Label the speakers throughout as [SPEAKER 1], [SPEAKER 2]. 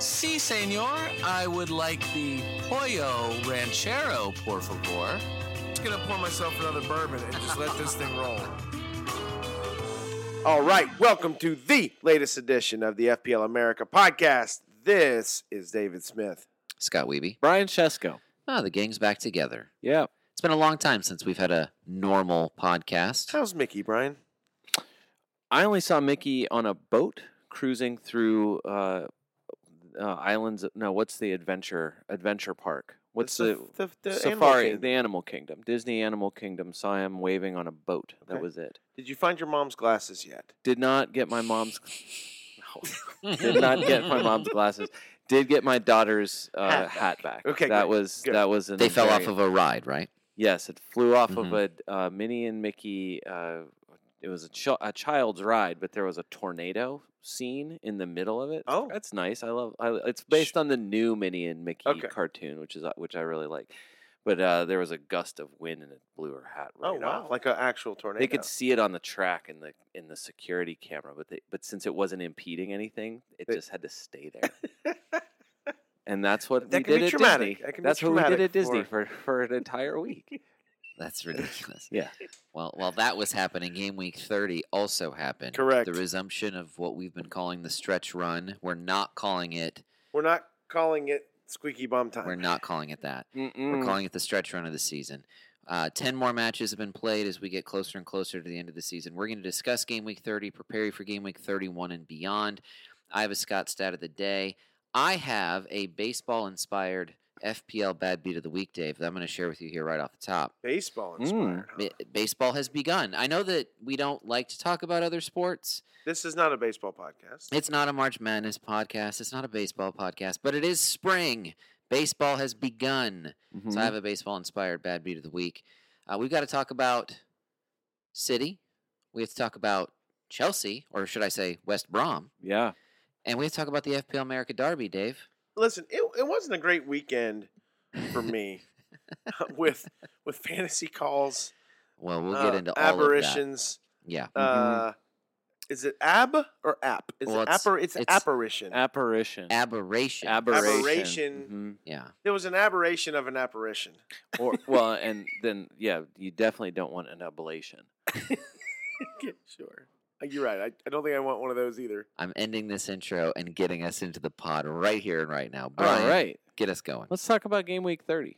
[SPEAKER 1] Si, senor, I would like the Pollo Ranchero, por favor.
[SPEAKER 2] I'm just gonna pour myself another bourbon and just let this thing roll.
[SPEAKER 3] All right, welcome to the latest edition of the FPL America podcast. This is David Smith.
[SPEAKER 4] Scott Weeby.
[SPEAKER 5] Brian Chesko.
[SPEAKER 4] Oh, the gang's back together.
[SPEAKER 5] Yeah.
[SPEAKER 4] It's been a long time since we've had a normal podcast.
[SPEAKER 3] How's Mickey, Brian?
[SPEAKER 5] I only saw Mickey on a boat cruising through uh, uh, islands. No, what's the adventure adventure park? What's
[SPEAKER 3] It's
[SPEAKER 5] the,
[SPEAKER 3] the, the animal
[SPEAKER 5] safari?
[SPEAKER 3] kingdom.
[SPEAKER 5] the Animal Kingdom, Disney Animal Kingdom. Saw him waving on a boat. That
[SPEAKER 3] Okay.
[SPEAKER 5] was it.
[SPEAKER 3] Did you find your mom's glasses yet?
[SPEAKER 5] Did not get my mom's. No. Did not get my mom's glasses. Did get my daughter's uh, hat,
[SPEAKER 3] Hat
[SPEAKER 5] back.
[SPEAKER 3] Okay,
[SPEAKER 5] that
[SPEAKER 3] good,
[SPEAKER 5] was
[SPEAKER 3] good.
[SPEAKER 5] that was. An
[SPEAKER 4] They fell off
[SPEAKER 5] invariant-
[SPEAKER 4] of a ride, right?
[SPEAKER 5] Yes, it flew off
[SPEAKER 3] Mm-hmm.
[SPEAKER 5] of a uh, Minnie and Mickey. Uh, it was a, ch- a child's ride, but there was a tornado scene in the middle of it.
[SPEAKER 3] Oh.
[SPEAKER 5] that's nice. I love. I, it's based on the new Minnie and Mickey
[SPEAKER 3] Okay.
[SPEAKER 5] cartoon, which is uh, which I really like. But uh, there was a gust of wind and it blew her hat right
[SPEAKER 3] Oh wow,
[SPEAKER 5] off.
[SPEAKER 3] like an actual tornado.
[SPEAKER 5] they could see it on the track in the in the security camera, but they, but since it wasn't impeding anything, it
[SPEAKER 3] They-
[SPEAKER 5] just had to stay there. And that's what
[SPEAKER 3] That
[SPEAKER 5] we
[SPEAKER 3] can be
[SPEAKER 5] did at
[SPEAKER 3] traumatic.
[SPEAKER 5] Disney.
[SPEAKER 3] That can be
[SPEAKER 5] That's what we did
[SPEAKER 3] traumatic
[SPEAKER 5] at Disney
[SPEAKER 3] for-
[SPEAKER 5] for, for an entire week.
[SPEAKER 4] That's ridiculous.
[SPEAKER 5] Yeah.
[SPEAKER 4] Well, while that was happening, game week 30 also happened.
[SPEAKER 3] Correct.
[SPEAKER 4] The resumption of what we've been calling the stretch run. We're not calling it.
[SPEAKER 3] We're not calling it squeaky bum time.
[SPEAKER 4] We're not calling it that. We're
[SPEAKER 5] Mm-mm.
[SPEAKER 4] calling it the stretch run of the season. Uh, 10 more matches have been played as we get closer and closer to the end of the season. We're going to discuss game week 30, prepare you for game week 31 and beyond. I have a Scott stat of the day. I have a baseball inspired FPL bad beat of the week, Dave, that I'm going to share with you here right off the top.
[SPEAKER 3] Baseball
[SPEAKER 5] Mm.
[SPEAKER 3] inspired. huh?
[SPEAKER 4] Ba- baseball has begun. I know that we don't like to talk about other sports.
[SPEAKER 3] This is not a baseball podcast.
[SPEAKER 4] It's not a March Madness podcast, it's not a baseball podcast, but it is spring. Baseball has begun.
[SPEAKER 5] mm-hmm.
[SPEAKER 4] So I have a baseball inspired bad beat of the week. Uh, we've got to talk about City. We have to talk about Chelsea, or should I say West Brom.
[SPEAKER 5] Yeah.
[SPEAKER 4] And we have to talk about the FPL America Derby, Dave.
[SPEAKER 3] Listen, it, it wasn't a great weekend for me with with fantasy calls,
[SPEAKER 4] Well, we'll get
[SPEAKER 3] uh,
[SPEAKER 4] into all of
[SPEAKER 3] aberrations.
[SPEAKER 4] that. Yeah.
[SPEAKER 3] Uh, is it ab or app? Is
[SPEAKER 4] Well,
[SPEAKER 3] it
[SPEAKER 4] it's-
[SPEAKER 3] appar- it's,
[SPEAKER 4] it's
[SPEAKER 3] apparition.
[SPEAKER 5] Apparition.
[SPEAKER 4] Aberration.
[SPEAKER 5] Aberration.
[SPEAKER 3] Aberration.
[SPEAKER 4] yeah.
[SPEAKER 3] There was an aberration of an apparition.
[SPEAKER 5] Mhm. Or well, and then yeah, you definitely don't want an ablation.
[SPEAKER 3] sure. Uh, You're right. I, I don't think I want one of those either.
[SPEAKER 4] I'm ending this intro and getting us into the pod right here and right now.
[SPEAKER 5] All
[SPEAKER 4] Brian,
[SPEAKER 5] right.
[SPEAKER 4] Get us going.
[SPEAKER 5] Let's talk about game week 30.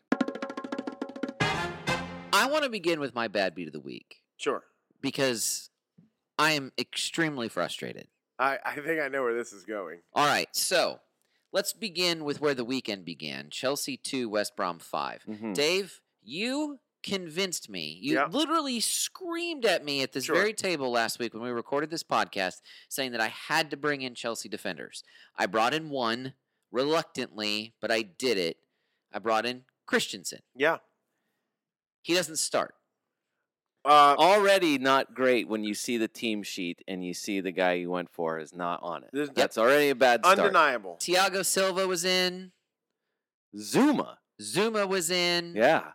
[SPEAKER 4] I want to begin with my bad beat of the week
[SPEAKER 3] Sure.
[SPEAKER 4] because I am extremely frustrated.
[SPEAKER 3] I, I think I know where this is going.
[SPEAKER 4] All right, so let's begin with where the weekend began. Chelsea 2, West Brom 5.
[SPEAKER 5] Mhm.
[SPEAKER 4] Dave, you convinced me. You
[SPEAKER 3] Yeah.
[SPEAKER 4] literally screamed at me at this
[SPEAKER 3] Sure.
[SPEAKER 4] very table last week when we recorded this podcast saying that I had to bring in Chelsea defenders. I brought in one reluctantly, but I did it. I brought in Christensen.
[SPEAKER 3] Yeah.
[SPEAKER 4] He doesn't start.
[SPEAKER 3] Uh,
[SPEAKER 5] Already not great when you see the team sheet and you see the guy you went for is not on it.
[SPEAKER 3] This- Yep.
[SPEAKER 5] That's already a
[SPEAKER 4] Oh,
[SPEAKER 5] bad start.
[SPEAKER 3] undeniable.
[SPEAKER 4] Tiago Silva was in,
[SPEAKER 5] Zuma.
[SPEAKER 4] Zuma was
[SPEAKER 3] Mm-hmm.
[SPEAKER 4] in,
[SPEAKER 5] Yeah.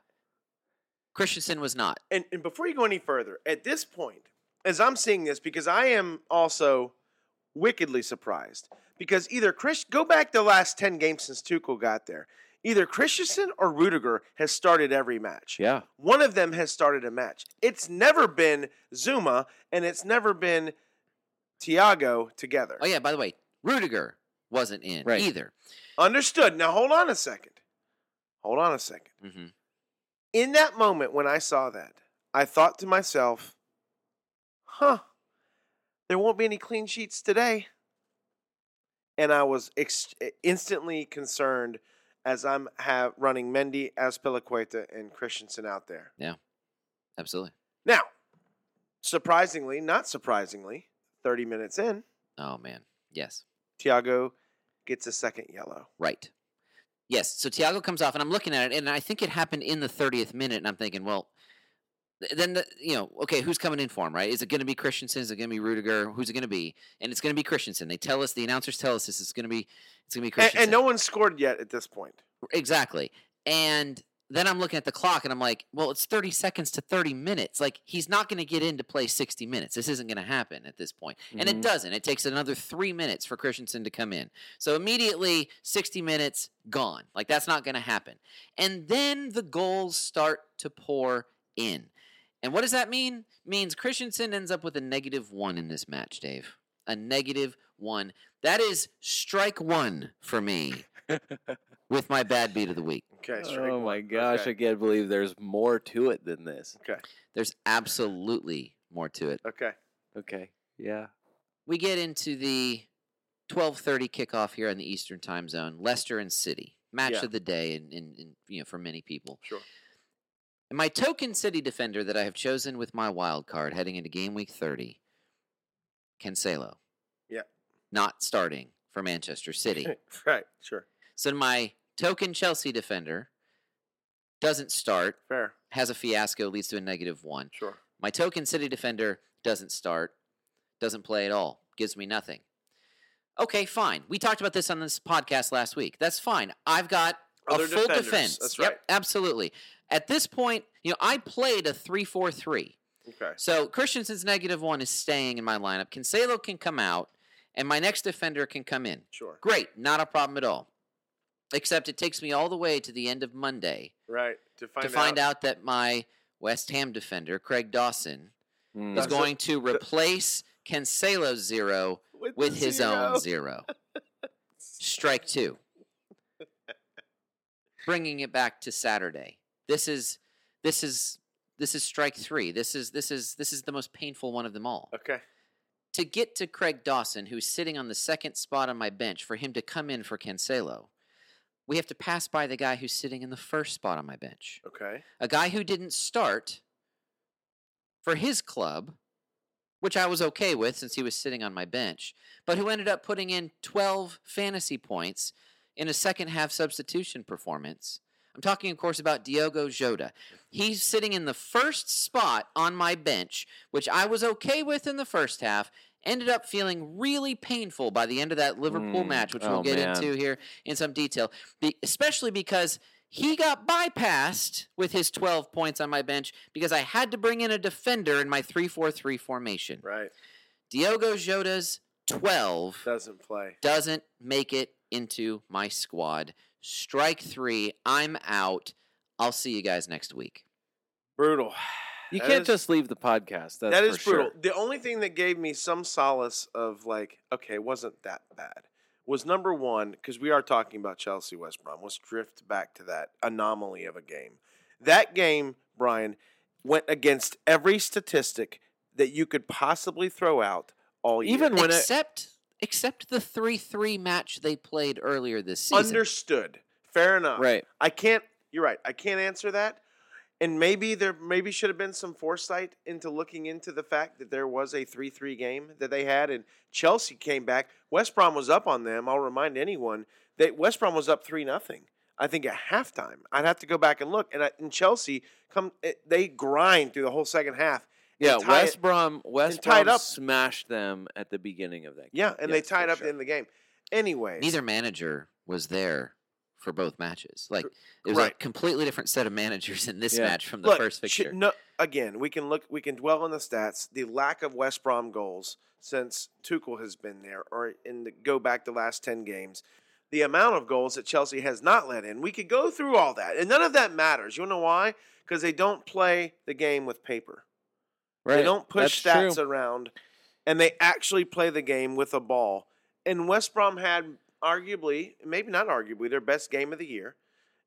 [SPEAKER 4] Christensen was not.
[SPEAKER 3] And, and before you go any further, at this point, as I'm seeing this, because I am also wickedly surprised, because either Chris, go back the last 10 games since Tuchel got there, either Christensen or Rudiger has started every match.
[SPEAKER 5] Yeah.
[SPEAKER 3] One of them has started a match. It's never been Zuma and it's never been Tiago together.
[SPEAKER 4] Oh yeah, by the way, Rudiger wasn't in
[SPEAKER 5] Right.
[SPEAKER 4] either.
[SPEAKER 3] Understood. Now hold on a second. Hold on a second.
[SPEAKER 4] Mhm.
[SPEAKER 3] In that moment when I saw that, I thought to myself, huh, there won't be any clean sheets today. And I was ex- instantly concerned as I'm have running Mendy, Aspilaqueta, and Christensen out there.
[SPEAKER 4] Absolutely.
[SPEAKER 3] Now, surprisingly, not surprisingly, 30 minutes in,
[SPEAKER 4] Oh man. Yes.
[SPEAKER 3] Thiago gets a second yellow.
[SPEAKER 4] Right. Yes. So Thiago comes off, and I'm looking at it, and I think it happened in the 30th minute, and I'm thinking, well, th- then the, you know, okay, who's coming in for him, right? Is it going to be Christensen? Is it going to be Rudiger? Who's it going to be? And it's going to be Christensen. They tell us the announcers tell us this is going to be it's going to be
[SPEAKER 3] A- And,
[SPEAKER 4] Christensen.
[SPEAKER 3] no one scored yet at this point.
[SPEAKER 4] exactly. And then I'm looking at the clock, and I'm like, well, it's 30 seconds to 30 minutes. Like he's not going to get in to play 60 minutes. This isn't going to happen at this point. And it
[SPEAKER 5] Mhm.
[SPEAKER 4] doesn't. It takes another three minutes for Christensen to come in. So immediately, 60 minutes gone. Like that's not going to happen. And then the goals start to pour in. And what does that mean? Means Christensen ends up with a negative one in this match, Dave. A negative one. That is strike one for me with my bad beat of the week.
[SPEAKER 3] Okay, strike
[SPEAKER 5] Oh
[SPEAKER 3] one.
[SPEAKER 5] my gosh,
[SPEAKER 3] Okay.
[SPEAKER 5] I can't believe there's more to it than this.
[SPEAKER 3] Okay,
[SPEAKER 4] There's absolutely more to it.
[SPEAKER 3] okay.
[SPEAKER 5] Okay. Yeah.
[SPEAKER 4] We get into the 12:30 kickoff here in the Eastern Time Zone. Leicester and City match
[SPEAKER 3] Yeah.
[SPEAKER 4] of the day, and in, in, you know for many people.
[SPEAKER 3] Sure.
[SPEAKER 4] And my token City defender that I have chosen with my wild card heading into game week 30, Cancelo.
[SPEAKER 3] Yeah.
[SPEAKER 4] Not starting for Manchester City.
[SPEAKER 3] right, sure.
[SPEAKER 4] so my token Chelsea defender doesn't start,
[SPEAKER 3] Fair,
[SPEAKER 4] has a fiasco, leads to a negative one.
[SPEAKER 3] sure.
[SPEAKER 4] My token city defender doesn't start, doesn't play at all, gives me nothing. Okay, fine. We talked about this on this podcast last week. That's fine. I've got
[SPEAKER 3] Other
[SPEAKER 4] a full
[SPEAKER 3] defenders,
[SPEAKER 4] defense.
[SPEAKER 3] that's right.
[SPEAKER 4] Yep, absolutely. At this point, you know, I played a 3 4 3.
[SPEAKER 3] Okay.
[SPEAKER 4] So Christensen's negative one is staying in my lineup. Cancelo can come out, and my next defender can come in.
[SPEAKER 3] Sure.
[SPEAKER 4] Great. Not a problem at all. Except it takes me all the way to the end of Monday
[SPEAKER 3] Right. To find,
[SPEAKER 4] to find out that my West Ham defender, Craig Dawson,
[SPEAKER 5] Mm.
[SPEAKER 4] is
[SPEAKER 3] That's a-
[SPEAKER 4] going to replace Cancelo's zero
[SPEAKER 3] with,
[SPEAKER 4] with
[SPEAKER 3] the
[SPEAKER 4] his own zero. Strike two. Bringing it back to Saturday. This is this is this is strike three. This is this is this is the most painful one of them all.
[SPEAKER 3] Okay.
[SPEAKER 4] To get to Craig Dawson, who's sitting on the second spot on my bench, for him to come in for Cancelo, we have to pass by the guy who's sitting in the first spot on my bench
[SPEAKER 3] Okay.
[SPEAKER 4] a guy who didn't start for his club, which I was okay with since he was sitting on my bench, but who ended up putting in 12 fantasy points in a second half substitution performance. I'm talking, of course, about Diogo Jota. He's sitting in the first spot on my bench, which I was okay with in the first half. Ended up feeling really painful by the end of that Liverpool
[SPEAKER 5] Mm,
[SPEAKER 4] match, which
[SPEAKER 5] oh,
[SPEAKER 4] we'll get
[SPEAKER 5] man.
[SPEAKER 4] into here in some detail, be- especially because he got bypassed with his 12 points on my bench because I had to bring in a defender in my 3 4 3 formation.
[SPEAKER 3] Right.
[SPEAKER 4] Diogo Jota's 12
[SPEAKER 3] Doesn't play.
[SPEAKER 4] doesn't make it into my squad. Strike three. I'm out. I'll see you guys next week.
[SPEAKER 3] Brutal.
[SPEAKER 5] You
[SPEAKER 3] That
[SPEAKER 5] can't
[SPEAKER 3] is-
[SPEAKER 5] just leave the podcast. That's
[SPEAKER 3] That's
[SPEAKER 5] for
[SPEAKER 3] brutal.
[SPEAKER 5] Sure.
[SPEAKER 3] The only thing that gave me some solace of like, okay, it wasn't that bad, was number one because we are talking about Chelsea West Brom. Let's drift back to that anomaly of a game. That game, Brian, went against every statistic that you could possibly throw out all year.
[SPEAKER 5] Even when it,
[SPEAKER 4] Except except the 3 3 match they played earlier this season.
[SPEAKER 3] understood, fair enough.
[SPEAKER 5] right,
[SPEAKER 3] I can't. You're right. I can't answer that. And maybe there maybe should have been some foresight into looking into the fact that there was a three-three game that they had, and Chelsea came back. West Brom was up on them. I'll remind anyone that West Brom was up three nothing. I think at halftime. I'd have to go back and look. And, I, and Chelsea come it- they grind through the whole second half. and
[SPEAKER 5] yeah.
[SPEAKER 3] tie
[SPEAKER 5] West
[SPEAKER 3] it-
[SPEAKER 5] Brom, West
[SPEAKER 3] tied
[SPEAKER 5] Brom
[SPEAKER 3] up.
[SPEAKER 5] smashed them at the beginning of that. game.
[SPEAKER 3] yeah, and they
[SPEAKER 5] Yes, for
[SPEAKER 3] tied up
[SPEAKER 5] sure.
[SPEAKER 3] in the game. Anyway,
[SPEAKER 4] neither manager was there for both matches. Like it was a
[SPEAKER 3] right.
[SPEAKER 4] completely different set of managers in this
[SPEAKER 5] Yeah.
[SPEAKER 4] match from the first
[SPEAKER 3] sh-
[SPEAKER 4] fixture.
[SPEAKER 3] no, again, we can look, we can dwell on the stats. The lack of West Brom goals since Tuchel has been there, or in the go back the last ten games, the amount of goals that Chelsea has not let in. We could go through all that, and none of that matters. You wanna know why? Because they don't play the game with paper.
[SPEAKER 5] Right.
[SPEAKER 3] They don't push stats
[SPEAKER 5] That's true.
[SPEAKER 3] around, and they actually play the game with a ball. And West Brom had arguably, maybe not arguably, their best game of the year,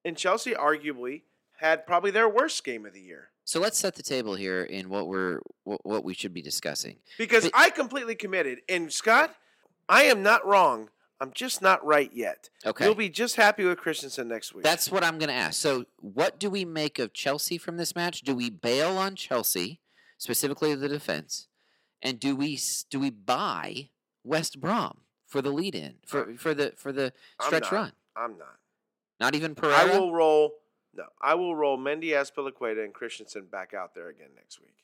[SPEAKER 3] and Chelsea arguably had probably their worst game of the year.
[SPEAKER 4] So let's set the table here in what we're what, what we should be discussing.
[SPEAKER 3] because
[SPEAKER 4] But-
[SPEAKER 3] I completely committed. And Scott, I am not wrong. I'm just not right yet.
[SPEAKER 4] Okay.
[SPEAKER 3] You'll be just happy with Christensen next week.
[SPEAKER 4] That's what I'm going to ask. So, what do we make of Chelsea from this match? Do we bail on Chelsea, specifically the defense, and do we s- do we buy West Brom for the lead in for for the for the
[SPEAKER 3] I'm
[SPEAKER 4] stretch
[SPEAKER 3] not.
[SPEAKER 4] run?
[SPEAKER 3] I'm not.
[SPEAKER 4] Not even
[SPEAKER 3] I
[SPEAKER 4] Pereira.
[SPEAKER 3] will roll. No, I will roll Mendy, Aspilicueta, and Christensen back out there again next week.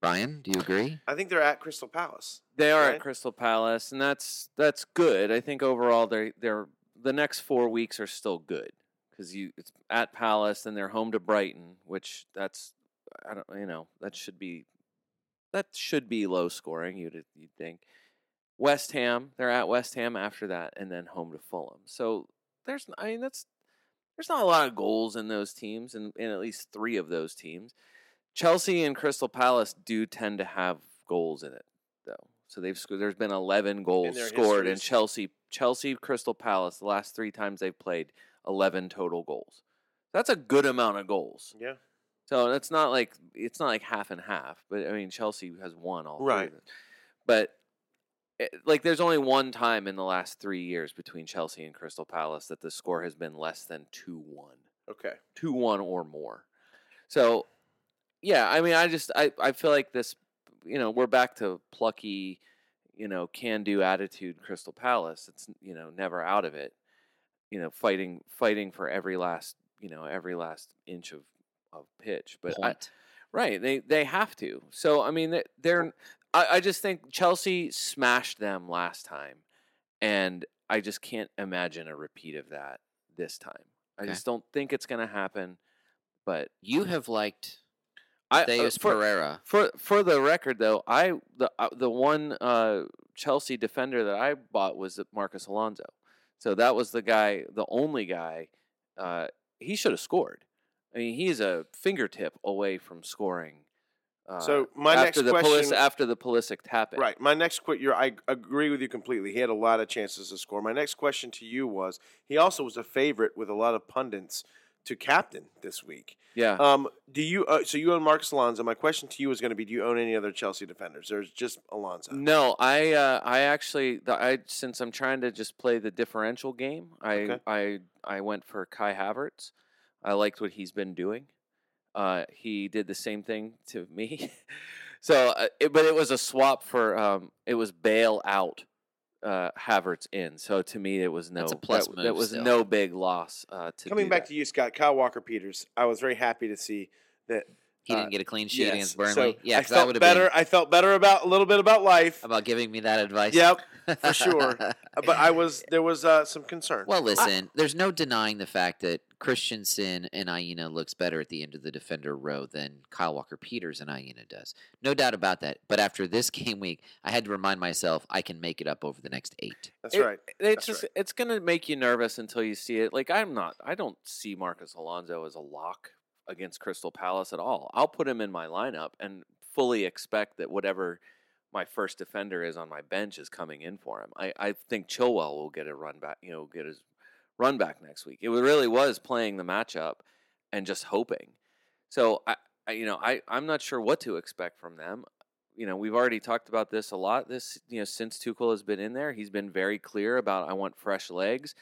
[SPEAKER 4] Brian, do you agree?
[SPEAKER 3] I think they're at Crystal Palace.
[SPEAKER 5] They are
[SPEAKER 3] Right.
[SPEAKER 5] at Crystal Palace, and that's that's good. I think overall, they they're the next four weeks are still good because you it's at Palace, and they're home to Brighton, which that's I don't you know that should be that should be low scoring. You'd you'd think West Ham, they're at West Ham after that, and then home to Fulham. So there's I mean that's there's not a lot of goals in those teams, and in at least three of those teams. Chelsea and Crystal Palace do tend to have goals in it though. So they've scored. There's been 11 goals
[SPEAKER 3] their
[SPEAKER 5] scored in
[SPEAKER 3] histories.
[SPEAKER 5] Chelsea, Chelsea, Crystal Palace. The last three times they've played, 11 total goals. That's a good amount of goals.
[SPEAKER 3] Yeah.
[SPEAKER 5] So it's not like it's not like half and half. But I mean, Chelsea has won all three of
[SPEAKER 3] Right.
[SPEAKER 5] them. But it, like, there's only one time in the last three years between Chelsea and Crystal Palace that the score has been less than two one
[SPEAKER 3] Okay.
[SPEAKER 5] two one or more. So yeah, I mean I just I, I feel like this you know, we're back to plucky, you know, can do attitude Crystal Palace. It's you know, never out of it. You know, fighting fighting for every last you know, every last inch of, of pitch. But I,
[SPEAKER 4] Point.
[SPEAKER 5] Right. They they have to. So I mean, they- they're. I, I just think Chelsea smashed them last time, and I just can't imagine a repeat of that this time. I
[SPEAKER 4] Okay.
[SPEAKER 5] just don't think it's gonna happen. But
[SPEAKER 4] you
[SPEAKER 3] Mm.
[SPEAKER 4] have liked
[SPEAKER 5] I uh,
[SPEAKER 4] Deus
[SPEAKER 5] for,
[SPEAKER 4] Pereira.
[SPEAKER 5] for for the record though, I the uh, the one uh, Chelsea defender that I bought was Marcus Alonso. So that was the guy, the only guy. Uh, he should have scored. I mean, he's a fingertip away from scoring. Uh,
[SPEAKER 3] So my
[SPEAKER 5] after
[SPEAKER 3] next
[SPEAKER 5] the Pulis-
[SPEAKER 3] question-
[SPEAKER 5] after the Pulisic tap in.
[SPEAKER 3] Right. My next quick, you're, I agree with you completely. He had a lot of chances to score. My next question to you was: He also was a favorite with a lot of pundits to captain this week.
[SPEAKER 5] Yeah.
[SPEAKER 3] Um, do you? Uh, so you own Marcus Alonso. My question to you is going to be: Do you own any other Chelsea defenders? There's just Alonso.
[SPEAKER 5] No, I uh, I actually the, I since I'm trying to just play the differential game, I
[SPEAKER 3] Okay.
[SPEAKER 5] I I went for Kai Havertz. I liked what he's been doing. Uh, he did the same thing to me. so, uh, it, but it was a swap for um, it was bail out uh, Havertz in. So to me, it was no
[SPEAKER 4] That's a plus
[SPEAKER 5] that, that
[SPEAKER 4] move
[SPEAKER 5] was
[SPEAKER 4] still.
[SPEAKER 5] no big loss. Uh, to
[SPEAKER 3] Coming
[SPEAKER 5] do
[SPEAKER 3] back
[SPEAKER 5] that.
[SPEAKER 3] to you, Scott. Kyle Walker Peters. I was very happy to see that.
[SPEAKER 4] He
[SPEAKER 3] uh,
[SPEAKER 4] didn't get a clean sheet
[SPEAKER 3] yes, so
[SPEAKER 4] against Burnley. yeah,
[SPEAKER 3] I
[SPEAKER 4] because that
[SPEAKER 3] felt
[SPEAKER 4] would have
[SPEAKER 3] better.
[SPEAKER 4] been
[SPEAKER 3] I felt better about a little bit about life.
[SPEAKER 4] about giving me that advice.
[SPEAKER 3] Yep, for sure. but I was there was uh, some concern.
[SPEAKER 4] Well, listen, there's no denying the fact that Christensen and Aina looks better at the end of the defender row than Kyle Walker Peters and Aina does. No doubt about that. But after this game week, I had to remind myself I can make it up over the next eight.
[SPEAKER 3] that's
[SPEAKER 5] it-
[SPEAKER 3] right.
[SPEAKER 5] It's
[SPEAKER 3] That's
[SPEAKER 5] just
[SPEAKER 3] right.
[SPEAKER 5] it's gonna make you nervous until you see it. Like I'm not I don't see Marcus Alonso as a lock against Crystal Palace at all. I'll put him in my lineup and fully expect that whatever my first defender is on my bench is coming in for him. I, I think Chilwell will get a run back you know, get his run back next week. It really was playing the matchup and just hoping. So I, I you know, I, I'm not sure what to expect from them you know, we've already talked about this a lot. This, you know, since Tuchel has been in there, he's been very clear about I want fresh legs.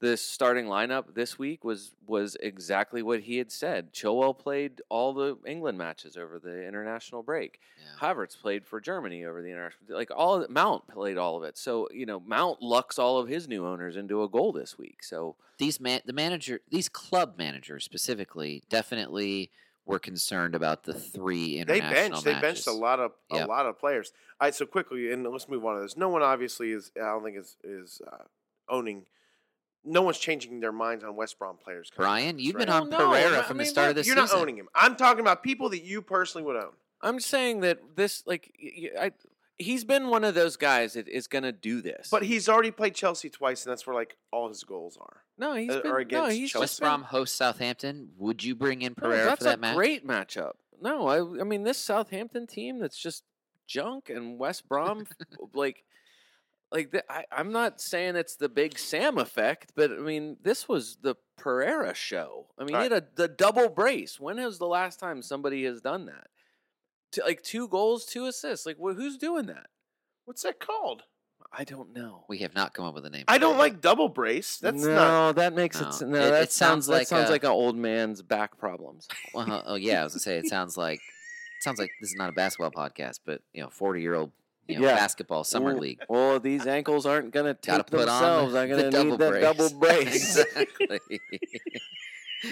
[SPEAKER 5] The starting lineup this week was was exactly what he had said. Chilwell played all the England matches over the international break.
[SPEAKER 4] Yeah.
[SPEAKER 5] Havertz played for Germany over the international. Like all Mount played all of it. So you know, Mount lucks all of his new owners into a goal this week. So
[SPEAKER 4] These man, the manager, these club managers specifically, definitely were concerned about the three
[SPEAKER 3] They
[SPEAKER 4] international
[SPEAKER 3] benched. They
[SPEAKER 4] matches.
[SPEAKER 3] benched a lot of
[SPEAKER 4] Yep.
[SPEAKER 3] a lot of players. All right, so quickly, and let's move on to this. No one obviously is. I don't think is is uh, owning. No one's changing their minds on West Brom players. coming
[SPEAKER 4] Brian,
[SPEAKER 3] this,
[SPEAKER 4] you've been
[SPEAKER 3] right?
[SPEAKER 4] on
[SPEAKER 5] Well, no,
[SPEAKER 4] Pereira
[SPEAKER 5] I
[SPEAKER 4] from
[SPEAKER 5] mean,
[SPEAKER 4] the start
[SPEAKER 5] look,
[SPEAKER 4] of this
[SPEAKER 3] You're
[SPEAKER 4] season.
[SPEAKER 3] not owning him. I'm talking about people that you personally would own.
[SPEAKER 5] I'm saying that this, like, y- y- I, he's been one of those guys that is going to do this.
[SPEAKER 3] But he's already played Chelsea twice, and that's where like all his goals are.
[SPEAKER 5] no, he's
[SPEAKER 3] uh,
[SPEAKER 5] been,
[SPEAKER 3] or
[SPEAKER 5] no,
[SPEAKER 3] against
[SPEAKER 5] he's just
[SPEAKER 4] West
[SPEAKER 5] been-
[SPEAKER 4] Brom hosts Southampton. Would you bring in
[SPEAKER 5] No,
[SPEAKER 4] Pereira
[SPEAKER 5] that's
[SPEAKER 4] for that
[SPEAKER 5] a
[SPEAKER 4] match?
[SPEAKER 5] great matchup. No, I, I mean this Southampton team that's just junk and West Brom, like, like th- I, I'm not saying it's the big Sam effect, but I mean this was the Pereira show. I mean, he
[SPEAKER 3] Right.
[SPEAKER 5] had a, the double brace. When is the last time somebody has done that? T- like two goals, two assists. Like wh- who's doing that?
[SPEAKER 3] What's that called?
[SPEAKER 5] I don't know.
[SPEAKER 4] We have not come up with a name.
[SPEAKER 3] I don't like double brace. That's
[SPEAKER 5] no,
[SPEAKER 3] not.
[SPEAKER 5] that makes it.
[SPEAKER 4] No,
[SPEAKER 5] s- No,
[SPEAKER 4] it-
[SPEAKER 5] that
[SPEAKER 4] it sounds
[SPEAKER 5] sounds,
[SPEAKER 4] like
[SPEAKER 5] that sounds
[SPEAKER 4] a-
[SPEAKER 5] like an old man's back problems.
[SPEAKER 4] Well, oh yeah, I was gonna say it sounds like it sounds like this is not a basketball podcast, but you know, forty year old you know,
[SPEAKER 5] Yeah.
[SPEAKER 4] basketball summer
[SPEAKER 5] Ooh.
[SPEAKER 4] league.
[SPEAKER 5] Well, these ankles aren't gonna
[SPEAKER 4] Gotta
[SPEAKER 5] tape
[SPEAKER 4] put
[SPEAKER 5] themselves.
[SPEAKER 4] on
[SPEAKER 5] I'm
[SPEAKER 4] the,
[SPEAKER 5] gonna
[SPEAKER 4] the double
[SPEAKER 5] need that
[SPEAKER 4] brace.
[SPEAKER 5] double brace.
[SPEAKER 4] exactly.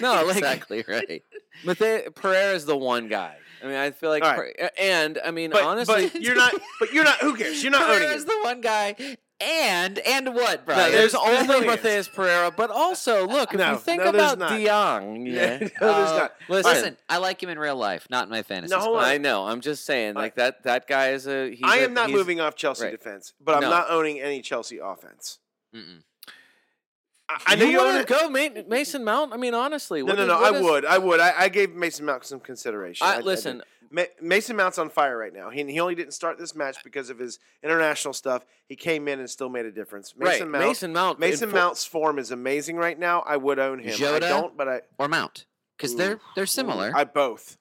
[SPEAKER 5] no, like
[SPEAKER 4] exactly right.
[SPEAKER 5] Mathe- Pereira is the one guy. I mean, I feel like,
[SPEAKER 3] All right.
[SPEAKER 5] Per- and I mean,
[SPEAKER 3] But,
[SPEAKER 5] honestly,
[SPEAKER 3] but you're not. But you're not. Who cares? You're not owning
[SPEAKER 4] Pereira's
[SPEAKER 3] it.
[SPEAKER 4] the one guy, and and what,
[SPEAKER 5] No,
[SPEAKER 4] Brian?
[SPEAKER 3] There's
[SPEAKER 5] there's
[SPEAKER 3] no
[SPEAKER 5] only
[SPEAKER 3] chance.
[SPEAKER 5] Matthias Pereira, but also look if
[SPEAKER 3] No,
[SPEAKER 5] you think
[SPEAKER 3] no, there's
[SPEAKER 5] about
[SPEAKER 3] not.
[SPEAKER 5] De Jong, yeah, Uh,
[SPEAKER 3] no, there's
[SPEAKER 5] Oh,
[SPEAKER 3] not.
[SPEAKER 5] Listen,
[SPEAKER 4] Listen, I like him in real life, not in my fantasy.
[SPEAKER 3] No,
[SPEAKER 4] squad.
[SPEAKER 3] hold on.
[SPEAKER 5] I know. I'm just saying,
[SPEAKER 3] I-
[SPEAKER 5] like that that guy is a. He's
[SPEAKER 3] I
[SPEAKER 5] a-
[SPEAKER 3] am not
[SPEAKER 5] he's-
[SPEAKER 3] moving off Chelsea
[SPEAKER 5] right.
[SPEAKER 3] defense, but I'm
[SPEAKER 5] No.
[SPEAKER 3] not owning any Chelsea offense.
[SPEAKER 4] Mm-mm.
[SPEAKER 3] I, I know you, own it.
[SPEAKER 5] wouldn't go Ma- Mason Mount. I mean, honestly,
[SPEAKER 3] No,
[SPEAKER 5] what
[SPEAKER 3] no,
[SPEAKER 5] is-
[SPEAKER 3] no. I
[SPEAKER 5] what is-
[SPEAKER 3] would. I would. I, I gave Mason Mount some consideration. I- I
[SPEAKER 5] I,
[SPEAKER 3] did.
[SPEAKER 5] listen,
[SPEAKER 3] Ma- Mason Mount's on fire right now. He, he only didn't start this match because of his international stuff. He came in and still made a difference. Mason
[SPEAKER 5] right?
[SPEAKER 3] Mount. Mason,
[SPEAKER 5] Mason Mount. in fo-
[SPEAKER 3] Mount's form is amazing right now. I would own him. I
[SPEAKER 4] Jota?
[SPEAKER 3] don't, but I
[SPEAKER 4] Or Mount, because they're they're similar.
[SPEAKER 3] I both,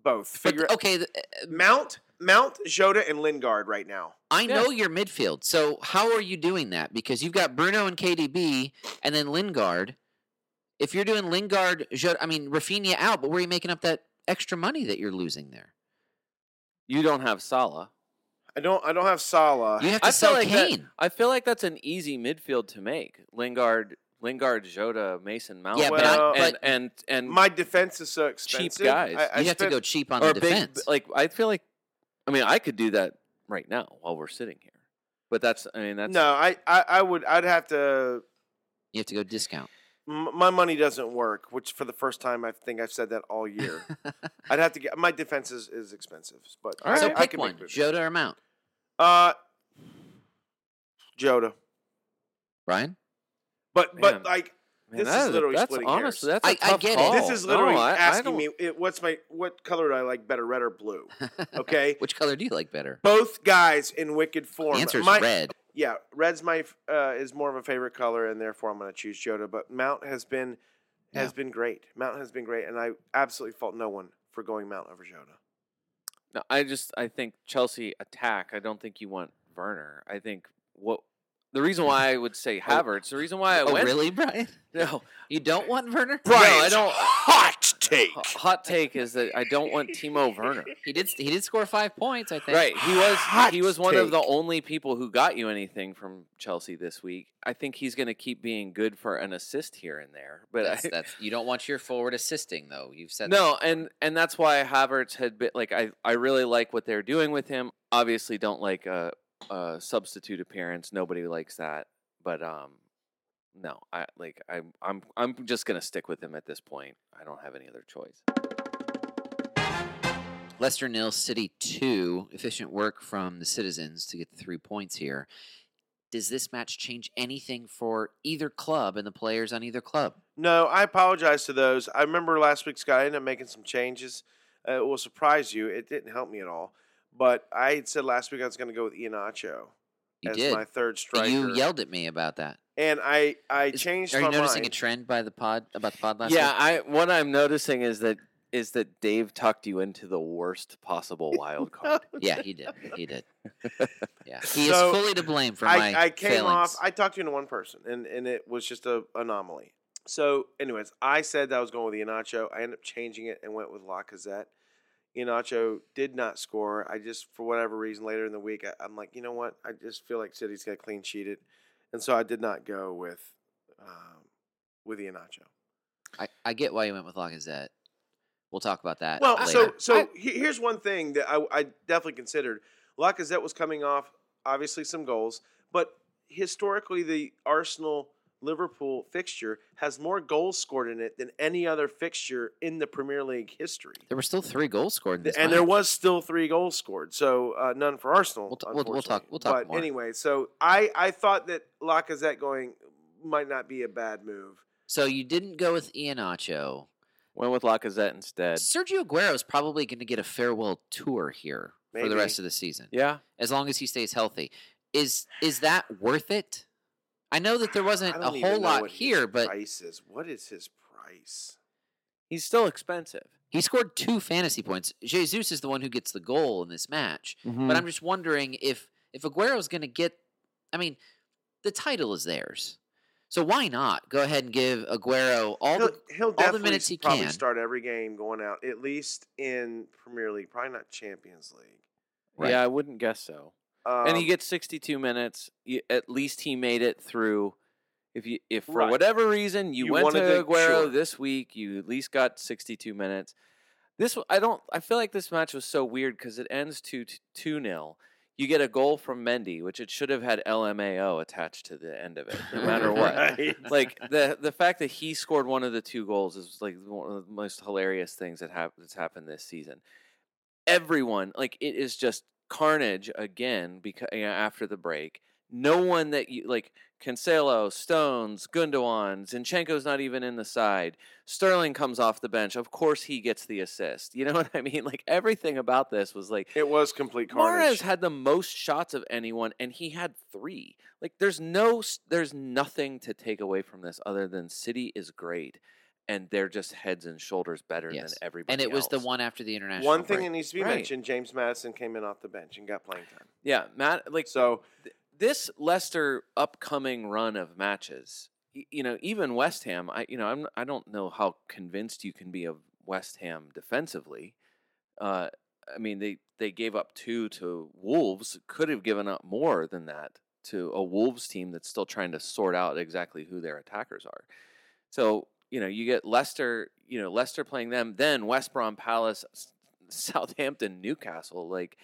[SPEAKER 3] both.
[SPEAKER 4] But uh,
[SPEAKER 3] Figure
[SPEAKER 4] th- okay, th-
[SPEAKER 3] Mount, Mount, Jota, and Lingard right now.
[SPEAKER 4] I
[SPEAKER 5] Yeah.
[SPEAKER 4] know your midfield. So how are you doing that? Because you've got Bruno and KDB, and then Lingard. If you're doing Lingard, Jo- I mean Rafinha out, but where are you making up that extra money that you're losing there?
[SPEAKER 5] You don't have Salah.
[SPEAKER 3] I don't. I don't have Salah.
[SPEAKER 4] You have to
[SPEAKER 5] Uh, I feel
[SPEAKER 4] sell
[SPEAKER 5] like that-
[SPEAKER 4] Kane.
[SPEAKER 5] I feel like that's an easy midfield to make. Lingard, Lingard, Jota, Mason Mount.
[SPEAKER 4] Yeah,
[SPEAKER 3] but I-
[SPEAKER 5] and,
[SPEAKER 4] but-
[SPEAKER 5] and and
[SPEAKER 3] My defense is so expensive.
[SPEAKER 5] guys.
[SPEAKER 3] I, I
[SPEAKER 4] you have
[SPEAKER 3] spent-
[SPEAKER 4] to go cheap on
[SPEAKER 5] or
[SPEAKER 4] the
[SPEAKER 5] big
[SPEAKER 4] defense.
[SPEAKER 5] like I feel like I mean I could do that right now while we're sitting here. But that's I mean that's
[SPEAKER 3] No, I, I, I would. I'd have to.
[SPEAKER 4] you have to go discount.
[SPEAKER 3] m- My money doesn't work, which for the first time I think I've said that all year. I'd have to get my defense is, is expensive, but
[SPEAKER 5] All
[SPEAKER 4] so
[SPEAKER 5] right,
[SPEAKER 3] I
[SPEAKER 4] pick
[SPEAKER 3] can make
[SPEAKER 4] one,
[SPEAKER 3] moves.
[SPEAKER 4] Jota or Mount,
[SPEAKER 3] Uh, Jota,
[SPEAKER 4] Brian.
[SPEAKER 3] but but
[SPEAKER 5] Man.
[SPEAKER 3] like
[SPEAKER 5] man,
[SPEAKER 3] this
[SPEAKER 5] that
[SPEAKER 3] is
[SPEAKER 5] a-
[SPEAKER 3] literally
[SPEAKER 5] that's
[SPEAKER 3] splitting hairs.
[SPEAKER 5] honestly that's a
[SPEAKER 4] I- I
[SPEAKER 5] tough
[SPEAKER 4] get it.
[SPEAKER 5] call.
[SPEAKER 3] this is literally
[SPEAKER 5] no, I, I
[SPEAKER 3] asking
[SPEAKER 5] don't-
[SPEAKER 3] me it, what's my what color do I like better, red or blue? Okay,
[SPEAKER 4] Which color do you like better?
[SPEAKER 3] both guys in wicked
[SPEAKER 4] The
[SPEAKER 3] form.
[SPEAKER 4] answer is
[SPEAKER 3] My-
[SPEAKER 4] red.
[SPEAKER 3] Yeah, red's my f- uh, is more of a favorite color, and therefore I'm going to choose Jota. But Mount has been has
[SPEAKER 4] Yeah.
[SPEAKER 3] been great. Mount has been great, and I absolutely fault no one for going Mount over Jota.
[SPEAKER 5] No, I just I think Chelsea attack. I don't think you want Werner. I think what the reason why I would say Havertz. The reason why I
[SPEAKER 4] Oh
[SPEAKER 5] went
[SPEAKER 4] really, Brian?
[SPEAKER 5] no
[SPEAKER 4] You don't want Werner?
[SPEAKER 5] no I don't.
[SPEAKER 2] Hot take.
[SPEAKER 5] Hot take is that I don't want Timo Werner.
[SPEAKER 4] He did. He did score five points. I think.
[SPEAKER 5] Right. He was
[SPEAKER 3] Hot
[SPEAKER 5] he was one of the
[SPEAKER 3] take.
[SPEAKER 5] only people who got you anything from Chelsea this week. I think he's going to keep being good for an assist here and there, but
[SPEAKER 4] That's,
[SPEAKER 5] I,
[SPEAKER 4] that's you don't want your forward assisting though. You've said
[SPEAKER 5] no,
[SPEAKER 4] that.
[SPEAKER 5] and and that's why Havertz had been like I I really like what they're doing with him. Obviously, don't like a, a substitute appearance. Nobody likes that, but um, no, I like I am I'm I'm just gonna stick with him at this point. I don't have any other choice.
[SPEAKER 4] Leicester nil, City two. Efficient work from the citizens to get the three points here. Does this match change anything for either club and the players on either club?
[SPEAKER 3] No, I apologize to those. I remember last week, Scott. I ended up making some changes. Uh, it will surprise you. It didn't help me at all. But I had said last week I was going to go with Ianacho
[SPEAKER 4] You
[SPEAKER 3] as
[SPEAKER 4] did.
[SPEAKER 3] my third striker.
[SPEAKER 4] You yelled at me about that.
[SPEAKER 3] and I I
[SPEAKER 4] Is-
[SPEAKER 3] changed.
[SPEAKER 4] Are
[SPEAKER 3] my
[SPEAKER 4] you noticing
[SPEAKER 3] mind.
[SPEAKER 4] a trend by the pod about the pod last
[SPEAKER 5] yeah,
[SPEAKER 4] week?
[SPEAKER 5] I what I'm noticing is that is that Dave tucked you into the worst possible wild card.
[SPEAKER 4] Yeah, he did. He did. Yeah, he
[SPEAKER 3] So,
[SPEAKER 4] is fully to blame for
[SPEAKER 3] I,
[SPEAKER 4] my
[SPEAKER 3] I came
[SPEAKER 4] failings.
[SPEAKER 3] off. I talked to you to one person, and and it was just a anomaly. So, anyways, I said that I was going with Ianacho. I ended up changing it and went with Lacazette. Ianacho did not score. I just, for whatever reason, later in the week, I, I'm like, you know what? I just feel like City's got clean sheeted, and so I did not go with um, with Ianacho.
[SPEAKER 4] I, I get why you went with Lacazette. We'll talk about that.
[SPEAKER 3] Well,
[SPEAKER 4] uh, later.
[SPEAKER 3] so so he- here's one thing that I, I definitely considered. Lacazette was coming off obviously some goals, but historically the Arsenal Liverpool fixture has more goals scored in it than any other fixture in the Premier League history.
[SPEAKER 4] there were still three goals scored. In this
[SPEAKER 3] and there
[SPEAKER 4] match.
[SPEAKER 3] was still three goals scored, so uh, none for Arsenal.
[SPEAKER 4] We'll t- we'll- we'll
[SPEAKER 3] unfortunately.
[SPEAKER 4] talk- we'll talk
[SPEAKER 3] But
[SPEAKER 4] more.
[SPEAKER 3] anyway, so I I thought that Lacazette going might not be a bad move.
[SPEAKER 4] So you didn't go with Ianacho.
[SPEAKER 5] Went with Lacazette instead.
[SPEAKER 4] Sergio Aguero is probably going to get a farewell tour here for the
[SPEAKER 3] Maybe.
[SPEAKER 4] rest of the season,
[SPEAKER 5] Yeah,
[SPEAKER 4] as long as he stays healthy. Is is that worth it? I know that there wasn't
[SPEAKER 3] I
[SPEAKER 4] a
[SPEAKER 3] don't even
[SPEAKER 4] whole
[SPEAKER 3] know
[SPEAKER 4] lot
[SPEAKER 3] what his
[SPEAKER 4] here, but
[SPEAKER 3] price is. What is his price?
[SPEAKER 5] He's still expensive.
[SPEAKER 4] he scored two fantasy points. Jesus is the one who gets the goal in this match.
[SPEAKER 3] Mm-hmm, Mm.
[SPEAKER 4] But I'm just wondering if if Aguero's going to get. I mean, the title is theirs, so why not go ahead and give Aguero all
[SPEAKER 3] he'll,
[SPEAKER 4] the
[SPEAKER 3] he'll
[SPEAKER 4] the
[SPEAKER 3] definitely
[SPEAKER 4] minutes he
[SPEAKER 3] probably
[SPEAKER 4] can.
[SPEAKER 3] start every game going out at least in Premier League, probably not Champions League.
[SPEAKER 4] Right.
[SPEAKER 5] Yeah, I wouldn't guess so.
[SPEAKER 3] Um,
[SPEAKER 5] and he gets 62 minutes. Y- At least he made it through. If you, if for
[SPEAKER 3] Right.
[SPEAKER 5] whatever reason you,
[SPEAKER 3] You
[SPEAKER 5] went to
[SPEAKER 3] wanted to-
[SPEAKER 5] Aguero
[SPEAKER 3] sure.
[SPEAKER 5] this week, you at least got 62 minutes. This w- I don't. I feel like this match was so weird because it ends two two nil. You get a goal from Mendy, which it should have had LMAO attached to the end of it, no matter what
[SPEAKER 3] Right.
[SPEAKER 5] like the the fact that he scored one of the two goals is like one of the most hilarious things that hap- that's happened this season. Everyone, like it is just carnage again because after the break, no one that you like Cancelo, Stones, Gundogan, Zinchenko's not even in the side. Sterling comes off the bench. Of course he gets the assist. You know what I mean? Like everything about this was like
[SPEAKER 3] it was complete
[SPEAKER 5] Mares
[SPEAKER 3] carnage.
[SPEAKER 5] had the most shots of anyone, and he had three. Like, there's no, s- there's nothing to take away from this other than City is great, and they're just heads and shoulders better
[SPEAKER 4] Yes.
[SPEAKER 5] than everybody.
[SPEAKER 4] and it was the
[SPEAKER 5] else.
[SPEAKER 4] one after the international.
[SPEAKER 3] One thing
[SPEAKER 4] break.
[SPEAKER 3] that needs to be
[SPEAKER 5] Right.
[SPEAKER 3] mentioned: James Madison came in off the bench and got playing time.
[SPEAKER 5] Yeah, Matt. Like
[SPEAKER 3] So
[SPEAKER 5] this Leicester upcoming run of matches. y- You know, even West Ham. I, you know, I'm, I don't know how convinced you can be of West Ham defensively. Uh, I mean, they they gave up two to Wolves. Could have given up more than that to a Wolves team that's still trying to sort out exactly who their attackers are. So you know, you get Leicester. You know, Leicester playing them, then West Brom, Palace, S- Southampton, Newcastle. Like,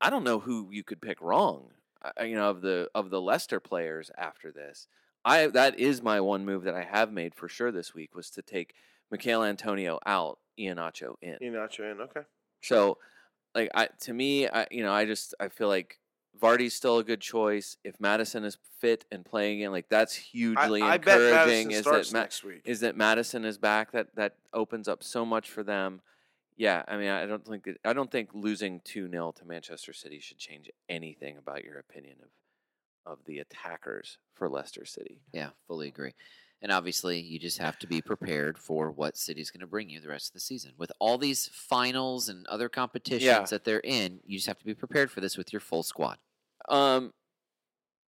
[SPEAKER 5] I don't know who you could pick wrong. I- I- You know, of the of the Leicester players after this. I that is my one move that I have made for sure this week was to take Michael Antonio out, Ianacho in.
[SPEAKER 3] Inacho in, okay.
[SPEAKER 5] So, like, I to me, I you know, I just I feel like Vardy's still a good choice. If Madison is fit and playing it, like that's
[SPEAKER 3] I,
[SPEAKER 5] hugely
[SPEAKER 3] I bet
[SPEAKER 5] encouraging.
[SPEAKER 3] Madison
[SPEAKER 5] Is
[SPEAKER 3] starts
[SPEAKER 5] that Ma-
[SPEAKER 3] next week.
[SPEAKER 5] is that Madison is back? That that opens up so much for them. Yeah, I mean, I don't think that, I don't think losing two 0 to Manchester City should change anything about your opinion of of the attackers for Leicester City.
[SPEAKER 4] Yeah, fully agree. And obviously, you just have to be prepared for what City's going to bring you the rest of the season. With all these finals and other competitions that they're in, you just have to be prepared for this with your full squad.
[SPEAKER 5] Um,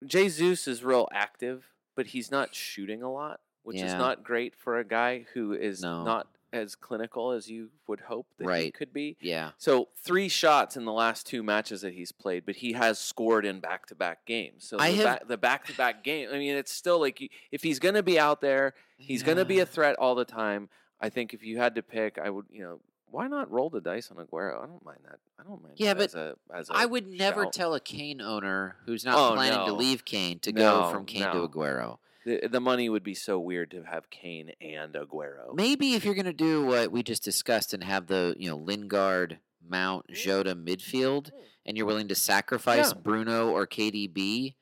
[SPEAKER 5] Jesus is real active, but he's not shooting a lot, which is
[SPEAKER 4] Yeah.
[SPEAKER 5] not great for a guy who is
[SPEAKER 4] No.
[SPEAKER 5] not as clinical as you would hope that he
[SPEAKER 4] Right.
[SPEAKER 5] could be.
[SPEAKER 4] Yeah,
[SPEAKER 5] So three shots in the last two matches that he's played, but he has scored in back-to-back games. So
[SPEAKER 4] I
[SPEAKER 5] the,
[SPEAKER 4] have-
[SPEAKER 5] back, the back-to-back game. I mean, it's still like you- if he's going to be out there, he's going to be a
[SPEAKER 4] Yeah.
[SPEAKER 5] threat all the time. I think if you had to pick, I would. You know, why not roll the dice on Aguero? I don't mind that. I don't mind.
[SPEAKER 4] Yeah,
[SPEAKER 5] that
[SPEAKER 4] but
[SPEAKER 5] as a, as a
[SPEAKER 4] I would never
[SPEAKER 5] shout.
[SPEAKER 4] tell a Kane owner who's not
[SPEAKER 5] Oh,
[SPEAKER 4] planning to
[SPEAKER 5] no.
[SPEAKER 4] leave Kane to
[SPEAKER 5] No,
[SPEAKER 4] go from Kane
[SPEAKER 5] no.
[SPEAKER 4] to Aguero.
[SPEAKER 5] The, the money would be so weird to have Kane and Aguero.
[SPEAKER 4] Maybe if you're going to do what we just discussed and have the you know Lingard, Mount, Jota midfield,
[SPEAKER 3] Hmm.
[SPEAKER 4] and you're willing to sacrifice
[SPEAKER 5] Yeah.
[SPEAKER 4] Bruno or KDB,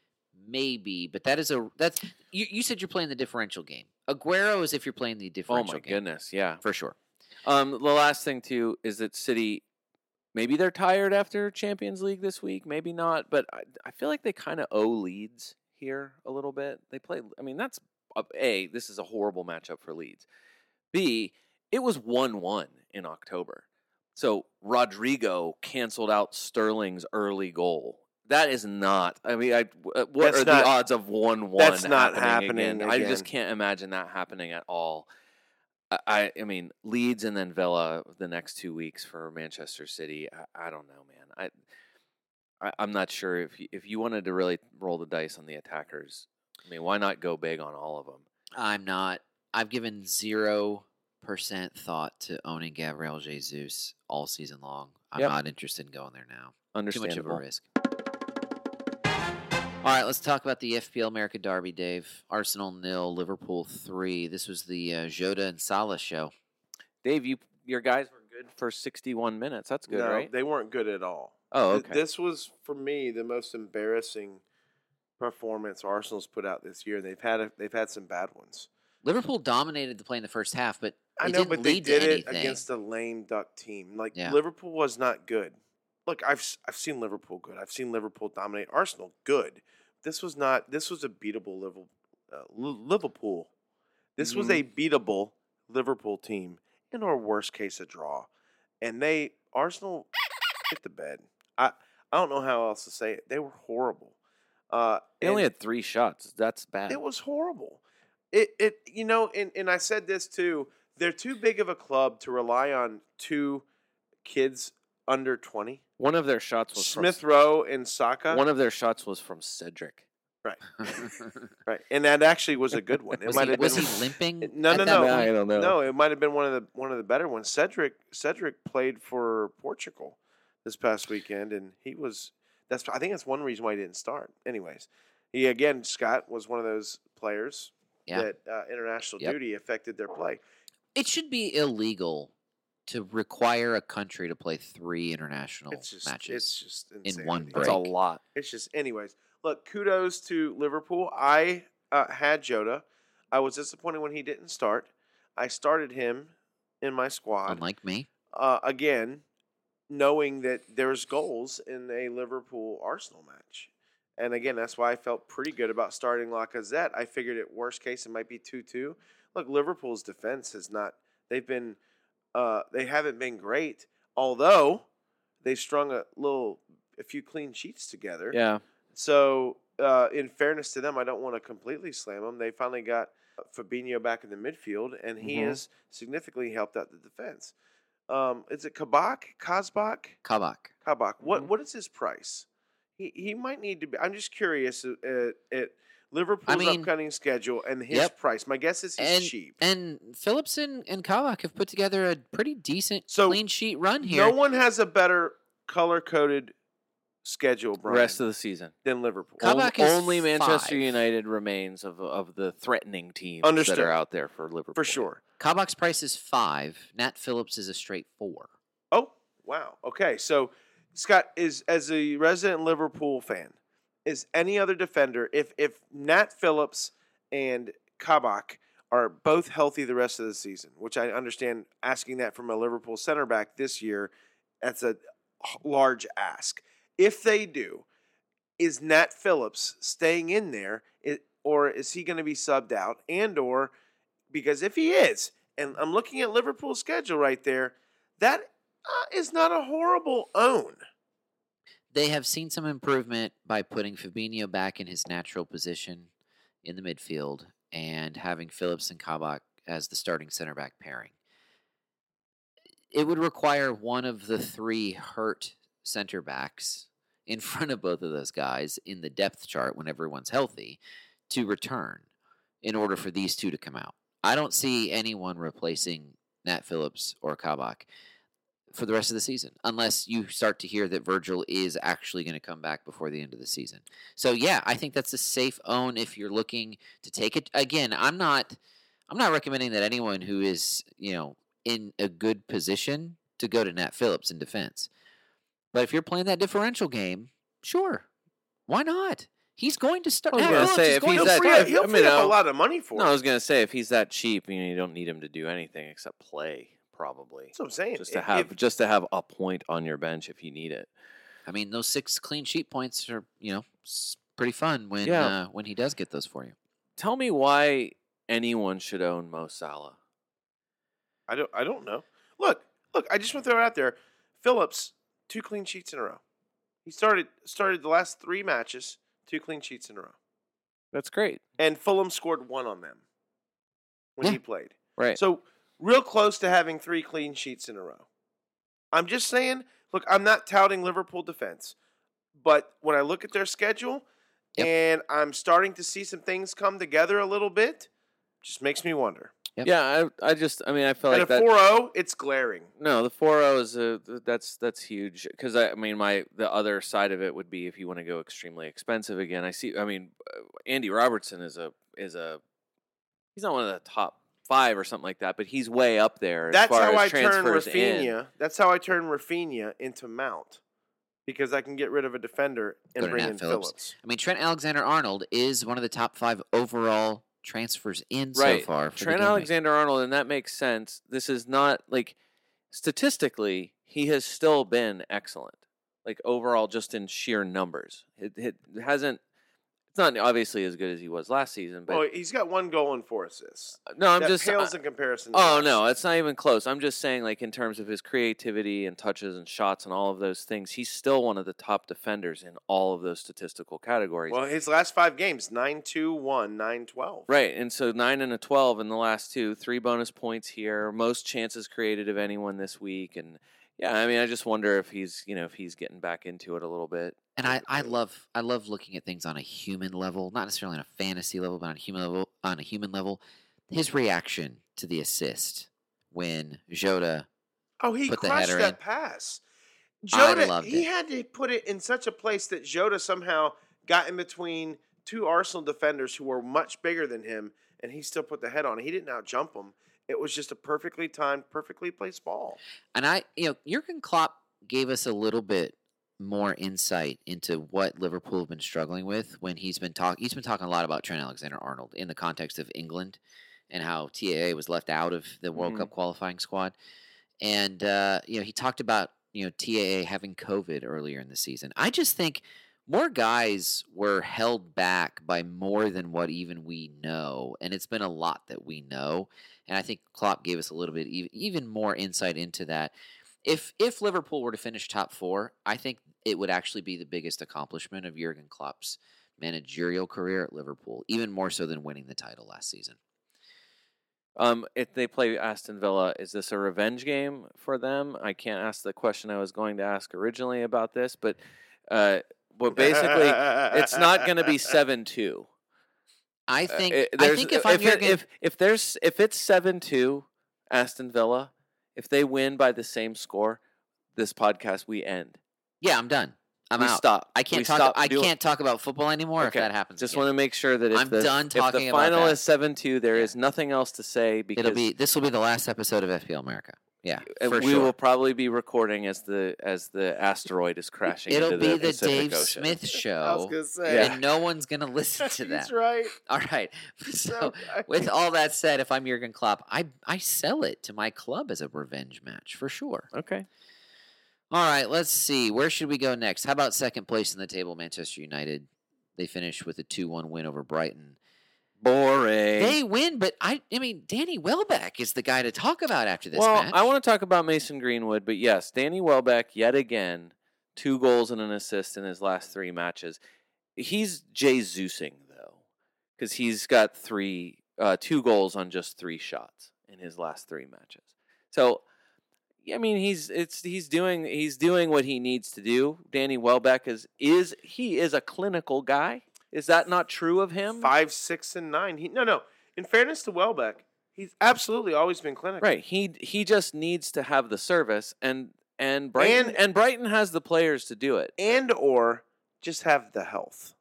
[SPEAKER 4] maybe. But that is a that's you, you said you're playing the differential game. Aguero is if you're playing the
[SPEAKER 5] Oh
[SPEAKER 4] differential
[SPEAKER 5] my
[SPEAKER 4] game
[SPEAKER 5] goodness, yeah.
[SPEAKER 4] for sure.
[SPEAKER 5] Um, the last thing too is that City, maybe they're tired after Champions League this week, maybe not. But I, I feel like they kind of owe Leeds here a little bit. They play. I mean, that's uh, a. This is a horrible matchup for Leeds. B. It was one-one in October, so Rodrigo canceled out Sterling's early goal. That is not. I mean, I, w- uh, what
[SPEAKER 3] That's
[SPEAKER 5] are
[SPEAKER 3] not-
[SPEAKER 5] the odds of one-one?
[SPEAKER 3] that's not happening
[SPEAKER 5] I just
[SPEAKER 3] again.
[SPEAKER 5] can't imagine that happening at all. I- I, I mean Leeds and then Villa the next two weeks for Manchester City. I, I don't know, man. I, I I'm not sure if you, if you wanted to really roll the dice on the attackers. I mean, why not go big on all of them?
[SPEAKER 4] I'm not. I've given zero percent thought to owning Gabriel Jesus all season long. I'm
[SPEAKER 5] Yep.
[SPEAKER 4] not interested in going there now. Too much of
[SPEAKER 5] Understandable.
[SPEAKER 4] a risk. All right, let's talk about the FPL America Derby, Dave. Arsenal nil, Liverpool three. This was the uh, Jota and Salah show.
[SPEAKER 5] Dave, you your guys were good for 61 minutes. That's good,
[SPEAKER 3] no,
[SPEAKER 5] right?
[SPEAKER 3] they weren't good at all.
[SPEAKER 5] oh,
[SPEAKER 3] Th-
[SPEAKER 5] okay.
[SPEAKER 3] This was for me the most embarrassing performance Arsenal's put out this year. They've had a, they've had some bad ones.
[SPEAKER 4] Liverpool dominated the play in the first half, but
[SPEAKER 3] I
[SPEAKER 4] it
[SPEAKER 3] know,
[SPEAKER 4] didn't
[SPEAKER 3] but they
[SPEAKER 4] lead
[SPEAKER 3] did
[SPEAKER 4] to
[SPEAKER 3] it
[SPEAKER 4] anything.
[SPEAKER 3] against a lame duck team. Like
[SPEAKER 4] Yeah.
[SPEAKER 3] Liverpool was not good. look, I've s- I've seen Liverpool good. I've seen Liverpool dominate Arsenal good. This was not. This was a beatable Liverpool. Uh, Li- Liverpool. This was
[SPEAKER 4] Mm-hmm.
[SPEAKER 3] a beatable Liverpool team, in our worst case, a draw. And they Arsenal hit the bed. I I don't know how else to say it. They were horrible. Uh,
[SPEAKER 5] They only
[SPEAKER 3] and-
[SPEAKER 5] had three shots. That's bad.
[SPEAKER 3] it was horrible. It it you know, and, and I said this too, they're too big of a club to rely on two kids under twenty.
[SPEAKER 5] one of their shots was
[SPEAKER 3] Smith Rowe and Saka.
[SPEAKER 5] From, one of their shots was from Cedric.
[SPEAKER 3] right. And that actually was a good one. It
[SPEAKER 4] was
[SPEAKER 3] might
[SPEAKER 4] he,
[SPEAKER 3] have
[SPEAKER 4] was
[SPEAKER 3] been
[SPEAKER 4] he limping?
[SPEAKER 3] No, no,
[SPEAKER 4] at that
[SPEAKER 3] no.
[SPEAKER 4] point?
[SPEAKER 5] don't
[SPEAKER 3] No, it might have been one of the one of the better ones. Cedric Cedric played for Portugal this past weekend, and he was that's I think that's one reason why he didn't start. Anyways, he again Scott was one of those players
[SPEAKER 4] Yeah.
[SPEAKER 3] that uh, international
[SPEAKER 4] Yep.
[SPEAKER 3] duty affected their play.
[SPEAKER 4] It should be illegal to require a country to play three international
[SPEAKER 3] It's just
[SPEAKER 4] matches.
[SPEAKER 3] it's just insanity.
[SPEAKER 4] one
[SPEAKER 5] That's a
[SPEAKER 4] break.
[SPEAKER 5] lot.
[SPEAKER 3] It's just anyways. Look, kudos to Liverpool. I uh, had Jota. I was disappointed when he didn't start. I started him in my squad.
[SPEAKER 4] Unlike me,
[SPEAKER 3] uh, again, knowing that there's goals in a Liverpool Arsenal match. And again, that's why I felt pretty good about starting Lacazette. I figured at worst case it might be two two. Look, Liverpool's defense has not they've been uh, they haven't been great, although they've strung a little a few clean sheets together.
[SPEAKER 5] Yeah.
[SPEAKER 3] So, uh, in fairness to them, I don't want to completely slam them. They finally got uh, Fabinho back in the midfield, and he
[SPEAKER 4] Mm-hmm.
[SPEAKER 5] Mhm.
[SPEAKER 3] has significantly helped out the defense. Um, is it Kabak? Kazbak?
[SPEAKER 4] Kabak.
[SPEAKER 3] Kabak. What,
[SPEAKER 4] Mm-hmm.
[SPEAKER 5] Mhm.
[SPEAKER 3] what is his price? He, he might need to be. I'm just curious uh, at, at Liverpool's
[SPEAKER 4] mean,
[SPEAKER 3] upcoming schedule and his
[SPEAKER 4] yep.
[SPEAKER 3] price. My guess is he's
[SPEAKER 4] And-
[SPEAKER 3] cheap.
[SPEAKER 4] And Phillips and, and Kabak have put together a pretty decent
[SPEAKER 3] So,
[SPEAKER 4] clean sheet run here.
[SPEAKER 3] No one has a better color coded schedule, Brian,
[SPEAKER 5] Rest of the season.
[SPEAKER 3] than Liverpool.
[SPEAKER 4] Cal- Kabak is
[SPEAKER 5] only Manchester
[SPEAKER 4] five.
[SPEAKER 5] United remains of of the threatening teams that
[SPEAKER 3] Understood.
[SPEAKER 5] are out there for Liverpool.
[SPEAKER 3] for sure.
[SPEAKER 4] Kabak's price is five. Nat Phillips is a straight four.
[SPEAKER 3] Oh, wow. Okay. So, Scott is as a resident Liverpool fan, is any other defender if if Nat Phillips and Kabak are both healthy the rest of the season, which I understand asking that from a Liverpool center back this year, that's a h- large ask. If they do, is Nat Phillips staying in there i- or is he going to be subbed out and or because if he is, and I'm looking at Liverpool's schedule right there, that uh, is not a horrible own.
[SPEAKER 4] They have seen some improvement by putting Fabinho back in his natural position in the midfield and having Phillips and Kabak as the starting center back pairing. It would require one of the three hurt center backs in front of both of those guys in the depth chart when everyone's healthy to return in order for these two to come out. I don't see anyone replacing Nat Phillips or Kabak for the rest of the season, unless you start to hear that Virgil is actually going to come back before the end of the season. So yeah, I think that's a safe own if you're looking to take it. Again, I'm not I'm not recommending that anyone who is, you know, in a good position to go to Nat Phillips in defense. But if you're playing that differential game, sure. Why not? He's going to start.
[SPEAKER 5] I was
[SPEAKER 4] Nat
[SPEAKER 5] gonna
[SPEAKER 4] Phillips
[SPEAKER 5] say,
[SPEAKER 4] is
[SPEAKER 5] if
[SPEAKER 4] going
[SPEAKER 5] he's
[SPEAKER 3] He'll
[SPEAKER 4] to start.
[SPEAKER 5] that-
[SPEAKER 3] free, up,
[SPEAKER 5] I
[SPEAKER 3] he'll
[SPEAKER 5] mean,
[SPEAKER 3] free up a
[SPEAKER 5] I'll-
[SPEAKER 3] lot of money for
[SPEAKER 5] No,
[SPEAKER 3] it.
[SPEAKER 5] I was gonna say if he's that cheap, you, know, you don't need him to do anything except play, probably.
[SPEAKER 3] That's what I'm saying.
[SPEAKER 5] Just to
[SPEAKER 3] If-
[SPEAKER 5] have
[SPEAKER 3] if-
[SPEAKER 5] just to have a point on your bench if you need it.
[SPEAKER 4] I mean, those six clean sheet points are, you know, s- pretty fun when
[SPEAKER 5] Yeah.
[SPEAKER 4] uh, when he does get those for you.
[SPEAKER 5] Tell me why anyone should own Mo Salah.
[SPEAKER 3] I don't. I don't know. Look, look. I just want to throw it out there. Phillips, two clean sheets in a row. He started started the last three matches, two clean sheets in a row,
[SPEAKER 5] That's great.
[SPEAKER 3] and Fulham scored one on them when
[SPEAKER 5] Hmm.
[SPEAKER 3] he
[SPEAKER 4] Yeah.
[SPEAKER 3] played.
[SPEAKER 5] Right.
[SPEAKER 3] So real close to having three clean sheets in a row. I'm just saying, look, I'm not touting Liverpool defense, but when I look at their schedule
[SPEAKER 4] Yep.
[SPEAKER 3] and I'm starting to see some things come together a little bit, just makes me wonder.
[SPEAKER 4] Yep.
[SPEAKER 5] Yeah, I, I just I mean I feel like
[SPEAKER 3] At a
[SPEAKER 5] that
[SPEAKER 3] 4-0, it's glaring.
[SPEAKER 5] No, the four O is a th- that's that's huge because I, I mean my the other side of it would be if you want to go extremely expensive again. I see. I mean, uh, Andy Robertson is a is a he's not one of the top five or something like that, but he's way up there. As
[SPEAKER 3] That's
[SPEAKER 5] far
[SPEAKER 3] how
[SPEAKER 5] as
[SPEAKER 3] I turn
[SPEAKER 5] transfers in.
[SPEAKER 3] Rafinha. That's how I turn Rafinha into Mount because I can get rid of a defender and
[SPEAKER 4] Go to
[SPEAKER 3] bring
[SPEAKER 4] Nat
[SPEAKER 3] in
[SPEAKER 4] Phillips.
[SPEAKER 3] Phillips.
[SPEAKER 4] I mean, Trent Alexander Arnold is one of the top five overall transfers in
[SPEAKER 5] Right.
[SPEAKER 4] so far. For the
[SPEAKER 5] Trent
[SPEAKER 4] game eh? week.
[SPEAKER 5] Alexander Arnold, and that makes sense. This is not like statistically, he has still been excellent. like overall just in sheer numbers. It, it hasn't. It's not obviously as good as he was last season, but
[SPEAKER 3] oh, he's got one goal and four assists.
[SPEAKER 5] no, I'm
[SPEAKER 3] that
[SPEAKER 5] just.
[SPEAKER 3] pales in comparison. to
[SPEAKER 5] oh
[SPEAKER 3] that.
[SPEAKER 5] no, it's not even close. I'm just saying, like in terms of his creativity and touches and shots and all of those things, he's still one of the top defenders in all of those statistical categories.
[SPEAKER 3] Well, his last five games: 9-2-1, 9-12.
[SPEAKER 5] Right, and so nine and a twelve in the last two, three bonus points here, most chances created of anyone this week, and yeah, I mean, I just wonder if he's, you know, if he's getting back into it a little bit.
[SPEAKER 4] and I, I love I love looking at things on a human level, not necessarily on a fantasy level, but on a human level. On a human level, his reaction to the assist when Jota,
[SPEAKER 3] Oh, he
[SPEAKER 4] Put the
[SPEAKER 3] crushed
[SPEAKER 4] header
[SPEAKER 3] that
[SPEAKER 4] in.
[SPEAKER 3] pass.
[SPEAKER 4] I
[SPEAKER 3] Jota,
[SPEAKER 4] loved
[SPEAKER 3] he
[SPEAKER 4] it.
[SPEAKER 3] had to put it in such a place that Jota somehow got in between two Arsenal defenders who were much bigger than him, and he still put the head on. it. He didn't outjump him. It was just a perfectly timed, perfectly placed ball.
[SPEAKER 4] and I, you know, Jurgen Klopp gave us a little bit more insight into what Liverpool have been struggling with when he's been talking. He's been talking a lot about Trent Alexander-Arnold in the context of England and how TAA was left out of the World
[SPEAKER 5] Mhm.
[SPEAKER 4] Cup qualifying squad, and uh, you know, he talked about you know TAA having COVID earlier in the season. I just think more guys were held back by more than what even we know and it's been a lot that we know and i think klopp gave us a little bit ev- even more insight into that if if liverpool were to finish top 4 i think it would actually be the biggest accomplishment of jurgen klopp's managerial career at liverpool even more so than winning the title last season
[SPEAKER 5] Um, if they play Aston Villa, is this a revenge game for them? I can't ask the question I was going to ask originally about this, but uh, but basically, it's not going to be seven two.
[SPEAKER 4] i think
[SPEAKER 5] Uh, it-
[SPEAKER 4] i
[SPEAKER 5] there's-
[SPEAKER 4] think if i'm
[SPEAKER 5] it-
[SPEAKER 4] Jurgen,
[SPEAKER 5] if if there's if it's seven two Aston Villa, if they win by the same score, this podcast we end.
[SPEAKER 4] yeah i'm done i'm
[SPEAKER 5] we
[SPEAKER 4] out
[SPEAKER 5] stop.
[SPEAKER 4] i can't
[SPEAKER 5] We
[SPEAKER 4] talk
[SPEAKER 5] stop
[SPEAKER 4] i
[SPEAKER 5] doing-
[SPEAKER 4] can't talk about football anymore
[SPEAKER 5] Okay,
[SPEAKER 4] if that happens
[SPEAKER 5] Just
[SPEAKER 4] again.
[SPEAKER 5] want to make sure that if
[SPEAKER 4] I'm
[SPEAKER 5] the,
[SPEAKER 4] done talking
[SPEAKER 5] if the
[SPEAKER 4] about
[SPEAKER 5] final
[SPEAKER 4] that.
[SPEAKER 5] is seven two, there is
[SPEAKER 4] Yeah.
[SPEAKER 5] nothing else to say because
[SPEAKER 4] It'll be this will be the last episode of FPL America. Yeah,
[SPEAKER 5] uh,
[SPEAKER 4] for
[SPEAKER 5] we
[SPEAKER 4] sure.
[SPEAKER 5] will probably be recording as the as the asteroid is crashing.
[SPEAKER 4] It'll
[SPEAKER 5] into
[SPEAKER 4] be
[SPEAKER 5] the,
[SPEAKER 4] the
[SPEAKER 5] Pacific
[SPEAKER 4] Dave
[SPEAKER 5] Ocean.
[SPEAKER 4] Smith
[SPEAKER 3] I was
[SPEAKER 4] show,
[SPEAKER 3] going to say.
[SPEAKER 5] Yeah.
[SPEAKER 4] and no one's gonna listen to that.
[SPEAKER 3] He's right.
[SPEAKER 4] All right. So, with all that said, if I'm Jurgen Klopp, I I sell it to my club as a revenge match for sure.
[SPEAKER 5] Okay.
[SPEAKER 4] All right, let's see. Where should we go next? How about second place in the table, Manchester United? They finish with a 2-1 win over Brighton.
[SPEAKER 5] Boring.
[SPEAKER 4] They win, but I I mean Danny Welbeck is the guy to talk about after this
[SPEAKER 5] well,
[SPEAKER 4] match.
[SPEAKER 5] I want to talk about Mason Greenwood, but yes, Danny Welbeck yet again, two goals and an assist in his last three matches. He's Jesusing though, because he's got three, uh, two goals on just three shots in his last three matches. So, I mean, he's it's he's doing he's doing what he needs to do. Danny Welbeck is is he is a clinical guy. Is that not true of him?
[SPEAKER 3] Five, six, and nine. He, no, no. In fairness to Welbeck, he's absolutely always been clinical.
[SPEAKER 5] Right. He he just needs to have the service and and Brighton and,
[SPEAKER 3] And-
[SPEAKER 5] Brighton has the players to do it.
[SPEAKER 3] And or just have the health.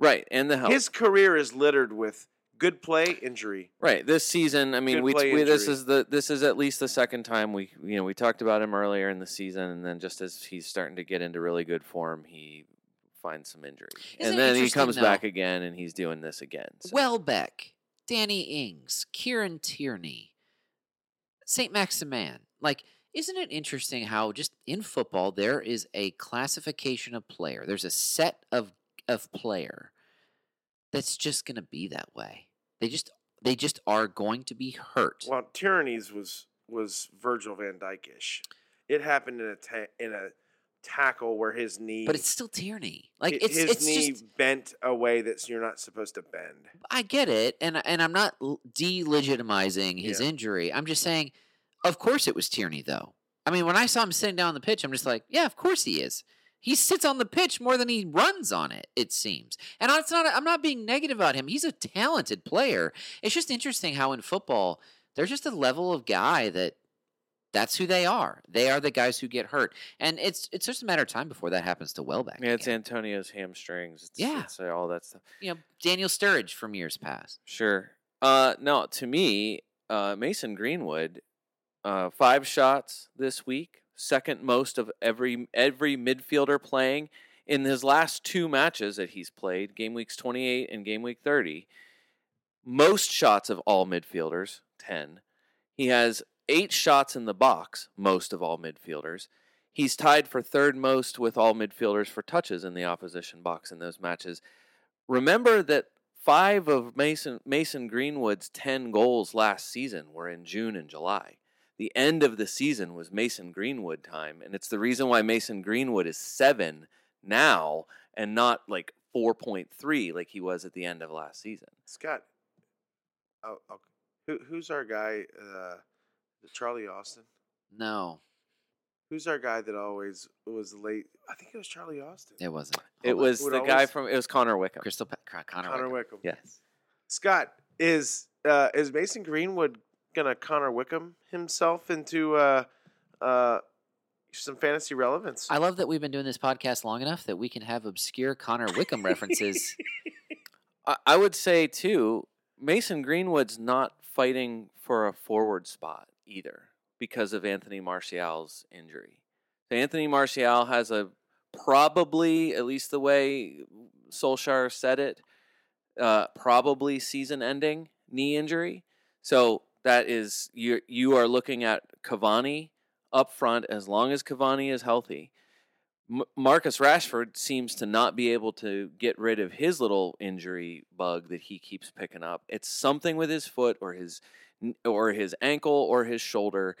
[SPEAKER 5] Right. And the help.
[SPEAKER 3] His career is littered with good play, injury.
[SPEAKER 5] right. This season, I mean,
[SPEAKER 3] Good
[SPEAKER 5] we,
[SPEAKER 3] play
[SPEAKER 5] we this
[SPEAKER 3] injury.
[SPEAKER 5] is the this is at least the second time we you know, we talked about him earlier in the season and then just as he's starting to get into really good form, he finds some injury.
[SPEAKER 4] Isn't it
[SPEAKER 5] and then he
[SPEAKER 4] interesting,
[SPEAKER 5] comes back
[SPEAKER 4] though?
[SPEAKER 5] again and he's doing this again. So-
[SPEAKER 4] Welbeck, Danny Ings, Kieran Tierney, St. Maximan. Like, isn't it interesting how just in football there is a classification of player? There's a set of of player that's just going to be that way. They just they just are going to be hurt.
[SPEAKER 3] Well, Tyrannies was was Virgil Van Dyke-ish. It happened in a ta- in a tackle where his knee,
[SPEAKER 4] but it's still Tierney. Like
[SPEAKER 3] hi-
[SPEAKER 4] it's
[SPEAKER 3] his
[SPEAKER 4] it's
[SPEAKER 3] knee
[SPEAKER 4] just
[SPEAKER 3] bent a way that you're not supposed to bend.
[SPEAKER 4] I get it, and and I'm not l- delegitimizing his
[SPEAKER 3] Yeah.
[SPEAKER 4] injury. I'm just saying, of course it was Tierney, though. I mean, when I saw him sitting down on the pitch, I'm just like, yeah, of course he is. He sits on the pitch more than he runs on it. It seems, and it's not. I'm not being negative about him. He's a talented player. It's just interesting how in football there's just a level of guy that that's who they are. They are the guys who get hurt, and it's it's just a matter of time before that happens to Welbeck.
[SPEAKER 5] yeah, it's
[SPEAKER 4] again.
[SPEAKER 5] Antonio's hamstrings. It's,
[SPEAKER 4] Yeah.
[SPEAKER 5] it's uh, all that stuff.
[SPEAKER 4] you know Daniel Sturridge from years past.
[SPEAKER 5] Sure. Uh, no, to me, uh, Mason Greenwood, uh, five shots this week, second most of every every midfielder playing in his last two matches that he's played, game weeks 28 and game week 30. Most shots of all midfielders, 10. He has eight shots in the box, most of all midfielders. He's tied for third most with all midfielders for touches in the opposition box in those matches. Remember that five of Mason Mason Greenwood's ten goals last season were in June and July. The end of the season was Mason Greenwood time, and it's the reason why Mason Greenwood is seven now and not like four point three like he was at the end of last season.
[SPEAKER 3] Scott, oh, oh, who, who's our guy? Uh, Charlie Austin.
[SPEAKER 4] No,
[SPEAKER 3] Who's our guy that always was late? I think it was Charlie Austin.
[SPEAKER 4] it wasn't.
[SPEAKER 5] It
[SPEAKER 4] Hold on.
[SPEAKER 5] was
[SPEAKER 3] Would
[SPEAKER 5] the guy
[SPEAKER 3] always-
[SPEAKER 5] from it was Connor Wickham.
[SPEAKER 4] Crystal pa- Connor, Connor
[SPEAKER 3] Connor
[SPEAKER 4] Wickham.
[SPEAKER 3] Wickham.
[SPEAKER 5] Yes.
[SPEAKER 3] Scott is uh, is Mason Greenwood gonna Connor Wickham himself into uh, uh, some fantasy relevance?
[SPEAKER 4] I love that we've been doing this podcast long enough that we can have obscure Connor Wickham references.
[SPEAKER 5] I, I would say too, Mason Greenwood's not fighting for a forward spot either because of Anthony Martial's injury. So Anthony Martial has a probably, at least the way Solskjaer said it, uh, probably season-ending knee injury. So that is you. You are looking at Cavani up front as long as Cavani is healthy. M- Marcus Rashford seems to not be able to get rid of his little injury bug that he keeps picking up. It's something with his foot or his n- or his ankle or his shoulder.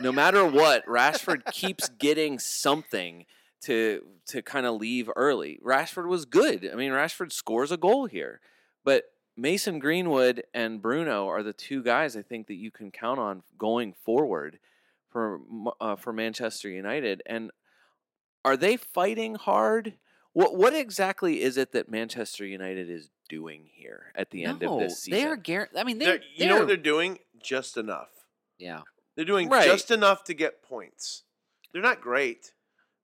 [SPEAKER 5] No matter what, Rashford keeps getting something to to kind of leave early. Rashford was good. I mean, Rashford scores a goal here. But Mason Greenwood and Bruno are the two guys I think that you can count on going forward for Ma- uh, for Manchester United and are they fighting hard? What what exactly is it that Manchester United is doing here at the end of
[SPEAKER 4] No,
[SPEAKER 5] this season?
[SPEAKER 4] They are gar- I mean,
[SPEAKER 3] They're-
[SPEAKER 4] they're,
[SPEAKER 3] you know what they're
[SPEAKER 4] they're-
[SPEAKER 3] doing? Just enough.
[SPEAKER 4] yeah.
[SPEAKER 3] They're doing
[SPEAKER 5] Right.
[SPEAKER 3] just enough to get points. They're not great,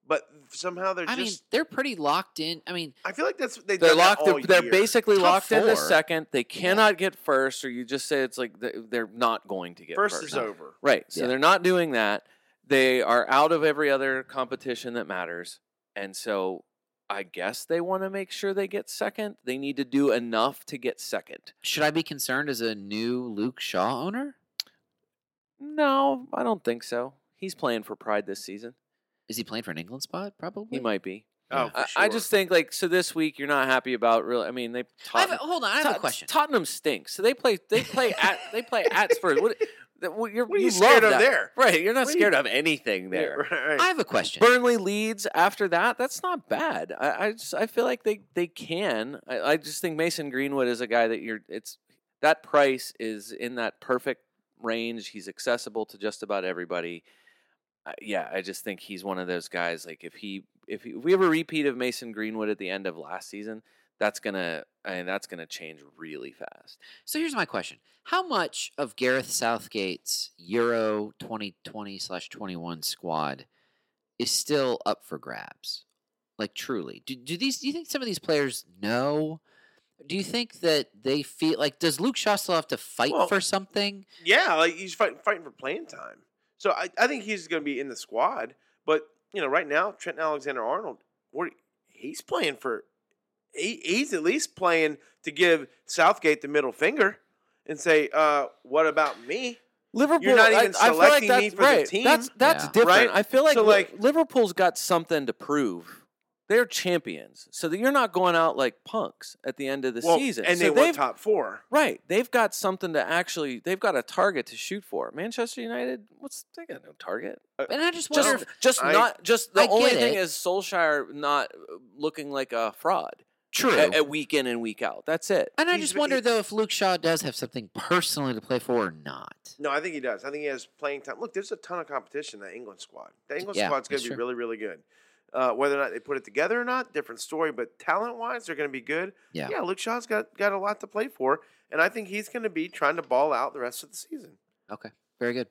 [SPEAKER 3] but somehow they're
[SPEAKER 4] I
[SPEAKER 3] just.
[SPEAKER 4] mean, they're pretty locked in. I mean,
[SPEAKER 3] I feel like that's what they
[SPEAKER 5] they're
[SPEAKER 3] done that
[SPEAKER 5] locked. They're,
[SPEAKER 3] all
[SPEAKER 5] they're
[SPEAKER 3] year.
[SPEAKER 5] basically
[SPEAKER 4] Top
[SPEAKER 5] locked in the
[SPEAKER 4] four.
[SPEAKER 5] second. They cannot get first, or you just say it's like th- they're not going to get
[SPEAKER 3] first
[SPEAKER 5] first.
[SPEAKER 3] is
[SPEAKER 4] No.
[SPEAKER 3] over.
[SPEAKER 5] Right. So
[SPEAKER 4] Yeah.
[SPEAKER 5] they're not doing that. They are out of every other competition that matters. And so I guess they want to make sure they get second. They need to do enough to get second.
[SPEAKER 4] should I be concerned as a new Luke Shaw owner?
[SPEAKER 5] No, I don't think so. He's playing for pride this season.
[SPEAKER 4] Is he playing for an England spot? Probably.
[SPEAKER 5] He might be.
[SPEAKER 4] Yeah.
[SPEAKER 3] Oh, for
[SPEAKER 5] I,
[SPEAKER 3] sure.
[SPEAKER 5] I just think like so this week you're not happy about really. I mean they
[SPEAKER 4] I have a-
[SPEAKER 5] Tottenham,
[SPEAKER 4] hold on, I have a
[SPEAKER 5] Tot-
[SPEAKER 4] question.
[SPEAKER 5] Tottenham stinks. So they play they play at they play at Spurs. What, that- what, you're,
[SPEAKER 3] What are you
[SPEAKER 5] love
[SPEAKER 3] scared of
[SPEAKER 5] that.
[SPEAKER 3] there?
[SPEAKER 5] Right, you're not
[SPEAKER 3] What are you-
[SPEAKER 5] scared of anything there.
[SPEAKER 3] Yeah, right, right.
[SPEAKER 4] I have a question.
[SPEAKER 5] Burnley leads after that. That's not bad. I, I just I feel like they they can. I, I just think Mason Greenwood is a guy that you're. It's that price is in that perfect range. He's accessible to just about everybody. Uh, yeah, I just think he's one of those guys. Like if he if, he, if we have a repeat of Mason Greenwood at the end of last season, that's gonna I mean, that's gonna change really fast.
[SPEAKER 4] So here's my question: How much of Gareth Southgate's Euro 2020 slash 21 squad is still up for grabs? Like truly, do, do these? Do you think some of these players know? Do you think that they feel like? Does Luke Shaw still have to fight
[SPEAKER 3] Well,
[SPEAKER 4] for something?
[SPEAKER 3] Yeah, like he's fighting fighting for playing time. So I, I think he's going to be in the squad. But you know, right now Trent Alexander Arnold, he's playing for. He, he's at least playing to give Southgate the middle finger and say, uh, "What about me?"
[SPEAKER 5] Liverpool,
[SPEAKER 3] not
[SPEAKER 5] I-
[SPEAKER 3] even
[SPEAKER 5] I, feel like
[SPEAKER 3] selecting me
[SPEAKER 5] that's
[SPEAKER 3] for the
[SPEAKER 5] right.
[SPEAKER 3] team.
[SPEAKER 5] That's that's
[SPEAKER 4] Yeah.
[SPEAKER 5] different.
[SPEAKER 3] Right?
[SPEAKER 5] I feel like,
[SPEAKER 3] So,
[SPEAKER 5] Li-
[SPEAKER 3] like-
[SPEAKER 5] Liverpool's got something to prove. They're champions, so that you're not going out like punks at the end of the
[SPEAKER 3] Well,
[SPEAKER 5] season.
[SPEAKER 3] and
[SPEAKER 5] So
[SPEAKER 3] they won
[SPEAKER 5] they've-
[SPEAKER 3] top four.
[SPEAKER 5] right. They've got something to actually. They've got a target to shoot for. Manchester United, what's they got no target.
[SPEAKER 4] And I just wonder.
[SPEAKER 5] Just,
[SPEAKER 4] if,
[SPEAKER 5] just
[SPEAKER 3] I-
[SPEAKER 5] not. Just the
[SPEAKER 4] I
[SPEAKER 5] only
[SPEAKER 4] get
[SPEAKER 5] thing
[SPEAKER 4] it.
[SPEAKER 5] is Solskjaer not uh, looking like a fraud
[SPEAKER 4] true.
[SPEAKER 5] at, at week in and week out. That's it.
[SPEAKER 4] and I
[SPEAKER 3] he's
[SPEAKER 4] just
[SPEAKER 3] ve-
[SPEAKER 4] wonder
[SPEAKER 3] he-
[SPEAKER 4] though if Luke Shaw does have something personally to play for or not.
[SPEAKER 3] No, I think he does. I think he has playing time. Look, there's a ton of competition in that England squad. The England
[SPEAKER 4] Yeah,
[SPEAKER 3] squad's going
[SPEAKER 4] that's
[SPEAKER 3] to be
[SPEAKER 4] true.
[SPEAKER 3] really, really good. Uh, whether or not they put it together or not, different story. But talent wise, they're going to be good.
[SPEAKER 4] Yeah.
[SPEAKER 3] yeah. Luke Shaw's got got a lot to play for, and I think he's going to be trying to ball out the rest of the season.
[SPEAKER 4] Very good.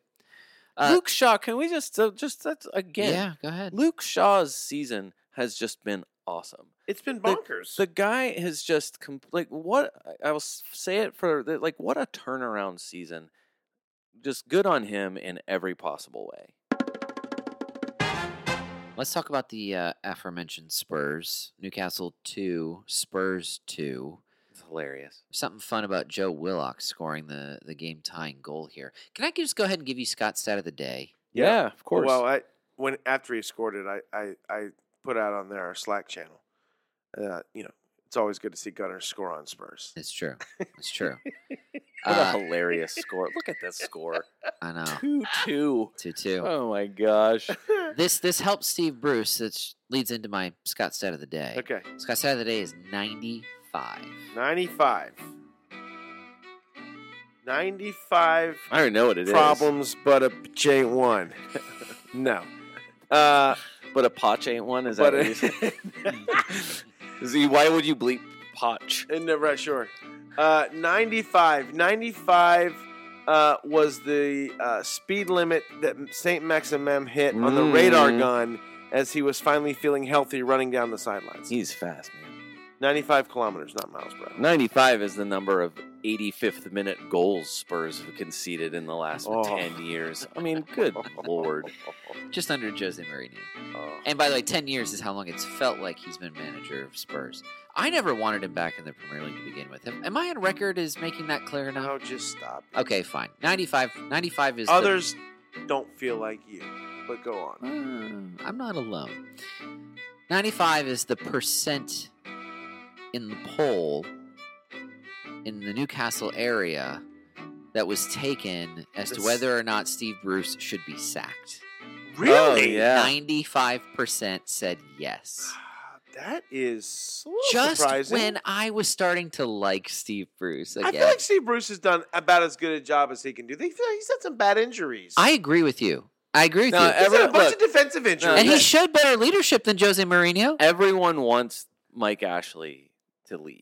[SPEAKER 4] Uh,
[SPEAKER 5] Luke Shaw, can we just uh, just that's again?
[SPEAKER 4] yeah, go ahead.
[SPEAKER 5] Luke Shaw's season has just been awesome.
[SPEAKER 3] It's been bonkers.
[SPEAKER 5] The guy has just com- like what I- I will s- say it for the, like what a turnaround season. Just good on him in every possible way.
[SPEAKER 4] Let's talk about the uh, aforementioned Spurs. Newcastle 2, Spurs 2.
[SPEAKER 5] It's hilarious.
[SPEAKER 4] Something fun about Joe Willock scoring the, the game tying goal here. Can I just go ahead and give you Scott's stat of the day?
[SPEAKER 5] Yeah, of course.
[SPEAKER 3] Well, I, when after he scored it, I I, I put out on there our Slack channel. Uh, you know, it's always good to see Gunners score on Spurs.
[SPEAKER 4] It's true. It's true.
[SPEAKER 5] What a
[SPEAKER 4] Uh,
[SPEAKER 5] hilarious score! Look at this score,
[SPEAKER 4] I know.
[SPEAKER 5] two two.
[SPEAKER 4] Two two.
[SPEAKER 5] Oh my gosh!
[SPEAKER 4] This this helps Steve Bruce, which leads into my Scott stat of the day.
[SPEAKER 3] Okay,
[SPEAKER 4] Scott stat of the day is ninety five.
[SPEAKER 3] ninety-five. 95
[SPEAKER 5] I don't know what it is.
[SPEAKER 3] problems, but a bitch ain't one. no. Uh,
[SPEAKER 5] but a potch ain't one. Is that
[SPEAKER 3] but
[SPEAKER 5] what you said? Z, why would you bleep potch?
[SPEAKER 3] And never right, sure. Uh, 95. 95 uh, was the uh, speed limit that St. Maximem hit on the radar
[SPEAKER 5] Mm.
[SPEAKER 3] gun as he was finally feeling healthy running down the sidelines.
[SPEAKER 5] He's fast, man.
[SPEAKER 3] 95 kilometers, not miles per hour.
[SPEAKER 5] Ninety-five is the number of 85th minute goals Spurs have conceded in the last
[SPEAKER 3] Oh.
[SPEAKER 5] ten years. I mean, good lord.
[SPEAKER 4] Just under Jose Mourinho.
[SPEAKER 3] Uh,
[SPEAKER 5] Oh.
[SPEAKER 4] And by the way, ten years is how long it's felt like he's been manager of Spurs. I never wanted him back in the Premier League to begin with. Am, am I on record as making that clear now?
[SPEAKER 3] No, just stop.
[SPEAKER 4] Okay, fine. 95, 95 is the-
[SPEAKER 3] Others don't feel like you, but go on.
[SPEAKER 4] Mm, I'm not alone. 95 is the percent in the poll in the Newcastle area that was taken as to
[SPEAKER 3] That's-
[SPEAKER 4] whether or not Steve Bruce should be sacked.
[SPEAKER 5] Oh, Really? yeah.
[SPEAKER 4] 95% said yes.
[SPEAKER 3] That is a little
[SPEAKER 4] Just
[SPEAKER 3] surprising.
[SPEAKER 4] when I was starting to like Steve Bruce
[SPEAKER 3] I
[SPEAKER 4] again.
[SPEAKER 3] feel like Steve Bruce has done about as good a job as he can do. They feel he's had some bad injuries.
[SPEAKER 4] I agree with you. I agree with
[SPEAKER 5] No,
[SPEAKER 4] you.
[SPEAKER 3] he's had a
[SPEAKER 5] Everett,
[SPEAKER 3] bunch
[SPEAKER 5] look.
[SPEAKER 3] of defensive injuries.
[SPEAKER 4] and he
[SPEAKER 5] that-
[SPEAKER 4] showed better leadership than Jose Mourinho.
[SPEAKER 5] Everyone wants Mike Ashley to leave.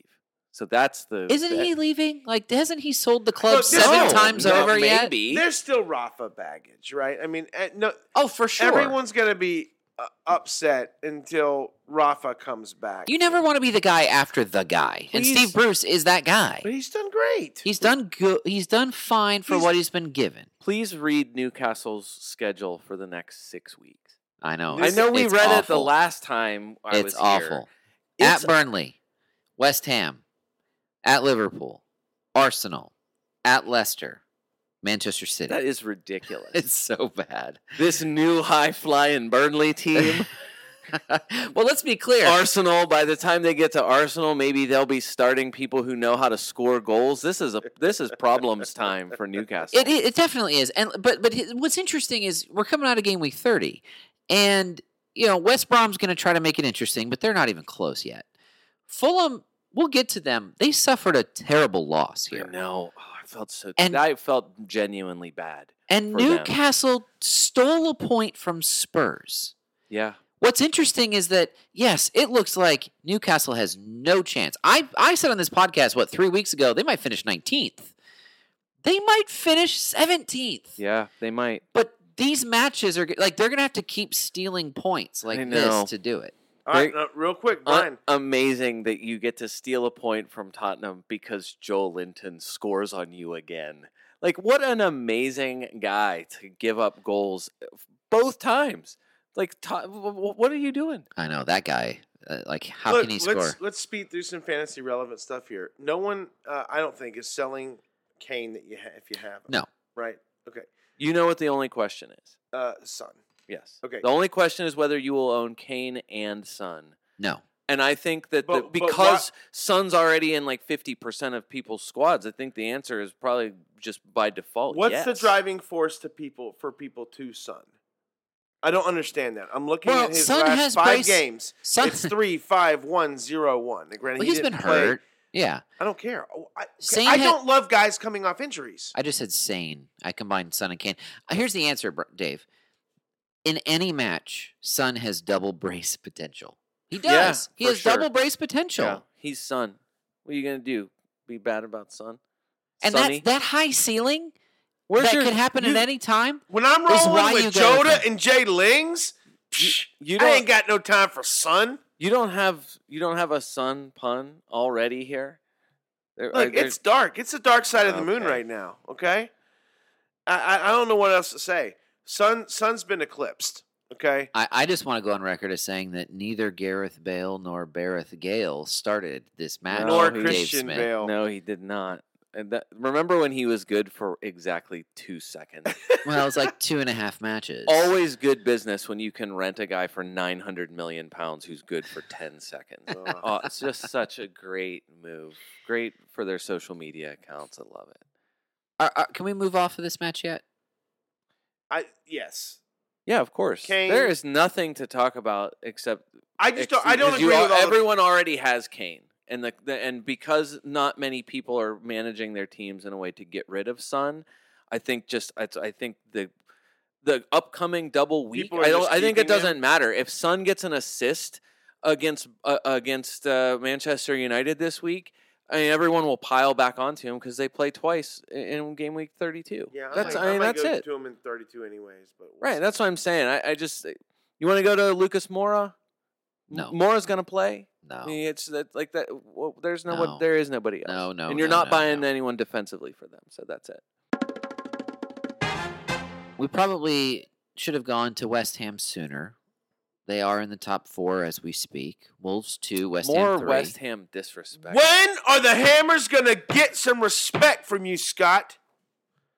[SPEAKER 5] So that's the
[SPEAKER 4] Isn't
[SPEAKER 5] that-
[SPEAKER 4] he leaving? Like, hasn't he sold the club
[SPEAKER 3] Look, this-
[SPEAKER 4] seven
[SPEAKER 3] No,
[SPEAKER 4] times
[SPEAKER 3] no,
[SPEAKER 4] over yet?
[SPEAKER 5] maybe.
[SPEAKER 3] There's still Rafa baggage, right? I mean, eh, no,
[SPEAKER 4] Oh, for sure.
[SPEAKER 3] everyone's going to be uh, upset until Rafa comes back.
[SPEAKER 4] you never want to be the guy after the guy, and
[SPEAKER 3] Please.
[SPEAKER 4] Steve Bruce is that guy.
[SPEAKER 3] But he's done great.
[SPEAKER 4] He's done good. He's done fine for
[SPEAKER 3] He's-
[SPEAKER 4] what he's been given.
[SPEAKER 5] Please read Newcastle's schedule for the next six weeks.
[SPEAKER 4] I know.
[SPEAKER 5] I know we
[SPEAKER 4] it's
[SPEAKER 5] read it the
[SPEAKER 4] awful.
[SPEAKER 5] last time I was
[SPEAKER 4] It's
[SPEAKER 5] here.
[SPEAKER 4] awful.
[SPEAKER 5] It's-
[SPEAKER 4] at Burnley, West Ham, at Liverpool, Arsenal, at Leicester, Manchester City.
[SPEAKER 5] That is ridiculous.
[SPEAKER 4] it's so bad.
[SPEAKER 5] this new high flying Burnley team,
[SPEAKER 4] well, let's be clear.
[SPEAKER 5] Arsenal. By the time they get to Arsenal, maybe they'll be starting people who know how to score goals. This is a this is problems time for Newcastle.
[SPEAKER 4] It, it, it definitely is, and but but hi- what's interesting is we're coming out of game week thirty, and you know West Brom's going to try to make it interesting, but they're not even close yet. Fulham, we'll get to them. They suffered a terrible loss
[SPEAKER 5] I
[SPEAKER 4] here,
[SPEAKER 5] know. Oh, I felt so.
[SPEAKER 4] And-
[SPEAKER 5] I felt genuinely bad.
[SPEAKER 4] and
[SPEAKER 5] for them.
[SPEAKER 4] Newcastle stole a point from Spurs.
[SPEAKER 5] Yeah.
[SPEAKER 4] What's interesting is that yes, it looks like Newcastle has no chance. I I said on this podcast what three weeks ago they might finish nineteenth, they might finish seventeenth.
[SPEAKER 5] Yeah. They might.
[SPEAKER 4] But these matches are g- like they're gonna have to keep stealing points like
[SPEAKER 5] know.
[SPEAKER 4] this to do it.
[SPEAKER 3] All right, uh, real quick,
[SPEAKER 5] Un-
[SPEAKER 3] Brian.
[SPEAKER 5] amazing that you get to steal a point from Tottenham because Joe Linton scores on you again. Like, what an amazing guy to give up goals uh, both times. Like, Tot- w- w- what are you doing?
[SPEAKER 4] I know that guy. Uh, like, how
[SPEAKER 3] Look,
[SPEAKER 4] can he
[SPEAKER 3] let's,
[SPEAKER 4] score?
[SPEAKER 3] Let's speed through some fantasy relevant stuff here. No one, uh, I don't think, is selling Kane that you ha- if you have him.
[SPEAKER 4] No.
[SPEAKER 3] Right? Okay.
[SPEAKER 5] You know what the only question is.
[SPEAKER 3] Uh, son.
[SPEAKER 5] Yes.
[SPEAKER 3] Okay.
[SPEAKER 5] The only question is whether you will own Kane and Son.
[SPEAKER 4] No,
[SPEAKER 5] And I think that the,
[SPEAKER 3] But- but why-
[SPEAKER 5] because Son's already in like 50% of people's squads, I think the answer is probably just by
[SPEAKER 4] Oh,
[SPEAKER 5] default.
[SPEAKER 3] What's the
[SPEAKER 5] yes.
[SPEAKER 3] driving force to people for people to Son? I don't understand that. I'm looking
[SPEAKER 4] Well,
[SPEAKER 3] at his
[SPEAKER 4] Son
[SPEAKER 3] last
[SPEAKER 4] has
[SPEAKER 3] five
[SPEAKER 4] brace-
[SPEAKER 3] games.
[SPEAKER 4] Son-
[SPEAKER 3] It's three, five, one, zero, one. And Granted,
[SPEAKER 4] well,
[SPEAKER 3] he
[SPEAKER 4] he's
[SPEAKER 3] didn't
[SPEAKER 4] been
[SPEAKER 3] play.
[SPEAKER 4] hurt. Yeah,
[SPEAKER 3] I don't care. Oh, I,
[SPEAKER 4] Sane
[SPEAKER 3] I
[SPEAKER 4] had-
[SPEAKER 3] don't love guys coming off injuries.
[SPEAKER 4] I just said sane. I combined Sun and Kane. Uh, Here's the answer, Br- Dave. In any match, Sun has double brace potential. He
[SPEAKER 5] Yeah,
[SPEAKER 4] does. he
[SPEAKER 5] for
[SPEAKER 4] has double
[SPEAKER 5] sure.
[SPEAKER 4] brace potential.
[SPEAKER 5] Yeah, he's son. What are you gonna do? Be bad about son?
[SPEAKER 4] And
[SPEAKER 5] Sonny?
[SPEAKER 4] that that high ceiling
[SPEAKER 5] Where's
[SPEAKER 4] that
[SPEAKER 5] your-
[SPEAKER 4] could happen at
[SPEAKER 5] you-
[SPEAKER 4] any time.
[SPEAKER 3] When I'm
[SPEAKER 4] This is
[SPEAKER 3] rolling
[SPEAKER 4] why you
[SPEAKER 3] with
[SPEAKER 4] gotta
[SPEAKER 3] Joda
[SPEAKER 4] come-
[SPEAKER 3] and Jay Lings, psh,
[SPEAKER 5] you
[SPEAKER 3] I
[SPEAKER 5] don't-
[SPEAKER 3] ain't got no time for Son.
[SPEAKER 5] You don't have you don't have a son pun already here. There-
[SPEAKER 3] Look,
[SPEAKER 5] there-
[SPEAKER 3] it's dark. It's the dark side of the moon
[SPEAKER 5] Okay.
[SPEAKER 3] right now. Okay, I, I I don't know what else to say. Sun Sun's been eclipsed. Okay,
[SPEAKER 4] I, I just want to go on record as saying that neither Gareth Bale nor Bareth Gale started this match.
[SPEAKER 5] No,
[SPEAKER 3] nor
[SPEAKER 4] for
[SPEAKER 5] he-
[SPEAKER 4] Dave
[SPEAKER 3] Christian
[SPEAKER 4] Smith.
[SPEAKER 3] Bale.
[SPEAKER 5] no, he did not. And that, remember when he was good for exactly two seconds?
[SPEAKER 4] Well, it's like two and a half matches.
[SPEAKER 5] Always good business when you can rent a guy for 900 million pounds who's good for 10 seconds. oh, it's just such a great move. Great for their social media accounts. I love it.
[SPEAKER 4] Are- are- can we move off of this match yet?
[SPEAKER 3] I yes.
[SPEAKER 5] Yeah, of course. There
[SPEAKER 3] Kane.
[SPEAKER 5] is nothing to talk about except
[SPEAKER 3] I just don't, I
[SPEAKER 5] Ex-
[SPEAKER 3] don't
[SPEAKER 5] because
[SPEAKER 3] agree
[SPEAKER 5] you
[SPEAKER 3] with
[SPEAKER 5] all-
[SPEAKER 3] all the-
[SPEAKER 5] everyone already has Kane, and the, the and because not many people are managing their teams in a way to get rid of Son, I think just I, I think the the upcoming double week.
[SPEAKER 3] People are
[SPEAKER 5] I don't.
[SPEAKER 3] just
[SPEAKER 5] I think it
[SPEAKER 3] keeping him?
[SPEAKER 5] doesn't matter if Son gets an assist against uh, against uh, Manchester United this week. I mean, everyone will pile back onto him because they play twice i- in game week thirty-two.
[SPEAKER 3] Yeah, I
[SPEAKER 5] that's
[SPEAKER 3] might,
[SPEAKER 5] I mean,
[SPEAKER 3] might
[SPEAKER 5] that's
[SPEAKER 3] go
[SPEAKER 5] it.
[SPEAKER 3] To him in 32 anyways, but we'll
[SPEAKER 5] Right,
[SPEAKER 3] see.
[SPEAKER 5] that's what I'm saying. I, I just you want to go to Lucas Mora.
[SPEAKER 4] No.
[SPEAKER 5] Mora's gonna play. I
[SPEAKER 4] No.
[SPEAKER 5] mean, it's that like that. Well, there's no,
[SPEAKER 4] Oh. No.
[SPEAKER 5] one. There is nobody else.
[SPEAKER 4] No, no.
[SPEAKER 5] and you're
[SPEAKER 4] no,
[SPEAKER 5] not
[SPEAKER 4] no,
[SPEAKER 5] buying
[SPEAKER 4] no.
[SPEAKER 5] anyone defensively for them. So that's it.
[SPEAKER 4] We probably should have gone to West Ham sooner. They are in the top four as we speak. Wolves two, West
[SPEAKER 5] More
[SPEAKER 4] Ham three.
[SPEAKER 5] West Ham disrespect.
[SPEAKER 3] When are the Hammers going to get some respect from you, Scott?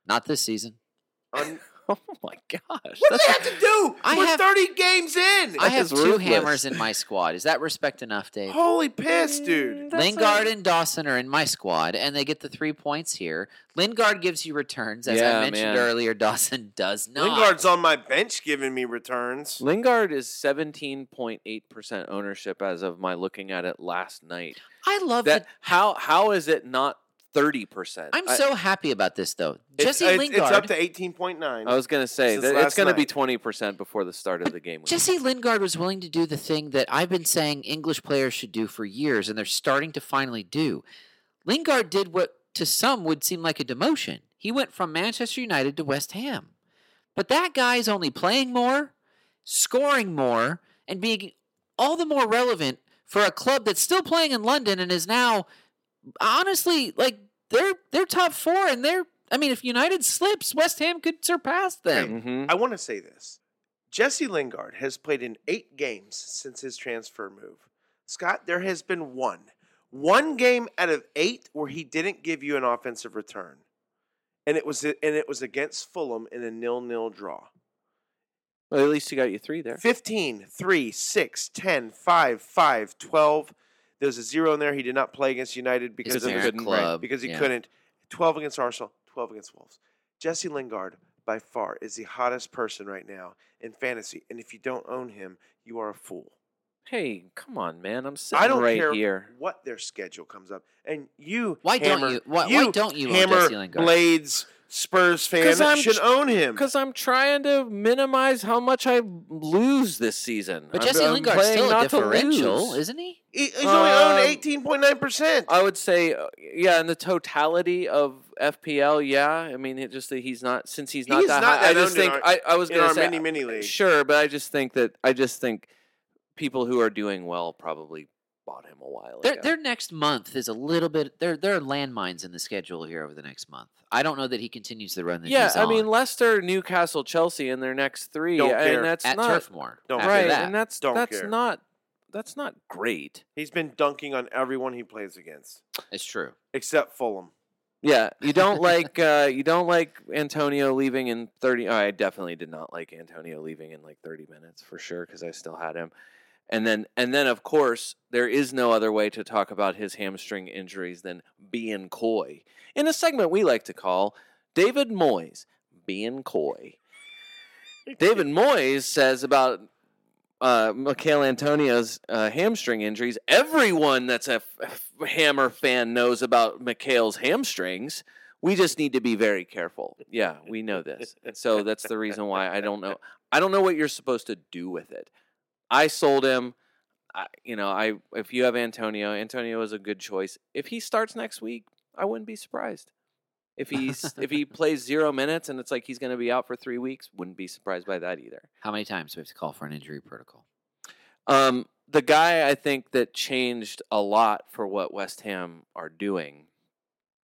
[SPEAKER 4] Not this season.
[SPEAKER 3] Un-
[SPEAKER 5] Oh my gosh.
[SPEAKER 3] what do
[SPEAKER 5] that's-
[SPEAKER 3] they have to do?
[SPEAKER 4] I
[SPEAKER 3] We're
[SPEAKER 4] have-
[SPEAKER 3] 30 games in.
[SPEAKER 4] I have
[SPEAKER 5] is
[SPEAKER 4] two
[SPEAKER 5] ruthless. Oh,
[SPEAKER 4] hammers in my squad. Is that respect enough, Dave?
[SPEAKER 3] Holy piss, dude.
[SPEAKER 5] Mm,
[SPEAKER 4] Lingard and Dawson are in my squad, and they get the three points here. Lingard gives you returns, as
[SPEAKER 5] Yeah,
[SPEAKER 4] I mentioned
[SPEAKER 5] man.
[SPEAKER 4] earlier. Dawson does not.
[SPEAKER 3] Lingard's on my bench giving me returns.
[SPEAKER 5] Lingard is 17.8% ownership as of my looking at it last night.
[SPEAKER 4] I love
[SPEAKER 5] That
[SPEAKER 4] that.
[SPEAKER 5] how how is it not 30%?
[SPEAKER 4] I'm
[SPEAKER 5] I-
[SPEAKER 4] so happy about this, though.
[SPEAKER 3] It's-
[SPEAKER 4] Jesse
[SPEAKER 3] it's,
[SPEAKER 4] Lingard.
[SPEAKER 3] It's up to 18.9.
[SPEAKER 5] I was going to say
[SPEAKER 3] Since
[SPEAKER 5] that it's
[SPEAKER 3] last
[SPEAKER 5] going to be
[SPEAKER 3] night.
[SPEAKER 5] 20% before the start of the game. week.
[SPEAKER 4] Jesse Lingard was willing to do the thing that I've been saying English players should do for years, and they're starting to finally do. Lingard did what to some would seem like a demotion. He went from Manchester United to West Ham. But that guy is only playing more, scoring more, and being all the more relevant for a club that's still playing in London and is now honestly like they're they're top four and they're I mean if United slips, West Ham could surpass them.
[SPEAKER 5] Mhm.
[SPEAKER 3] I want to say this. Jesse Lingard has played in eight games since his transfer move. Scott, there has been one. One game out of eight where he didn't give you an offensive return. And it was and it was against Fulham in a nil-nil draw.
[SPEAKER 5] Well, at least you got you three there.
[SPEAKER 3] 15, 3, 6, 10, 5, 5, 12. There's a zero in there. He did not play against United because
[SPEAKER 4] His
[SPEAKER 3] of the
[SPEAKER 4] parent
[SPEAKER 5] right,
[SPEAKER 4] club,
[SPEAKER 3] because he
[SPEAKER 4] yeah.
[SPEAKER 3] couldn't. 12 against Arsenal, 12 against Wolves. Jesse Lingard, by far, is the hottest person right now in fantasy. And if you don't own him, you are a fool.
[SPEAKER 5] Hey, come on, man. I'm sitting
[SPEAKER 3] I don't
[SPEAKER 5] right
[SPEAKER 3] care
[SPEAKER 5] here.
[SPEAKER 3] what their schedule comes up. And you,
[SPEAKER 4] Why don't
[SPEAKER 3] hammer-
[SPEAKER 4] you- why- why don't you own
[SPEAKER 3] hammer
[SPEAKER 4] Jesse Lingard?
[SPEAKER 3] Blades Spurs fan
[SPEAKER 5] 'Cause I'm
[SPEAKER 3] should
[SPEAKER 5] ch-
[SPEAKER 3] own him.
[SPEAKER 5] Because I'm trying to minimize how much I lose this season.
[SPEAKER 4] But
[SPEAKER 5] I'm-
[SPEAKER 4] Jesse
[SPEAKER 5] I'm
[SPEAKER 4] Lingard's
[SPEAKER 5] playing
[SPEAKER 4] still a
[SPEAKER 5] not to
[SPEAKER 4] differential,
[SPEAKER 5] lose.
[SPEAKER 4] isn't he?
[SPEAKER 3] He- He's only owned
[SPEAKER 5] Um,
[SPEAKER 3] 18.9%.
[SPEAKER 5] I would say, uh, yeah, in the totality of FPL, yeah. I mean, it just that he's not since he's not
[SPEAKER 3] He's
[SPEAKER 5] that
[SPEAKER 3] not
[SPEAKER 5] high. I
[SPEAKER 3] that
[SPEAKER 5] just
[SPEAKER 3] owned in
[SPEAKER 5] think
[SPEAKER 3] our-
[SPEAKER 5] I, I was
[SPEAKER 3] in
[SPEAKER 5] gonna
[SPEAKER 3] our
[SPEAKER 5] say uh,
[SPEAKER 3] mini, mini league.
[SPEAKER 5] sure, but I just think that I just think people who are doing well probably bought him a while
[SPEAKER 4] Their,
[SPEAKER 5] ago.
[SPEAKER 4] their next month is a little bit. There, there are landmines in the schedule here over the next month. I don't know that he continues the run that
[SPEAKER 5] yeah,
[SPEAKER 4] he's
[SPEAKER 5] I
[SPEAKER 4] on
[SPEAKER 5] mean Leicester, Newcastle, Chelsea in their next 3
[SPEAKER 3] Don't
[SPEAKER 5] and
[SPEAKER 3] care.
[SPEAKER 5] that's
[SPEAKER 4] at
[SPEAKER 5] not
[SPEAKER 4] Turf Moor.
[SPEAKER 3] Don't
[SPEAKER 4] after
[SPEAKER 5] right,
[SPEAKER 4] that.
[SPEAKER 5] and that's
[SPEAKER 3] Don't
[SPEAKER 5] that's
[SPEAKER 3] care.
[SPEAKER 5] not that's not great.
[SPEAKER 3] He's been dunking on everyone he plays against,
[SPEAKER 4] it's true.
[SPEAKER 3] except Fulham.
[SPEAKER 5] Yeah, you don't like uh, you don't like Antonio leaving in thirty. I definitely did not like Antonio leaving in like thirty minutes for sure because I still had him. And then and then of course there is no other way to talk about his hamstring injuries than being coy in a segment we like to call David Moyes being coy. David Moyes says about uh, Mikhail Antonio's uh, hamstring injuries. Everyone that's a f- f- Hammer fan knows about Mikhail's hamstrings. We just need to be very careful. Yeah, we know this, and so that's the reason why I don't know. I don't know what you're supposed to do with it. I sold him. I, you know, I if you have Antonio, Antonio is a good choice. If he starts next week, I wouldn't be surprised. If he's if he plays zero minutes and it's like he's going to be out for three weeks, wouldn't be surprised by that either.
[SPEAKER 4] How many times do we have to call for an injury protocol?
[SPEAKER 5] Um, the guy I think that changed a lot for what West Ham are doing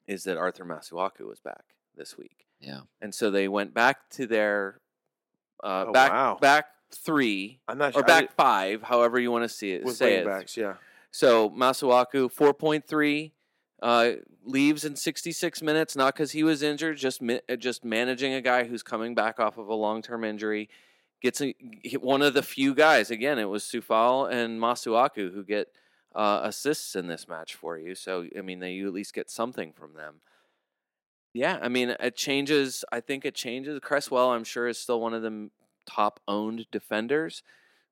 [SPEAKER 5] is that Arthur Masuaku was back this week,
[SPEAKER 4] Yeah,
[SPEAKER 5] and so they went back to their uh,
[SPEAKER 3] Oh,
[SPEAKER 5] back
[SPEAKER 3] wow.
[SPEAKER 5] back three
[SPEAKER 3] I'm not
[SPEAKER 5] or
[SPEAKER 3] I
[SPEAKER 5] back five, however you want to see
[SPEAKER 3] did-
[SPEAKER 5] it.
[SPEAKER 3] with
[SPEAKER 5] Say
[SPEAKER 3] wing
[SPEAKER 5] it.
[SPEAKER 3] backs. Yeah,
[SPEAKER 5] So Masuaku four point three, Uh, leaves in 66 minutes, not because he was injured, just mi- uh, just managing a guy who's coming back off of a long term injury. Gets a, hit one of the few guys. Again, it was Sufal and Masuaku who get uh, assists in this match for you. So I mean, they, you at least get something from them. Yeah, I mean, it changes. I think it changes. Cresswell, I'm sure, is still one of the m- top owned defenders,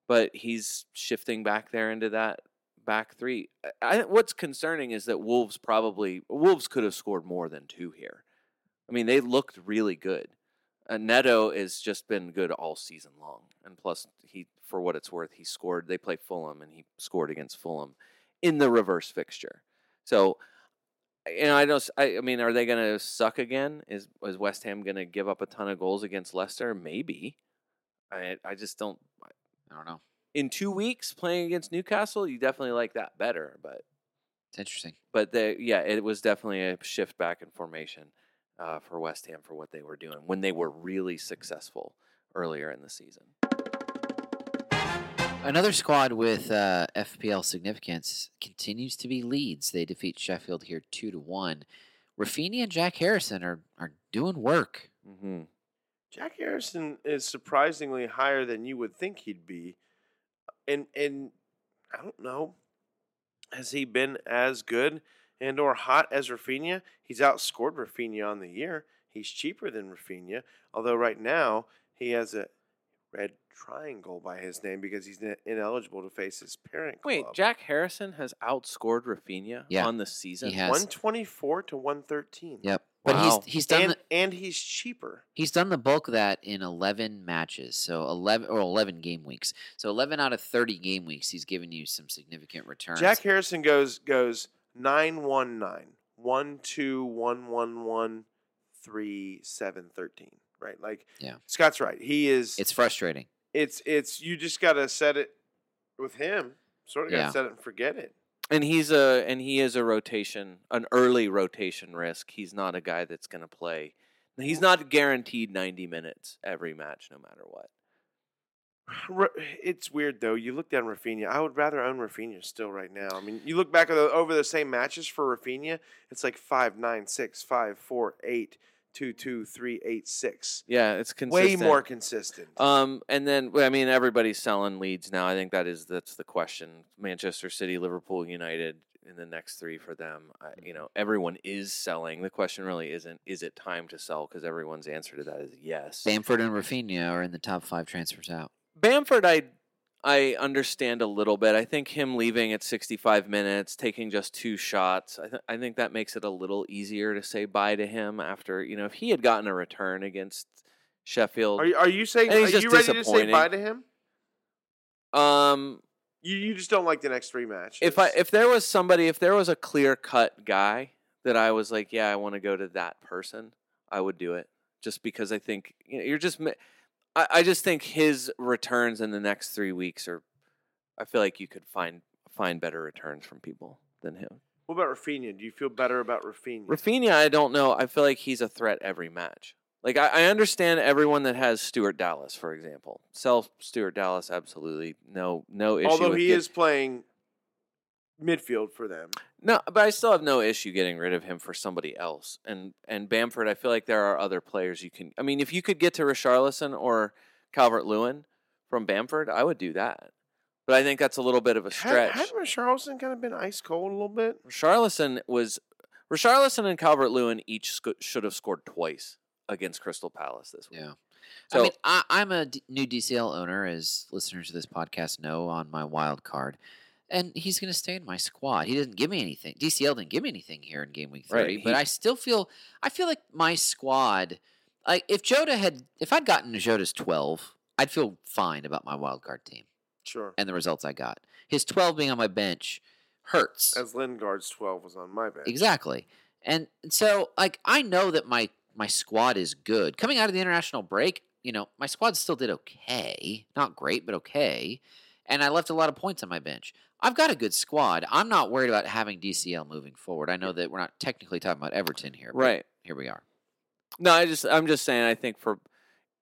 [SPEAKER 5] but he's shifting back there into that back three. I, I- what's concerning is that Wolves probably Wolves could have scored more than two here. I mean, they looked really good. Uh, Neto has just been good all season long, and plus, he for what it's worth, he scored. They play Fulham, and he scored against Fulham in the reverse fixture. So, you know, I don't. s- I, I mean, are they going to suck again? Is is West Ham going to give up a ton of goals against Leicester? Maybe. I I just don't
[SPEAKER 4] I don't know.
[SPEAKER 5] in two weeks playing against Newcastle, you definitely like that better. But
[SPEAKER 4] It's interesting.
[SPEAKER 5] but the, yeah, it was definitely a shift back in formation uh, for West Ham for what they were doing when they were really successful earlier in the season.
[SPEAKER 4] Another squad with uh, FPL significance continues to be Leeds. They defeat Sheffield here two to one. Rafinha and Jack Harrison are are doing work.
[SPEAKER 5] Mm-hmm.
[SPEAKER 3] Jack Harrison is surprisingly higher than you would think he'd be, and and I don't know, has he been as good and or hot as Rafinha? He's outscored Rafinha on the year. He's cheaper than Rafinha, although right now he has a red triangle by his name because he's ine- ineligible to face his parent
[SPEAKER 5] Wait,
[SPEAKER 3] club.
[SPEAKER 5] Jack Harrison has outscored Rafinha
[SPEAKER 4] Yeah,
[SPEAKER 5] on the season.
[SPEAKER 4] has.
[SPEAKER 3] one twenty four to one thirteen.
[SPEAKER 4] Yep. But
[SPEAKER 5] Wow.
[SPEAKER 4] he's he's done
[SPEAKER 3] and
[SPEAKER 4] the,
[SPEAKER 3] and he's cheaper.
[SPEAKER 4] he's done the bulk of that in eleven matches, so eleven or eleven game weeks. So eleven out of thirty game weeks, he's given you some significant returns.
[SPEAKER 3] Jack Harrison goes goes nine one nine one two one one one three seven thirteen. Right, like
[SPEAKER 4] Yeah.
[SPEAKER 3] Scott's right. He is. It's
[SPEAKER 4] it's frustrating.
[SPEAKER 3] it's it's you just gotta set it with him. Sort of gotta
[SPEAKER 4] Yeah.
[SPEAKER 3] set it and forget it.
[SPEAKER 5] and he's a and he is a rotation, an early rotation risk. He's not a guy that's going to play. He's not guaranteed ninety minutes every match, no matter what.
[SPEAKER 3] Ra- It's weird though. You look down Rafinha. I would rather own Rafinha still right now. I mean, you look back at the, over the same matches for Rafinha. It's like five nine six five four eight two two three eight six.
[SPEAKER 5] Yeah, it's
[SPEAKER 3] Way
[SPEAKER 5] consistent.
[SPEAKER 3] more consistent.
[SPEAKER 5] Um, and then well, I mean, everybody's selling leads now. I think that is that's the question. Manchester City, Liverpool, United in the next three for them. I, you know, everyone is selling. The question really isn't is it time to sell because everyone's answer to that is yes.
[SPEAKER 4] Bamford and Rafinha are in the top five transfers out.
[SPEAKER 5] Bamford, I I understand a little bit. I think him leaving at 65 minutes, taking just two shots, I, th- I think that makes it a little easier to say bye to him after you know if he had gotten a return against Sheffield.
[SPEAKER 3] Are you, are you saying?
[SPEAKER 5] And
[SPEAKER 3] Are
[SPEAKER 5] he's just
[SPEAKER 3] you ready to say
[SPEAKER 5] disappointing.
[SPEAKER 3] bye to him?
[SPEAKER 5] um,
[SPEAKER 3] You you just don't like the next three matches.
[SPEAKER 5] if I if there was somebody if there was a clear cut guy that I was like, yeah, I want to go to that person, I would do it just because I think you know, you're just. ma- I, I just think his returns in the next three weeks are. I feel like you could find find better returns from people than him.
[SPEAKER 3] what about Rafinha? Do you feel better about Rafinha?
[SPEAKER 5] Rafinha, I don't know. I feel like he's a threat every match. Like I, I understand everyone that has Stuart Dallas, for example, sell Stuart Dallas absolutely no no issue.
[SPEAKER 3] Although
[SPEAKER 5] with
[SPEAKER 3] he
[SPEAKER 5] get-
[SPEAKER 3] is playing midfield for them,
[SPEAKER 5] No, but I still have no issue getting rid of him for somebody else. And and Bamford, I feel like there are other players you can. I mean, if you could get to Richarlison or Calvert Lewin from Bamford, I would do that. But I think that's a little bit of a
[SPEAKER 3] had,
[SPEAKER 5] stretch.
[SPEAKER 3] had Richarlison kind of been ice cold a little bit?
[SPEAKER 5] Richarlison was Richarlison and Calvert Lewin each sco- should have scored twice against Crystal Palace this week.
[SPEAKER 4] Yeah. I
[SPEAKER 5] So
[SPEAKER 4] mean, I, I'm a d- new DCL owner, as listeners to this podcast know, on my wild card, and he's going to stay in my squad. He didn't give me anything. DCL didn't give me anything here in game week
[SPEAKER 5] Right,
[SPEAKER 4] thirty, but
[SPEAKER 5] he-
[SPEAKER 4] I still feel I feel like my squad. Like if Jota had, if I'd gotten Jota's twelve, I'd feel fine about my wild card team
[SPEAKER 3] Sure.
[SPEAKER 4] and the results I got. His twelve being on my bench hurts.
[SPEAKER 3] As Lingard's twelve was on my bench.
[SPEAKER 4] Exactly. And so like I know that my my squad is good. Coming out of the international break, you know, my squad still did okay. Not great, but okay. And I left a lot of points on my bench. I've got a good squad. I'm not worried about having DCL moving forward. I know that we're not technically talking about Everton here, but
[SPEAKER 5] right.
[SPEAKER 4] here we are.
[SPEAKER 5] No, I just I'm just saying I think for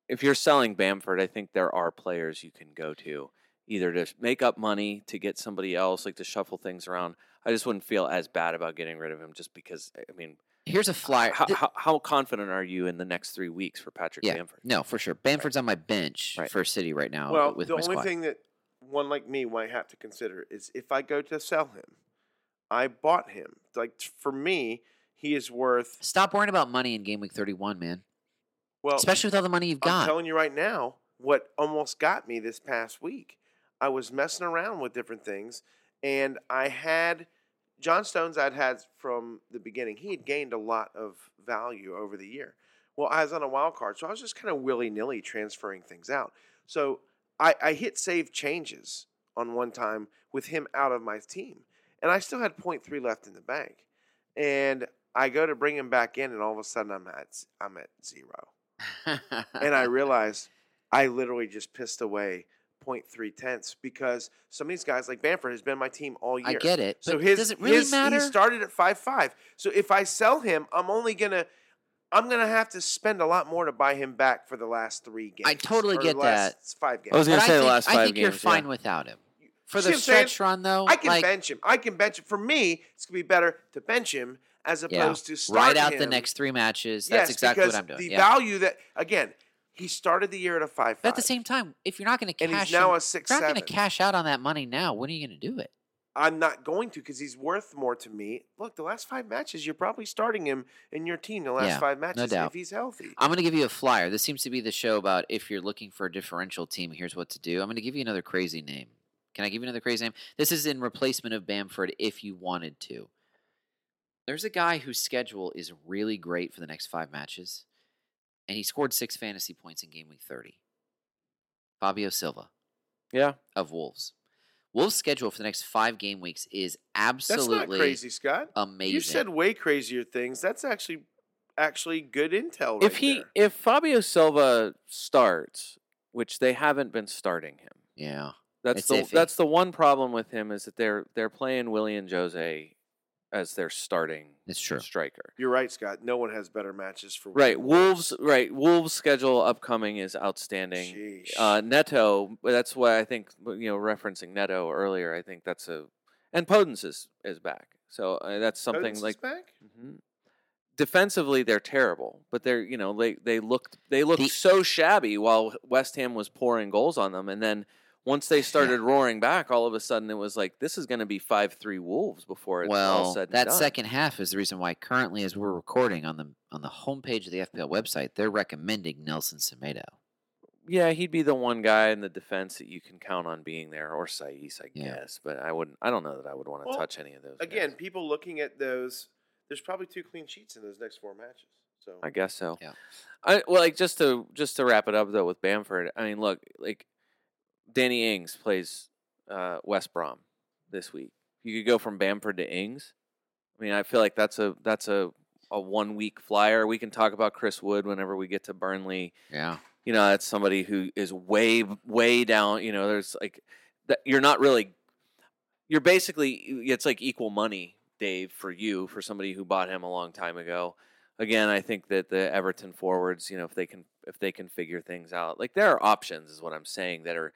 [SPEAKER 5] if you're selling Bamford, I think there are players you can go to. either to make up money to get somebody else, like to shuffle things around. I just wouldn't feel as bad about getting rid of him just because, I mean,
[SPEAKER 4] Here's a flyer.
[SPEAKER 5] how,
[SPEAKER 4] Th-
[SPEAKER 5] how, how confident are you in the next three weeks for Patrick
[SPEAKER 4] Yeah.
[SPEAKER 5] Bamford?
[SPEAKER 4] no, for sure. Bamford's on my bench
[SPEAKER 5] Right.
[SPEAKER 4] for City right now.
[SPEAKER 3] Well,
[SPEAKER 4] with
[SPEAKER 3] the
[SPEAKER 4] my
[SPEAKER 3] only
[SPEAKER 4] squad.
[SPEAKER 3] thing that one like me might have to consider is if I go to sell him, I bought him. Like t- for me, he is worth
[SPEAKER 4] Stop worrying about money in game week 31, man.
[SPEAKER 3] well.
[SPEAKER 4] Especially with all the money you've
[SPEAKER 3] I'm
[SPEAKER 4] got.
[SPEAKER 3] telling you right now, what almost got me this past week. I was messing around with different things, and I had John Stones. I'd had from the beginning. He had gained a lot of value over the year. Well, I was on a wild card, so I was just kind of willy nilly transferring things out. So I, I hit save changes on one time with him out of my team, and I still had 0.3 left in the bank. And I go to bring him back in, and all of a sudden I'm at z- I'm at zero and I realized I literally just pissed away 0.3 tenths because some of these guys like Bamford has been my team all year.
[SPEAKER 4] I get it.
[SPEAKER 3] So
[SPEAKER 4] but
[SPEAKER 3] his
[SPEAKER 4] does it really
[SPEAKER 3] his-
[SPEAKER 4] matter?
[SPEAKER 3] He started at five five. So if I sell him, I'm only gonna I'm gonna have to spend a lot more to buy him back for the last three games.
[SPEAKER 4] I totally
[SPEAKER 3] or
[SPEAKER 4] get
[SPEAKER 3] the last
[SPEAKER 4] that.
[SPEAKER 3] s- Five games.
[SPEAKER 5] I was
[SPEAKER 4] but
[SPEAKER 5] gonna
[SPEAKER 4] I
[SPEAKER 5] say the
[SPEAKER 4] think,
[SPEAKER 5] last
[SPEAKER 4] I
[SPEAKER 5] five
[SPEAKER 4] think you're
[SPEAKER 5] games, yeah.
[SPEAKER 4] fine without him. For
[SPEAKER 3] See
[SPEAKER 4] the
[SPEAKER 3] what I'm saying?
[SPEAKER 4] stretch run, though,
[SPEAKER 3] I can
[SPEAKER 4] like,
[SPEAKER 3] bench him. I can bench him. For me, it's gonna be better to bench him as
[SPEAKER 4] yeah,
[SPEAKER 3] opposed to start
[SPEAKER 4] ride out the
[SPEAKER 3] him.
[SPEAKER 4] next three matches. That's
[SPEAKER 3] yes,
[SPEAKER 4] exactly what
[SPEAKER 3] because
[SPEAKER 4] I'm doing.
[SPEAKER 3] The
[SPEAKER 4] yeah.
[SPEAKER 3] value that again, he started the year at a five.
[SPEAKER 4] But at the same time, if you're not going to
[SPEAKER 3] and
[SPEAKER 4] cash,
[SPEAKER 3] he's now
[SPEAKER 4] in-
[SPEAKER 3] a
[SPEAKER 4] if
[SPEAKER 3] six
[SPEAKER 4] you're not
[SPEAKER 3] seven.
[SPEAKER 4] going to cash out on that money now. When are you going to do it?
[SPEAKER 3] I'm not going to because he's worth more to me. Look, the last five matches, you're probably starting him in your team. The last
[SPEAKER 4] Yeah,
[SPEAKER 3] five matches,
[SPEAKER 4] doubt.
[SPEAKER 3] if he's healthy.
[SPEAKER 4] I'm going to give you a flyer. This seems to be the show about if you're looking for a differential team, here's what to do. I'm going to give you another crazy name. Can I give you another crazy name? This is in replacement of Bamford if you wanted to. There's a guy whose schedule is really great for the next five matches, and he scored six fantasy points in game week 30. Fabio Silva
[SPEAKER 5] Yeah.
[SPEAKER 4] of Wolves. Wolves' schedule for the next five game weeks is
[SPEAKER 3] That's
[SPEAKER 4] absolutely
[SPEAKER 3] not crazy, Scott.
[SPEAKER 4] amazing.
[SPEAKER 3] You said way crazier things. That's actually actually good intel.
[SPEAKER 5] If
[SPEAKER 3] right
[SPEAKER 5] he,
[SPEAKER 3] there.
[SPEAKER 5] if Fabio Silva starts, which they haven't been starting him,
[SPEAKER 4] yeah.
[SPEAKER 5] That's
[SPEAKER 4] It's
[SPEAKER 5] the
[SPEAKER 4] iffy.
[SPEAKER 5] that's the one problem with him is that they're they're playing Willie and Jose as their starting
[SPEAKER 4] It's true.
[SPEAKER 5] striker.
[SPEAKER 3] you're right, Scott. No one has better matches for
[SPEAKER 5] Right, Wolves. Right, Wolves' schedule upcoming is outstanding.
[SPEAKER 3] Sheesh.
[SPEAKER 5] Uh, Neto, that's why I think you know referencing Neto earlier. I think that's a and Podence is is back, so uh, that's something
[SPEAKER 3] Odin's
[SPEAKER 5] like
[SPEAKER 3] back?
[SPEAKER 5] Mhm. defensively they're terrible, but they're you know they they looked they looked
[SPEAKER 4] The-
[SPEAKER 5] so shabby while West Ham was pouring goals on them, and then once they started roaring back, all of a sudden it was like this is going to be five three Wolves before it's all
[SPEAKER 4] well,
[SPEAKER 5] said and
[SPEAKER 4] that
[SPEAKER 5] done.
[SPEAKER 4] second half is the reason why currently, as we're recording on the on the homepage of the FPL website, they're recommending Nelson Semedo.
[SPEAKER 5] yeah, he'd be the one guy in the defense that you can count on being there, or Saiz, I
[SPEAKER 4] Yeah.
[SPEAKER 5] guess. But I wouldn't. I don't know that I would want to
[SPEAKER 3] Well,
[SPEAKER 5] touch any of those guys.
[SPEAKER 3] Again, people looking at those. There's probably two clean sheets in those next four matches. So
[SPEAKER 5] I guess so.
[SPEAKER 4] Yeah.
[SPEAKER 5] I well, like just to just to wrap it up though with Bamford. I mean, look, like Danny Ings plays uh, West Brom this week. You could go from Bamford to Ings. I mean, I feel like that's a that's a a one week flyer. We can talk about Chris Wood whenever we get to Burnley.
[SPEAKER 4] Yeah,
[SPEAKER 5] You know, that's somebody who is way way down. You know, there's like that. You're not really. You're basically it's like equal money, Dave, for you for somebody who bought him a long time ago again, I think that the Everton forwards, you know, if they can if they can figure things out, like there are options, is what I'm saying, that are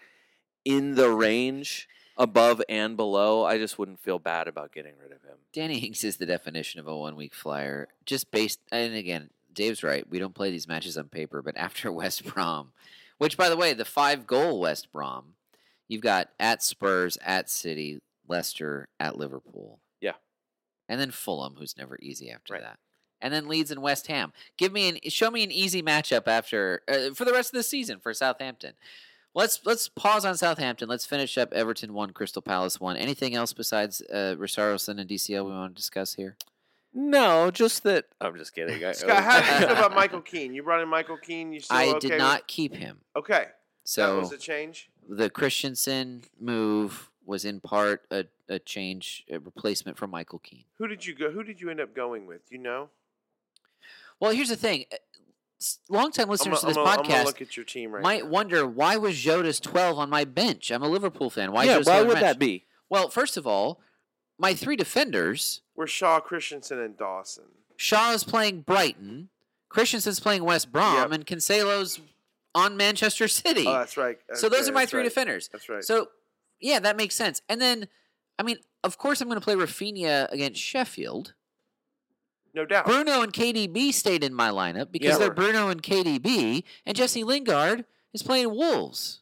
[SPEAKER 5] in the range above and below. I just wouldn't feel bad about getting rid of him.
[SPEAKER 4] Danny Ings is the definition of a one week flyer, just based. And again, Dave's right. We don't play these matches on paper, but after West Brom, which by the way, the five goal West Brom, you've got at Spurs, at City, Leicester, at Liverpool.
[SPEAKER 5] Yeah.
[SPEAKER 4] and then Fulham, who's never easy after
[SPEAKER 5] Right.
[SPEAKER 4] that. And then Leeds and West Ham. Give me an show me an easy matchup after uh, for the rest of the season for Southampton. Let's let's pause on Southampton. Let's finish up Everton one, Crystal Palace one. Anything else besides uh, Rosarioson and DCL we want to discuss here?
[SPEAKER 5] No, just that I'm just kidding. I,
[SPEAKER 3] Scott, how do you feel about Michael Keane? You brought in Michael Keane. You still
[SPEAKER 4] uh, oh. I
[SPEAKER 3] okay
[SPEAKER 4] did
[SPEAKER 3] with-
[SPEAKER 4] not keep him,
[SPEAKER 3] Okay, that
[SPEAKER 4] so
[SPEAKER 3] was a change.
[SPEAKER 4] the Christensen move was in part a, a change a replacement for Michael Keane.
[SPEAKER 3] Who did you go? Who did you end up going with? You know,
[SPEAKER 4] Well, here's the thing: uh, s- longtime
[SPEAKER 3] I'm, a-
[SPEAKER 4] listeners to
[SPEAKER 3] I'm
[SPEAKER 4] this
[SPEAKER 3] a- I'm gonna
[SPEAKER 4] podcast
[SPEAKER 3] look at your team right
[SPEAKER 4] might
[SPEAKER 3] now.
[SPEAKER 4] wonder why was Jota's 12 on my bench? I'm a Liverpool fan. Why?
[SPEAKER 5] yeah,
[SPEAKER 4] Jota's
[SPEAKER 5] why
[SPEAKER 4] 12 on
[SPEAKER 5] would
[SPEAKER 4] my bench?
[SPEAKER 5] that be?
[SPEAKER 4] Well, first of all, my three defenders:
[SPEAKER 3] We're Shaw, Christensen, and Dawson.
[SPEAKER 4] Shaw is playing Brighton, Christensen's playing West Brom,
[SPEAKER 3] Yep.
[SPEAKER 4] and Cancelo's on Manchester City.
[SPEAKER 3] Oh, that's right.
[SPEAKER 4] so those
[SPEAKER 3] Okay,
[SPEAKER 4] are my
[SPEAKER 3] that's
[SPEAKER 4] three
[SPEAKER 3] right.
[SPEAKER 4] defenders.
[SPEAKER 3] That's right.
[SPEAKER 4] So yeah, that makes sense. And then, I mean, of course, I'm going to play Rafinha against Sheffield.
[SPEAKER 3] No doubt.
[SPEAKER 4] Bruno and KDB stayed in my lineup because
[SPEAKER 3] Yeah.
[SPEAKER 4] they're Bruno and KDB, and Jesse Lingard is playing Wolves.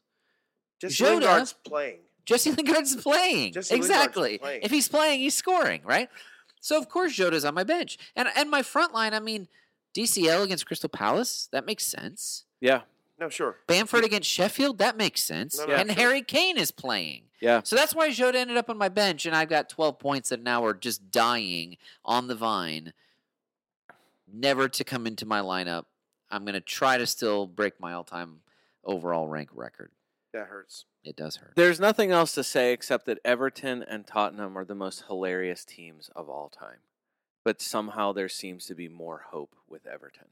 [SPEAKER 3] Just
[SPEAKER 4] Jota-
[SPEAKER 3] Lingard's playing.
[SPEAKER 4] Jesse Lingard's playing.
[SPEAKER 3] Jesse Lingard's
[SPEAKER 4] exactly.
[SPEAKER 3] playing.
[SPEAKER 4] If he's playing, he's scoring, right? So of course Jota's on my bench. And and my front line, I mean, DCL against Crystal Palace, that makes sense.
[SPEAKER 5] Yeah,
[SPEAKER 3] No, sure.
[SPEAKER 4] Bamford against Sheffield, that makes sense.
[SPEAKER 3] No, no,
[SPEAKER 4] and
[SPEAKER 3] sure.
[SPEAKER 4] Harry Kane is playing.
[SPEAKER 5] yeah.
[SPEAKER 4] So that's why Jota ended up on my bench, and I've got 12 points that now are just dying on the vine, never to come into my lineup. I'm going to try to still break my all time overall rank record.
[SPEAKER 3] That hurts.
[SPEAKER 4] It does hurt.
[SPEAKER 5] There's nothing else to say except that Everton and Tottenham are the most hilarious teams of all time. But somehow there seems to be more hope with Everton.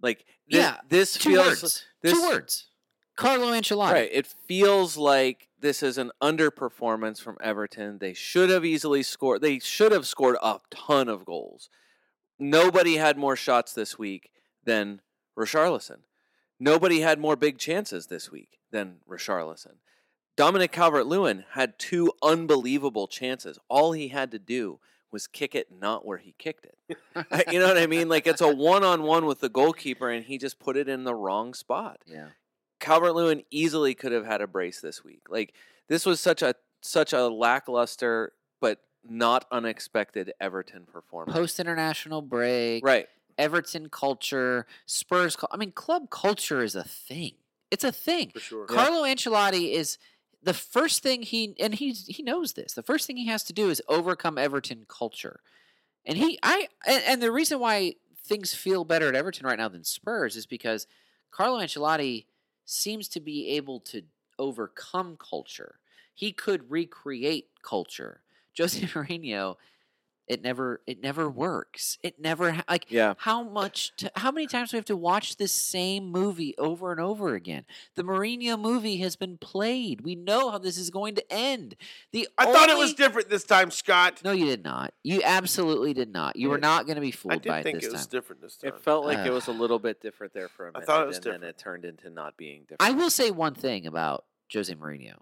[SPEAKER 5] Like thi-
[SPEAKER 4] Yeah,
[SPEAKER 5] this
[SPEAKER 4] Two
[SPEAKER 5] feels
[SPEAKER 4] words.
[SPEAKER 5] this
[SPEAKER 4] Two words. Carlo Ancelotti.
[SPEAKER 5] Right. It feels like this is an underperformance from Everton. They should have easily scored. They should have scored a ton of goals. Nobody had more shots this week than Richarlison. Nobody had more big chances this week than Richarlison. Dominic Calvert Lewin had two unbelievable chances. All he had to do was kick it not where he kicked it. you know what I mean? Like it's a one on one with the goalkeeper, and he just put it in the wrong spot.
[SPEAKER 4] Yeah.
[SPEAKER 5] Calvert Lewin easily could have had a brace this week. Like this was such a such a lackluster but not unexpected Everton performance.
[SPEAKER 4] Post international break,
[SPEAKER 5] right.
[SPEAKER 4] Everton culture, Spurs. Cul- I mean, club culture is a thing. It's a thing.
[SPEAKER 3] For sure.
[SPEAKER 4] Carlo Ancelotti is the first thing he and he's he knows this. The first thing he has to do is overcome Everton culture. And he I and, and the reason why things feel better at Everton right now than Spurs is because Carlo Ancelotti seems to be able to overcome culture. He could recreate culture. Jose Mourinho it never it never works. It never ha- like
[SPEAKER 5] Yeah.
[SPEAKER 4] how much t how many times do we have to watch this same movie over and over again? The Mourinho movie has been played. We know how this is going to end. The
[SPEAKER 3] I thought it
[SPEAKER 4] only-
[SPEAKER 3] was different this time, Scott.
[SPEAKER 4] No, you did not. You absolutely did not. You were
[SPEAKER 3] Yeah.
[SPEAKER 4] not going to be fooled
[SPEAKER 3] I
[SPEAKER 4] by
[SPEAKER 3] did think
[SPEAKER 4] this
[SPEAKER 3] it was
[SPEAKER 4] time.
[SPEAKER 3] different this time.
[SPEAKER 5] It felt like it was a little bit different there for a
[SPEAKER 3] I
[SPEAKER 5] minute.
[SPEAKER 3] thought it was
[SPEAKER 5] and then
[SPEAKER 3] different.
[SPEAKER 5] it turned into not being different.
[SPEAKER 4] I will say one thing about Jose Mourinho.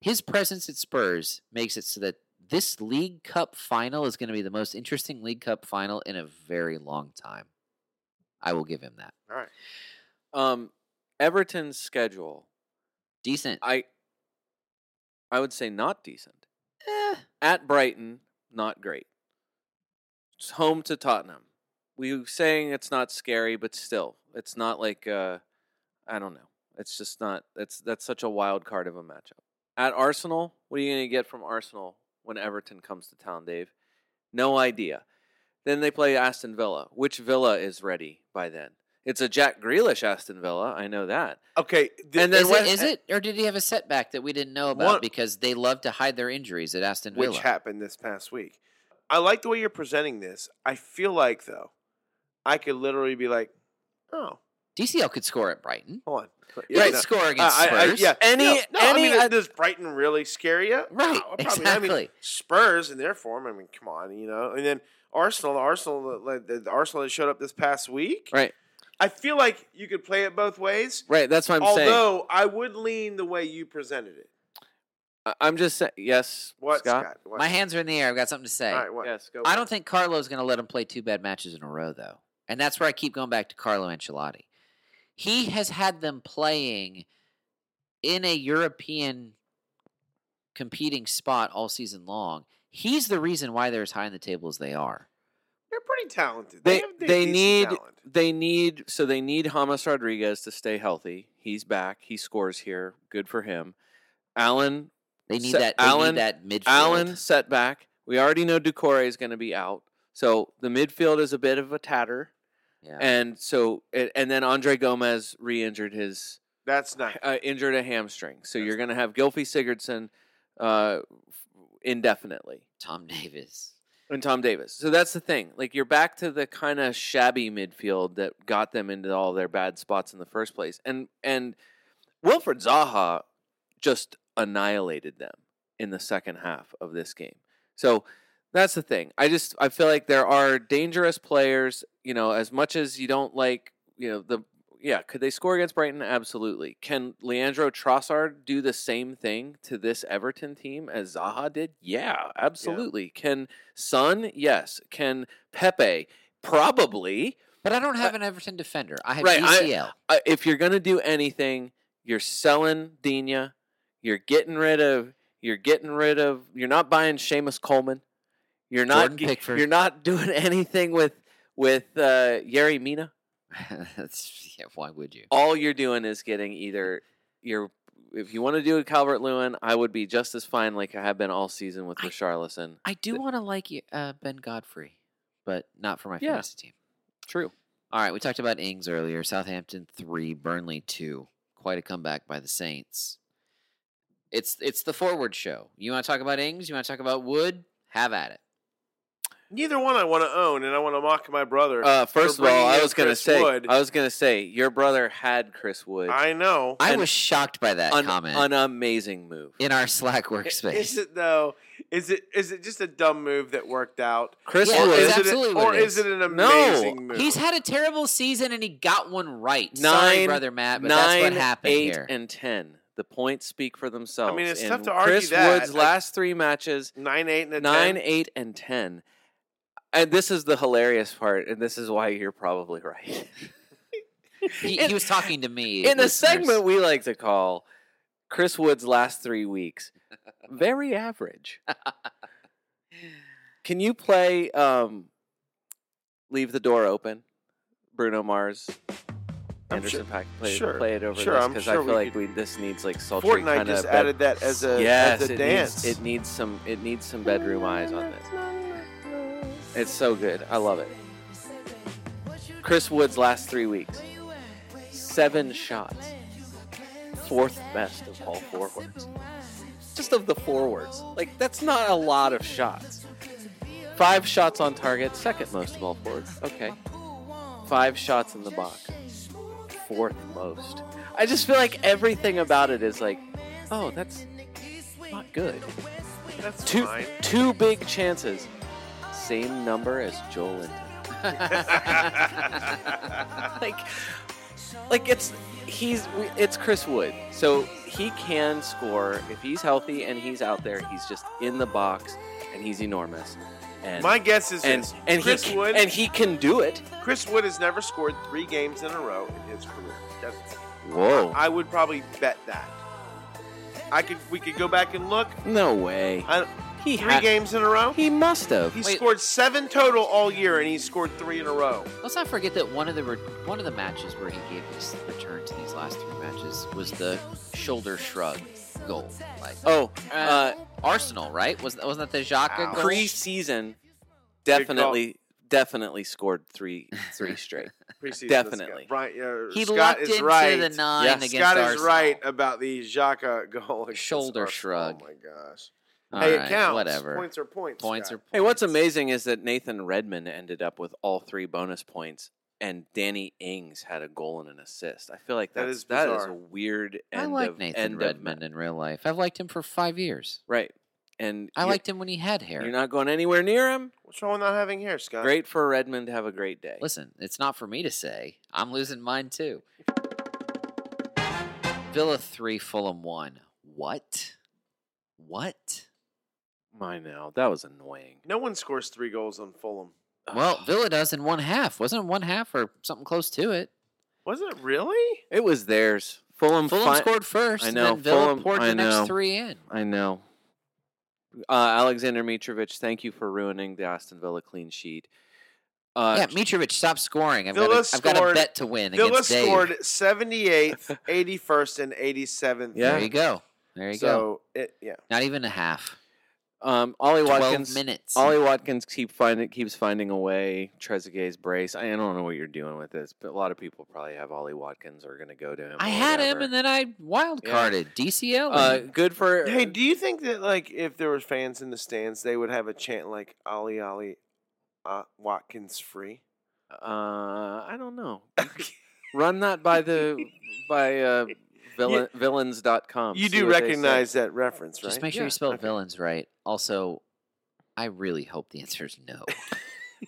[SPEAKER 4] His presence at Spurs makes it so that this League Cup final is going to be the most interesting League Cup final in a very long time. I will give him that.
[SPEAKER 3] All right.
[SPEAKER 5] um Everton's schedule.
[SPEAKER 4] Decent.
[SPEAKER 5] I I would say not decent.
[SPEAKER 4] Eh,
[SPEAKER 5] At Brighton, not great. It's home to Tottenham. We were saying it's not scary, but still, it's not like uh, I don't know. It's just not. That's that's such a wild card of a matchup. At Arsenal, what are you going to get from Arsenal when Everton comes to town, Dave? No idea. Then they play Aston Villa. Which Villa is ready by then? It's a Jack Grealish Aston Villa. I know that.
[SPEAKER 3] Okay. th-
[SPEAKER 5] And then
[SPEAKER 4] is,
[SPEAKER 5] what-
[SPEAKER 4] it, is it or did he have a setback that we didn't know about
[SPEAKER 3] One-
[SPEAKER 4] because they love to hide their injuries at Aston Villa?
[SPEAKER 3] which happened this past week. I like the way you're presenting this. I feel like though, I could literally be like, "Oh,
[SPEAKER 4] DCL could score at Brighton.
[SPEAKER 3] hold on, But-
[SPEAKER 4] He
[SPEAKER 3] yeah,
[SPEAKER 4] could
[SPEAKER 3] no.
[SPEAKER 4] score against
[SPEAKER 3] I- I- I-
[SPEAKER 4] Spurs.
[SPEAKER 3] yeah,
[SPEAKER 5] Any-
[SPEAKER 3] no, no, I
[SPEAKER 5] any
[SPEAKER 3] mean, is-
[SPEAKER 5] oth-
[SPEAKER 3] does Brighton really scare you? Oh,
[SPEAKER 4] Right,
[SPEAKER 3] Uh, I mean,
[SPEAKER 4] exactly.
[SPEAKER 3] Spurs in their form. I mean, come on, you know. And then Arsenal, the Arsenal, like the, the Arsenal that showed up this past week.
[SPEAKER 5] Right.
[SPEAKER 3] I feel like you could play it both ways.
[SPEAKER 5] Right. That's what I'm saying.
[SPEAKER 3] although I would lean the way you presented it.
[SPEAKER 5] I- I'm just saying. Yes.
[SPEAKER 3] What, Scott? What?
[SPEAKER 4] My hands are in the air. I've got something to say.
[SPEAKER 3] All right, what?
[SPEAKER 5] Yes. Go.
[SPEAKER 4] I don't think Carlo's going to let him play two bad matches in a row, though. And that's where I keep going back to Carlo Ancelotti. He has had them playing in a European competing spot all season long. He's the reason why they're as high in the table as they are.
[SPEAKER 3] They're pretty talented.
[SPEAKER 5] They
[SPEAKER 3] have-
[SPEAKER 5] they,
[SPEAKER 3] decent
[SPEAKER 5] need
[SPEAKER 3] talent.
[SPEAKER 5] they need so they need Hamas Rodriguez to stay healthy. He's back. He scores here. Good for him. Allen
[SPEAKER 4] They need
[SPEAKER 5] So
[SPEAKER 4] that. They
[SPEAKER 5] Allen-
[SPEAKER 4] need that midfield.
[SPEAKER 5] Allen setback. We already know Ducore is going to be out. So the midfield is a bit of a tatter.
[SPEAKER 4] Yeah.
[SPEAKER 5] And so a- and then Andre Gomez re-injured his
[SPEAKER 3] That's not
[SPEAKER 5] uh, injured a hamstring. So you're going to have Gilfy Sigurdsson uh, indefinitely.
[SPEAKER 4] Tom Davis.
[SPEAKER 5] And Tom Davis. So that's the thing. Like you're back to the kind of shabby midfield that got them into all their bad spots in the first place. And and Wilfred Zaha just annihilated them in the second half of this game. So that's the thing. I just I feel like there are dangerous players, you know, as much as you don't like, you know, the yeah, could they score against Brighton? Absolutely. Can Leandro Trossard do the same thing to this Everton team as Zaha did? Yeah, absolutely. Can Son? Yes. Can Pepe? Probably.
[SPEAKER 4] But I don't have an Everton defender. I have
[SPEAKER 5] Right, I-
[SPEAKER 4] DCL.
[SPEAKER 5] Uh, if you're gonna do anything, you're selling Dina. You're getting rid of. You're getting rid of. You're not buying Seamus Coleman. You're not.
[SPEAKER 4] Jordan
[SPEAKER 5] ge-
[SPEAKER 4] Pickford.
[SPEAKER 5] You're not doing anything with with uh, Yeri Mina.
[SPEAKER 4] That's, yeah, why would you?
[SPEAKER 5] all you're doing is getting either your if you want to do a Calvert Lewin, I would be just as fine like I have been all season with
[SPEAKER 4] I-
[SPEAKER 5] Richarlison.
[SPEAKER 4] I do
[SPEAKER 5] Th-
[SPEAKER 4] want to like you, uh, Ben Godfrey, but not for my
[SPEAKER 5] Yeah.
[SPEAKER 4] fantasy team.
[SPEAKER 5] True.
[SPEAKER 4] All right, we talked about Ings earlier. Southampton three, Burnley two. Quite a comeback by the Saints. It's it's the forward show. You want to talk about Ings? You want to talk about Wood? Have at it.
[SPEAKER 3] Neither one I want to own, and I want to mock my brother.
[SPEAKER 5] Uh, first of all,
[SPEAKER 3] bringing
[SPEAKER 5] I
[SPEAKER 3] in
[SPEAKER 5] was gonna
[SPEAKER 3] Chris
[SPEAKER 5] say
[SPEAKER 3] Wood.
[SPEAKER 5] I was gonna say your brother had Chris Wood.
[SPEAKER 3] I know.
[SPEAKER 4] I
[SPEAKER 5] An-
[SPEAKER 4] was shocked by that
[SPEAKER 5] an,
[SPEAKER 4] comment
[SPEAKER 5] an amazing move.
[SPEAKER 4] in our Slack
[SPEAKER 3] Is
[SPEAKER 4] workspace.
[SPEAKER 3] it though? Is it is it just a dumb move that worked out?
[SPEAKER 5] Chris
[SPEAKER 4] Yeah,
[SPEAKER 5] Wood
[SPEAKER 3] or is
[SPEAKER 4] it's absolutely
[SPEAKER 3] it,
[SPEAKER 4] what
[SPEAKER 3] or
[SPEAKER 4] it
[SPEAKER 3] is
[SPEAKER 4] is.
[SPEAKER 3] it an
[SPEAKER 5] No,
[SPEAKER 3] amazing move?
[SPEAKER 4] He's had a terrible season and he got one right. Sorry,
[SPEAKER 5] Nine-
[SPEAKER 4] brother Matt, but that's
[SPEAKER 5] Nine,
[SPEAKER 4] what happened
[SPEAKER 5] eight,
[SPEAKER 4] here.
[SPEAKER 5] and ten. The points speak for themselves.
[SPEAKER 3] it's
[SPEAKER 5] In
[SPEAKER 3] tough to argue
[SPEAKER 5] Chris
[SPEAKER 3] that.
[SPEAKER 5] Wood's
[SPEAKER 3] I-
[SPEAKER 5] last three matches
[SPEAKER 3] nine, eight, and a
[SPEAKER 5] nine,
[SPEAKER 3] 10.
[SPEAKER 5] eight, and ten. And this is the hilarious part, and this is why you're probably right.
[SPEAKER 4] he,
[SPEAKER 5] in-
[SPEAKER 4] he was talking to me.
[SPEAKER 5] in a
[SPEAKER 4] listeners.
[SPEAKER 5] segment we like to call Chris Wood's last three weeks very average. Can you play um, "Leave the Door Open"? Bruno Mars,
[SPEAKER 3] I'm sure-
[SPEAKER 5] Anderson Paak. Play,
[SPEAKER 3] sure,
[SPEAKER 5] play it over
[SPEAKER 3] sure,
[SPEAKER 5] this
[SPEAKER 3] I'm
[SPEAKER 5] because I
[SPEAKER 3] sure
[SPEAKER 5] feel
[SPEAKER 3] we
[SPEAKER 5] like
[SPEAKER 3] could-
[SPEAKER 5] we this needs like sultry
[SPEAKER 3] Fortnite
[SPEAKER 5] kind of
[SPEAKER 3] just added that as a
[SPEAKER 5] yes,
[SPEAKER 3] as a
[SPEAKER 5] it
[SPEAKER 3] dance.
[SPEAKER 5] Needs, it needs some it needs some bedroom eyes on this. It's so good. I love it. Chris Wood's last three weeks. Seven shots. Fourth best of all forwards. Just of the forwards. Like, that's not a lot of shots. Five shots on target, second most of all forwards. Okay. Five shots in the box, fourth most. I just feel like everything about it is like, oh, that's not good.
[SPEAKER 3] That's
[SPEAKER 5] Two,
[SPEAKER 3] fine.
[SPEAKER 5] two big chances. Same number as Joel Linton. like, like it's he's we- it's Chris Wood, so he can score if he's healthy and he's out there. He's just in the box and he's enormous. And
[SPEAKER 3] My guess is
[SPEAKER 5] and
[SPEAKER 3] this.
[SPEAKER 5] and
[SPEAKER 3] Chris
[SPEAKER 5] he
[SPEAKER 3] Wood
[SPEAKER 5] and he can do it.
[SPEAKER 3] Chris Wood has never scored three games in a row in his career. That's-
[SPEAKER 5] Whoa!
[SPEAKER 3] I would probably bet that. I could we could go back and look.
[SPEAKER 5] no way.
[SPEAKER 3] I,
[SPEAKER 5] He
[SPEAKER 3] three
[SPEAKER 5] ha-
[SPEAKER 3] games in a row.
[SPEAKER 5] He must have.
[SPEAKER 3] He
[SPEAKER 4] Wait.
[SPEAKER 3] scored seven total all year, and he scored three in a row.
[SPEAKER 4] Let's not forget that one of the re- one of the matches where he gave his return to these last three matches was the shoulder shrug goal. Like
[SPEAKER 5] Oh,
[SPEAKER 4] uh,
[SPEAKER 5] uh,
[SPEAKER 4] Arsenal, right? Was wasn't that the
[SPEAKER 3] Ow.
[SPEAKER 4] Xhaka goal?
[SPEAKER 5] preseason,
[SPEAKER 3] call.
[SPEAKER 5] definitely, definitely scored three, three straight.
[SPEAKER 3] Preseason,
[SPEAKER 5] Definitely.
[SPEAKER 3] Brian, uh,
[SPEAKER 4] He
[SPEAKER 3] Scott
[SPEAKER 4] lucked
[SPEAKER 3] is
[SPEAKER 4] into
[SPEAKER 3] right.
[SPEAKER 4] the nine
[SPEAKER 5] Yeah,
[SPEAKER 4] against
[SPEAKER 3] Scott
[SPEAKER 4] Arsenal.
[SPEAKER 3] is right about the Xhaka goal. against
[SPEAKER 4] Shoulder
[SPEAKER 3] Arsenal.
[SPEAKER 4] shrug.
[SPEAKER 3] Oh my gosh.
[SPEAKER 4] All
[SPEAKER 3] hey,
[SPEAKER 4] right,
[SPEAKER 3] it counts.
[SPEAKER 4] Whatever.
[SPEAKER 3] Points are points.
[SPEAKER 4] Points
[SPEAKER 3] Scott.
[SPEAKER 4] are points.
[SPEAKER 5] hey, what's amazing is that Nathan Redmond ended up with all three bonus points, and Danny Ings had a goal and an assist. I feel like
[SPEAKER 3] That
[SPEAKER 5] that's,
[SPEAKER 3] is
[SPEAKER 5] that is
[SPEAKER 3] bizarre.
[SPEAKER 5] a weird end
[SPEAKER 4] I like
[SPEAKER 5] of end
[SPEAKER 4] Nathan
[SPEAKER 5] of
[SPEAKER 4] Redmond
[SPEAKER 5] ma-
[SPEAKER 4] in real life. I've liked him for five years.
[SPEAKER 5] right? And
[SPEAKER 4] I
[SPEAKER 5] you-
[SPEAKER 4] liked him when he had hair.
[SPEAKER 5] You're not going anywhere near him.
[SPEAKER 3] What's wrong with not having hair, Scott?
[SPEAKER 5] Great for Redmond to have a great day.
[SPEAKER 4] Listen, it's not for me to say. I'm losing mine too. Villa three, Fulham one. What? What?
[SPEAKER 5] My now, that was annoying.
[SPEAKER 3] No one scores three goals on Fulham.
[SPEAKER 4] Well, Villa does in one half. Wasn't it one half or something close to it?
[SPEAKER 3] Was it really?
[SPEAKER 5] it was theirs. Fulham,
[SPEAKER 4] Fulham
[SPEAKER 5] fi-
[SPEAKER 4] scored first.
[SPEAKER 5] I
[SPEAKER 4] and
[SPEAKER 5] know,
[SPEAKER 4] then Villa
[SPEAKER 5] Fulham-
[SPEAKER 4] poured
[SPEAKER 5] I
[SPEAKER 4] the
[SPEAKER 5] know.
[SPEAKER 4] next three in.
[SPEAKER 5] I know. Uh, Alexander Mitrovic, thank you for ruining the Aston Villa clean sheet. Uh,
[SPEAKER 4] yeah, Mitrovic stopped scoring. I've,
[SPEAKER 3] Villa
[SPEAKER 4] got, a, I've got a
[SPEAKER 3] scored-
[SPEAKER 4] bet to win
[SPEAKER 3] Villa
[SPEAKER 4] against Dave.
[SPEAKER 3] scored 78th, 81st, and 87th.
[SPEAKER 5] Yeah.
[SPEAKER 4] There you go. There you go.
[SPEAKER 3] so It, yeah.
[SPEAKER 4] Not even a half.
[SPEAKER 5] um, Ollie
[SPEAKER 4] Twelve
[SPEAKER 5] Watkins.
[SPEAKER 4] minutes.
[SPEAKER 5] Ollie Watkins keep finding keeps finding a way. Trezeguet's brace. I don't know what you're doing with this, but a lot of people probably have Ollie Watkins or are going to go to him.
[SPEAKER 4] I
[SPEAKER 5] or
[SPEAKER 4] had him
[SPEAKER 5] whatever.
[SPEAKER 4] and then I wild
[SPEAKER 5] Yeah.
[SPEAKER 4] carded DCL.
[SPEAKER 5] uh,
[SPEAKER 4] him.
[SPEAKER 5] good for
[SPEAKER 3] Hey, do you think that like if there were fans in the stands, they would have a chant like "Ollie Ollie uh, Watkins free"?
[SPEAKER 5] uh, I don't know. Run that by the by uh, villain, villains.com.
[SPEAKER 3] you
[SPEAKER 5] see
[SPEAKER 3] do
[SPEAKER 5] what they say.
[SPEAKER 3] recognize that reference, right?
[SPEAKER 4] Just make sure
[SPEAKER 5] Yeah,
[SPEAKER 4] you spell villains right. Also, I really hope the answer is no.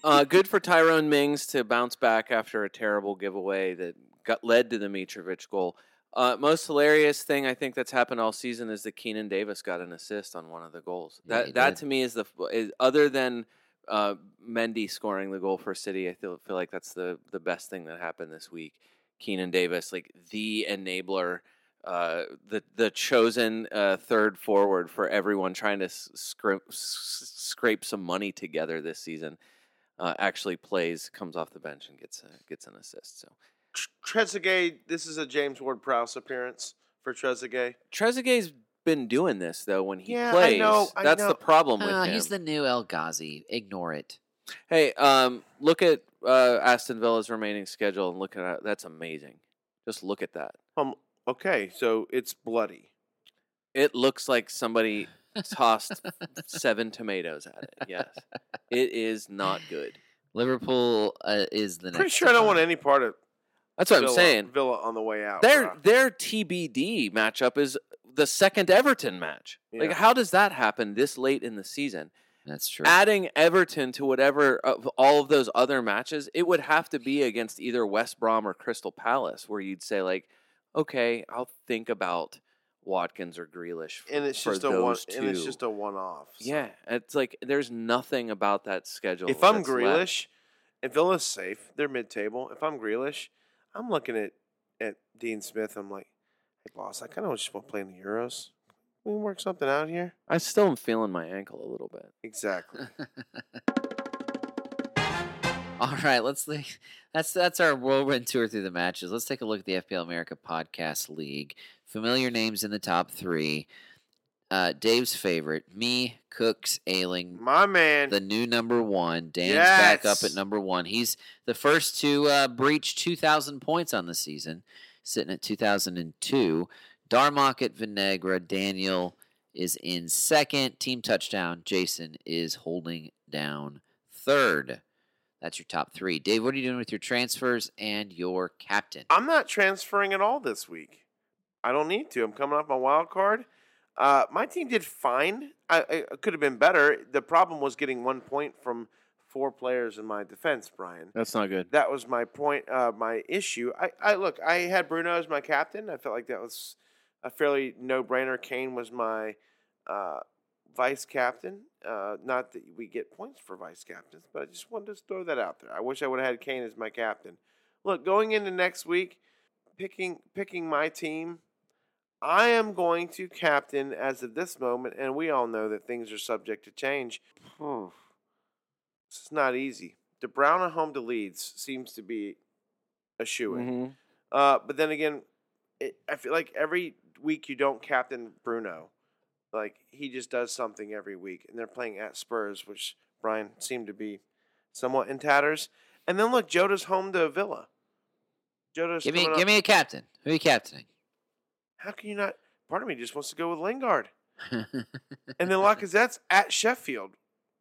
[SPEAKER 5] uh, good for Tyrone Mings to bounce back after a terrible giveaway that got led to the Mitrovic goal. Uh, most hilarious thing I think that's happened all season is that Keenan Davis got an assist on one of the goals.
[SPEAKER 4] Yeah, he
[SPEAKER 5] that that
[SPEAKER 4] did.
[SPEAKER 5] to me is the f- is other than uh, Mendy scoring the goal for City. I feel feel like that's the the best thing that happened this week. Keenan Davis, like the enabler, uh, the the chosen uh, third forward for everyone trying to s- scrimp, s- scrape some money together this season. Uh, actually plays, comes off the bench and gets a, gets an assist. So
[SPEAKER 3] Tr- Trezeguet, this is a James Ward Prowse appearance for Trezeguet.
[SPEAKER 5] Trezeguet's been doing this though when he
[SPEAKER 3] Yeah, I
[SPEAKER 5] plays.
[SPEAKER 3] know, I
[SPEAKER 5] That's
[SPEAKER 3] know.
[SPEAKER 5] the problem with
[SPEAKER 4] Uh,
[SPEAKER 5] him.
[SPEAKER 4] he's the new El Ghazi. Ignore it.
[SPEAKER 5] hey, um, look at uh, Aston Villa's remaining schedule and look at that. That's amazing. Just look at that.
[SPEAKER 3] Um, okay, so it's bloody.
[SPEAKER 5] It looks like somebody tossed seven tomatoes at it. Yes, it is not good.
[SPEAKER 4] Liverpool uh, is the next.
[SPEAKER 3] Pretty sure I don't
[SPEAKER 4] step
[SPEAKER 3] want
[SPEAKER 4] up.
[SPEAKER 3] any part of
[SPEAKER 5] That's what
[SPEAKER 3] Villa,
[SPEAKER 5] I'm saying.
[SPEAKER 3] Villa on the way out.
[SPEAKER 5] Their
[SPEAKER 3] Wow.
[SPEAKER 5] their TBD matchup is the second Everton match. Like,
[SPEAKER 3] Yeah.
[SPEAKER 5] how does that happen this late in the season?
[SPEAKER 4] That's true.
[SPEAKER 5] adding Everton to whatever of all of those other matches, it would have to be against either West Brom or Crystal Palace, where you'd say like, okay, I'll think about Watkins or Grealish, f-
[SPEAKER 3] and it's
[SPEAKER 5] for
[SPEAKER 3] just a
[SPEAKER 5] those
[SPEAKER 3] one.
[SPEAKER 5] two.
[SPEAKER 3] And it's just a one-off. so.
[SPEAKER 5] yeah, it's like there's nothing about that schedule.
[SPEAKER 3] If I'm
[SPEAKER 5] that's left.
[SPEAKER 3] Grealish, if Villa's safe, they're mid-table. If I'm Grealish, I'm looking at at Dean Smith. I'm like, hey boss, I kind of just want to play in the Euros. Can we work something out here?
[SPEAKER 5] I still am feeling my ankle a little bit.
[SPEAKER 3] Exactly.
[SPEAKER 4] All right, let's le- that's that's our whirlwind tour through the matches. Let's take a look at the FPL America Podcast League. Familiar names in the top three. Uh, Dave's favorite, me, Cooks, Ailing,
[SPEAKER 3] My man.
[SPEAKER 4] the new number one. Dan's back up at
[SPEAKER 3] Yes.
[SPEAKER 4] number one. He's the first to uh, breach 2,000 points on the season, sitting at 2,002. Darmok at Vinegra. Daniel is in second. Team touchdown. Jason is holding down third. That's your top three. Dave, what are you doing with your transfers and your captain?
[SPEAKER 3] I'm not transferring at all this week. I don't need to. I'm coming off my wild card. Uh, my team did fine. I, I it could have been better. The problem was getting one point from four players in my defense, Brian.
[SPEAKER 5] That's not good.
[SPEAKER 3] That was my point. Uh, my issue. I, I look. I had Bruno as my captain. I felt like that was a fairly no-brainer. Kane was my uh, vice captain. Uh, not that we get points for vice captains, but I just wanted to throw that out there. I wish I would have had Kane as my captain. Look, going into next week, picking picking my team, I am going to captain as of this moment, and we all know that things are subject to change. Phew. This is not easy. De Brown at home to Leeds seems to be a shoe in.
[SPEAKER 4] Mm-hmm.
[SPEAKER 5] Mhm.
[SPEAKER 3] Uh, but then again, it, I feel like every week you don't captain Bruno. Like he just does something every week, and they're playing at Spurs, which Brian seemed to be somewhat in tatters. And then look, Jota's home to Villa. Jota's
[SPEAKER 4] Give me,
[SPEAKER 3] coming up-
[SPEAKER 4] give me a captain. Who are you captaining?
[SPEAKER 3] How can you not? Part of me just wants to go with Lingard, and then Lacazette's at Sheffield.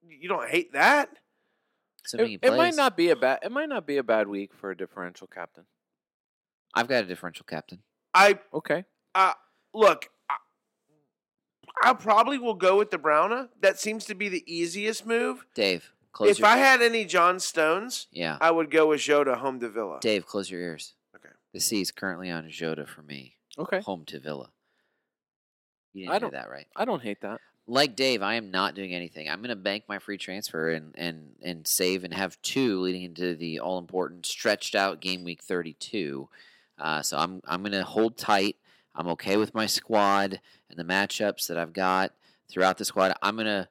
[SPEAKER 3] You don't hate that?
[SPEAKER 4] Assuming he
[SPEAKER 5] It, it might
[SPEAKER 4] plays.
[SPEAKER 5] not be a bad. It might not be a bad week for a differential captain.
[SPEAKER 4] I've got a differential captain.
[SPEAKER 3] I
[SPEAKER 5] Okay.
[SPEAKER 3] uh, look, I, I probably will go with the Browna. That seems to be the easiest move.
[SPEAKER 4] Dave, close
[SPEAKER 3] if
[SPEAKER 4] your
[SPEAKER 3] I had any John Stones,
[SPEAKER 4] Yeah.
[SPEAKER 3] I would go with Jota home to Villa.
[SPEAKER 4] Dave, close your ears.
[SPEAKER 3] Okay.
[SPEAKER 4] The C is currently on Jota for me,
[SPEAKER 5] Okay.
[SPEAKER 4] home to Villa. You
[SPEAKER 5] I
[SPEAKER 4] didn't do
[SPEAKER 5] don't-
[SPEAKER 4] that right.
[SPEAKER 5] I don't hate that.
[SPEAKER 4] Like Dave, I am not doing anything. I'm going to bank my free transfer and and and save and have two leading into the all important stretched out game week 32. Uh, so I'm I'm going to hold tight. I'm okay with my squad and the matchups that I've got throughout the squad. I'm going to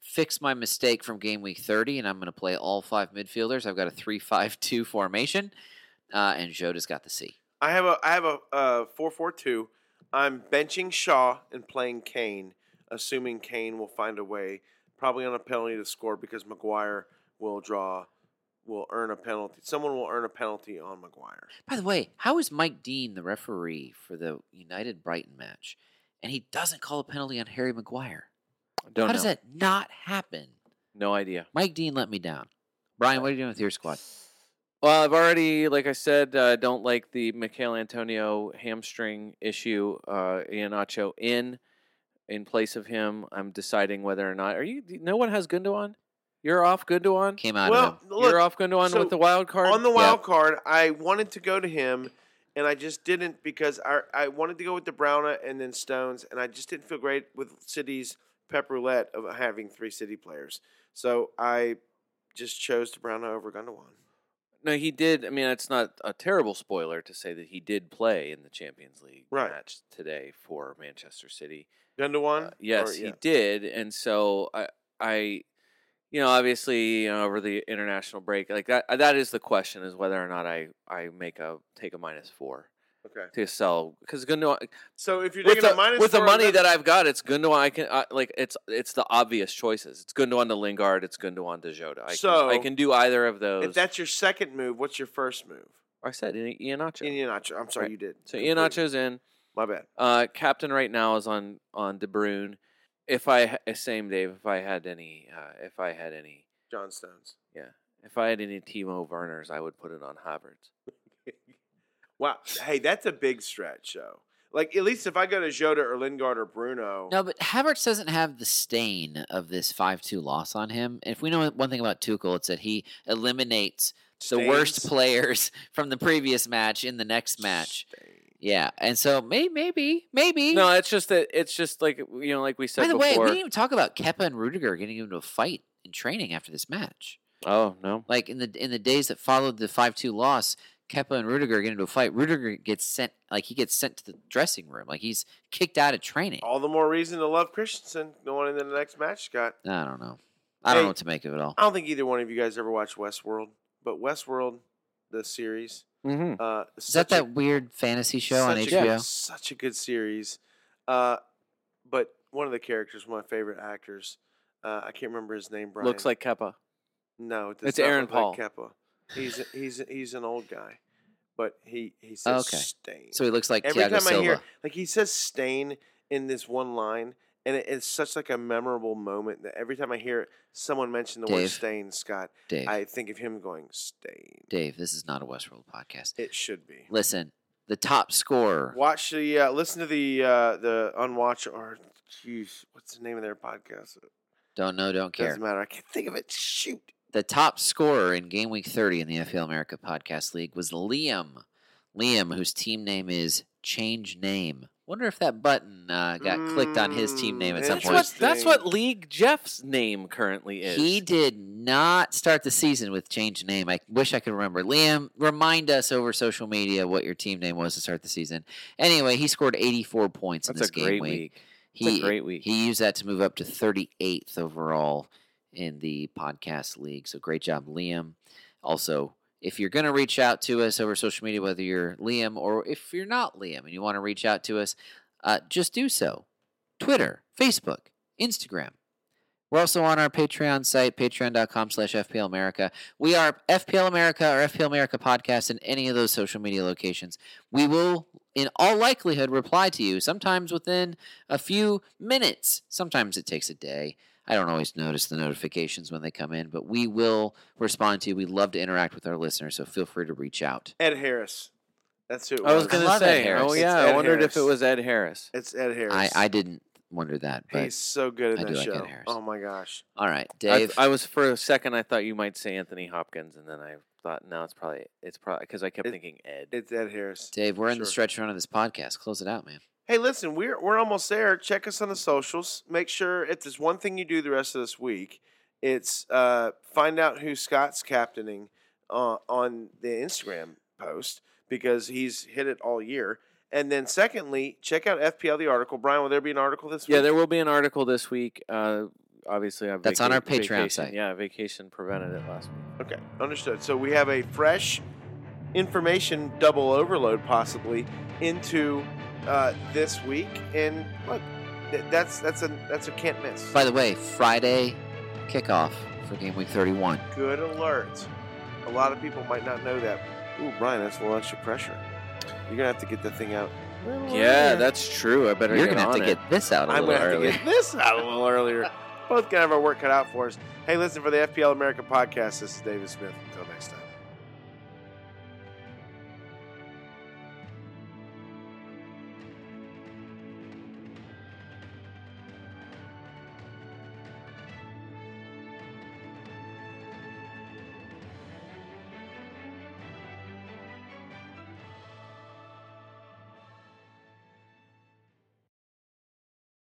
[SPEAKER 4] fix my mistake from game week 30 and I'm going to play all five midfielders. I've got a 3-5-2 formation uh, and Jota's got the C.
[SPEAKER 3] I have a I have a uh, four four two. I'm benching Shaw and playing Kane, assuming Kane will find a way, probably on a penalty to score because Maguire will draw, will earn a penalty. Someone will earn a penalty on Maguire.
[SPEAKER 4] By the way, how is Mike Dean the referee for the United Brighton match, and he doesn't call a penalty on Harry Maguire? how
[SPEAKER 5] Don't know.
[SPEAKER 4] does that not happen?
[SPEAKER 5] No idea.
[SPEAKER 4] Mike Dean let me down. Brian, what are you doing with your squad?
[SPEAKER 5] Well, I've already, like I said, uh, don't like the Michael Antonio hamstring issue. Uh, Ianacho in in place of him. I'm deciding whether or not. Are you? do- No one has Gundogan. You're off Gundogan.
[SPEAKER 4] Came out of him.
[SPEAKER 3] well, look,
[SPEAKER 5] You're off Gundogan
[SPEAKER 3] so
[SPEAKER 5] with the wild card.
[SPEAKER 3] on the
[SPEAKER 4] Yeah.
[SPEAKER 3] wild card, I wanted to go to him, and I just didn't because I I wanted to go with the Browna and then Stones, and I just didn't feel great with City's pep roulette of having three City players. So I just chose the Browna over Gundawan.
[SPEAKER 5] No, he did. I mean, it's not a terrible spoiler to say that he did play in the Champions League
[SPEAKER 3] Right.
[SPEAKER 5] match today for Manchester City.
[SPEAKER 3] Gundawan,
[SPEAKER 5] Uh, yes,
[SPEAKER 3] Or-
[SPEAKER 5] he
[SPEAKER 3] yeah.
[SPEAKER 5] did, and so I, I, you know, obviously you know, over the international break, like that. uh, That is the question: is whether or not I I make a take a minus four
[SPEAKER 3] Okay.
[SPEAKER 5] to sell because Gundogan
[SPEAKER 3] So if you're
[SPEAKER 5] with
[SPEAKER 3] taking
[SPEAKER 5] the,
[SPEAKER 3] a minus
[SPEAKER 5] with the
[SPEAKER 3] four,
[SPEAKER 5] money
[SPEAKER 3] then-
[SPEAKER 5] that I've got, it's Gundogan. I can I, like it's it's the obvious choices. It's Gundogan to Lingard. It's Gundogan to Jota. I can, I
[SPEAKER 3] So,
[SPEAKER 5] can do either of those.
[SPEAKER 3] if that's your second move, what's your first move?
[SPEAKER 5] I said Ian- Iheanacho.
[SPEAKER 3] Ianacho. I'm sorry,
[SPEAKER 5] Right.
[SPEAKER 3] you did.
[SPEAKER 5] So
[SPEAKER 3] Completely.
[SPEAKER 5] Iheanacho's in.
[SPEAKER 3] My bad.
[SPEAKER 5] Uh, captain right now is on on De Bruyne. If I ha- same Dave, if I had any, uh, if I had any,
[SPEAKER 3] John Stones.
[SPEAKER 5] if I had any Timo Werners, I would put it on Havertz.
[SPEAKER 3] Wow. Hey, that's a big stretch, though. Like, at least if I go to Jota or Lingard or Bruno.
[SPEAKER 4] No, but Havertz doesn't have the stain of this 5 2 loss on him. If we know one thing about Tuchel, it's that he eliminates the worst
[SPEAKER 3] Stains.
[SPEAKER 4] players from the previous match in the next match.
[SPEAKER 3] Stain.
[SPEAKER 4] Yeah. And so may- maybe, maybe.
[SPEAKER 5] No, it's just that it's just like you know, like we said
[SPEAKER 4] By the way,
[SPEAKER 5] before.
[SPEAKER 4] we didn't even talk about Keppa and Rudiger getting into a fight in training after this match.
[SPEAKER 5] oh no,
[SPEAKER 4] Like in the in the days that followed the five two loss, Keppa and Rudiger get into a fight. Rudiger gets sent like he gets sent to the dressing room. Like he's kicked out of training.
[SPEAKER 3] All the more reason to love Christensen going into the next match, Scott.
[SPEAKER 4] I don't know. I don't
[SPEAKER 3] Hey,
[SPEAKER 4] know what to make of it all.
[SPEAKER 3] I don't think either one of you guys ever watched Westworld, but Westworld, the series.
[SPEAKER 5] mm-hmm.
[SPEAKER 3] Uh,
[SPEAKER 4] Is that that weird fantasy show on
[SPEAKER 3] such
[SPEAKER 4] HBO?
[SPEAKER 3] a good- such a good series. Uh, but one of the characters, one of my favorite actors, uh, I can't remember his name. Brian
[SPEAKER 5] looks like Keppa.
[SPEAKER 3] no, it does
[SPEAKER 5] it's
[SPEAKER 3] not
[SPEAKER 5] Aaron
[SPEAKER 3] look
[SPEAKER 5] Paul.
[SPEAKER 3] Like Keppa. He's he's he's an old guy, but he he says
[SPEAKER 4] Okay.
[SPEAKER 3] stain.
[SPEAKER 4] So he looks like
[SPEAKER 3] every
[SPEAKER 4] Thiago
[SPEAKER 3] time
[SPEAKER 4] Silva.
[SPEAKER 3] I hear like he says stain in this one line, and it, it's such like a memorable moment that every time I hear someone mention the word
[SPEAKER 4] Dave.
[SPEAKER 3] stain, Scott,
[SPEAKER 4] Dave,
[SPEAKER 3] I think of him going stain.
[SPEAKER 4] Dave, this is not a Westworld podcast.
[SPEAKER 3] It should be.
[SPEAKER 4] Listen, the top scorer.
[SPEAKER 3] Watch the uh, listen to the uh, the unwatch or jeez, what's the name of their podcast?
[SPEAKER 4] Don't know, don't care.
[SPEAKER 3] Doesn't matter. I can't think of it. Shoot.
[SPEAKER 4] the top scorer in game week 30 in the FPL America Podcast League was Liam. Liam, whose team name is Change Name. Wonder if that button uh, got clicked on his team name at
[SPEAKER 3] Mm,
[SPEAKER 4] some
[SPEAKER 5] That's
[SPEAKER 3] Boy.
[SPEAKER 5] what
[SPEAKER 4] point.
[SPEAKER 5] that's what League Jeff's name currently is.
[SPEAKER 4] He did not start the season with Change Name. I wish I could remember. Liam, remind us over social media what your team name was to start the season. Anyway, he scored 84 points
[SPEAKER 5] that's
[SPEAKER 4] in this
[SPEAKER 5] a great
[SPEAKER 4] game week.
[SPEAKER 5] week.
[SPEAKER 4] He,
[SPEAKER 5] It's a great week.
[SPEAKER 4] He used that to move up to 38th overall in the podcast league. So great job, Liam. Also, if you're going to reach out to us over social media, whether you're Liam or if you're not Liam and you want to reach out to us, uh, just do so. Twitter, Facebook, Instagram. We're also on our Patreon site, patreon.com slash FPL America. We are FPL America or FPL America podcast in any of those social media locations. We will, in all likelihood, reply to you sometimes within a few minutes. Sometimes it takes a day. I don't always notice the notifications when they come in, but we will respond to you. We love to interact with our listeners, so feel free to reach out.
[SPEAKER 3] Ed Harris. That's who it
[SPEAKER 5] I was
[SPEAKER 4] I
[SPEAKER 5] gonna
[SPEAKER 4] love Ed
[SPEAKER 5] say.
[SPEAKER 4] Harris.
[SPEAKER 5] Oh
[SPEAKER 4] It's
[SPEAKER 5] yeah, I
[SPEAKER 3] Ed
[SPEAKER 5] wondered if it
[SPEAKER 3] Harris.
[SPEAKER 5] was Ed Harris.
[SPEAKER 3] It's Ed Harris.
[SPEAKER 4] I, I didn't wonder that, but
[SPEAKER 3] He's so good
[SPEAKER 4] I
[SPEAKER 3] in
[SPEAKER 4] do
[SPEAKER 3] that
[SPEAKER 4] like Ed
[SPEAKER 3] show.
[SPEAKER 4] Harris.
[SPEAKER 3] Oh my gosh.
[SPEAKER 4] all right,
[SPEAKER 5] I
[SPEAKER 4] Dave.
[SPEAKER 5] th- I, was for a second. I thought you might say Anthony Hopkins, and then I thought, no, it's probably it's probably because I kept
[SPEAKER 3] It-
[SPEAKER 5] thinking Ed.
[SPEAKER 3] It's Ed Harris.
[SPEAKER 4] Dave, we're in the
[SPEAKER 3] Sure.
[SPEAKER 4] stretch run of this podcast. Close it out, man.
[SPEAKER 3] Hey, listen, we're we're almost there. Check us on the socials. Make sure if there's one thing you do the rest of this week, it's uh, find out who Scott's captaining uh, on the Instagram post because he's hit it all year. And then secondly, check out FPL the article. Brian, will there be an article this week?
[SPEAKER 5] yeah, there will be an article this week. Uh, obviously, I've
[SPEAKER 4] That's on our Patreon
[SPEAKER 5] vacation.
[SPEAKER 4] site.
[SPEAKER 5] Yeah, vacation prevented it last week.
[SPEAKER 3] Okay, understood. So we have a fresh information double overload possibly into uh, this week, and look, th- that's that's a that's a can't miss.
[SPEAKER 4] By the way, Friday kickoff for game week 31.
[SPEAKER 3] Good alert. A lot of people might not know that. Ooh, Brian, that's a little extra pressure. You're gonna have to get that thing out. a little
[SPEAKER 5] Yeah,
[SPEAKER 3] earlier.
[SPEAKER 5] that's true. I better
[SPEAKER 4] Oh, You're
[SPEAKER 5] get
[SPEAKER 4] gonna have
[SPEAKER 5] on
[SPEAKER 4] to
[SPEAKER 5] it.
[SPEAKER 4] get this out a
[SPEAKER 3] I'm
[SPEAKER 4] little
[SPEAKER 3] gonna
[SPEAKER 4] early.
[SPEAKER 3] have to get this out a little earlier. Both gonna have our work cut out for us. Hey, listen for the FPL America podcast. This is David Smith. Until next time.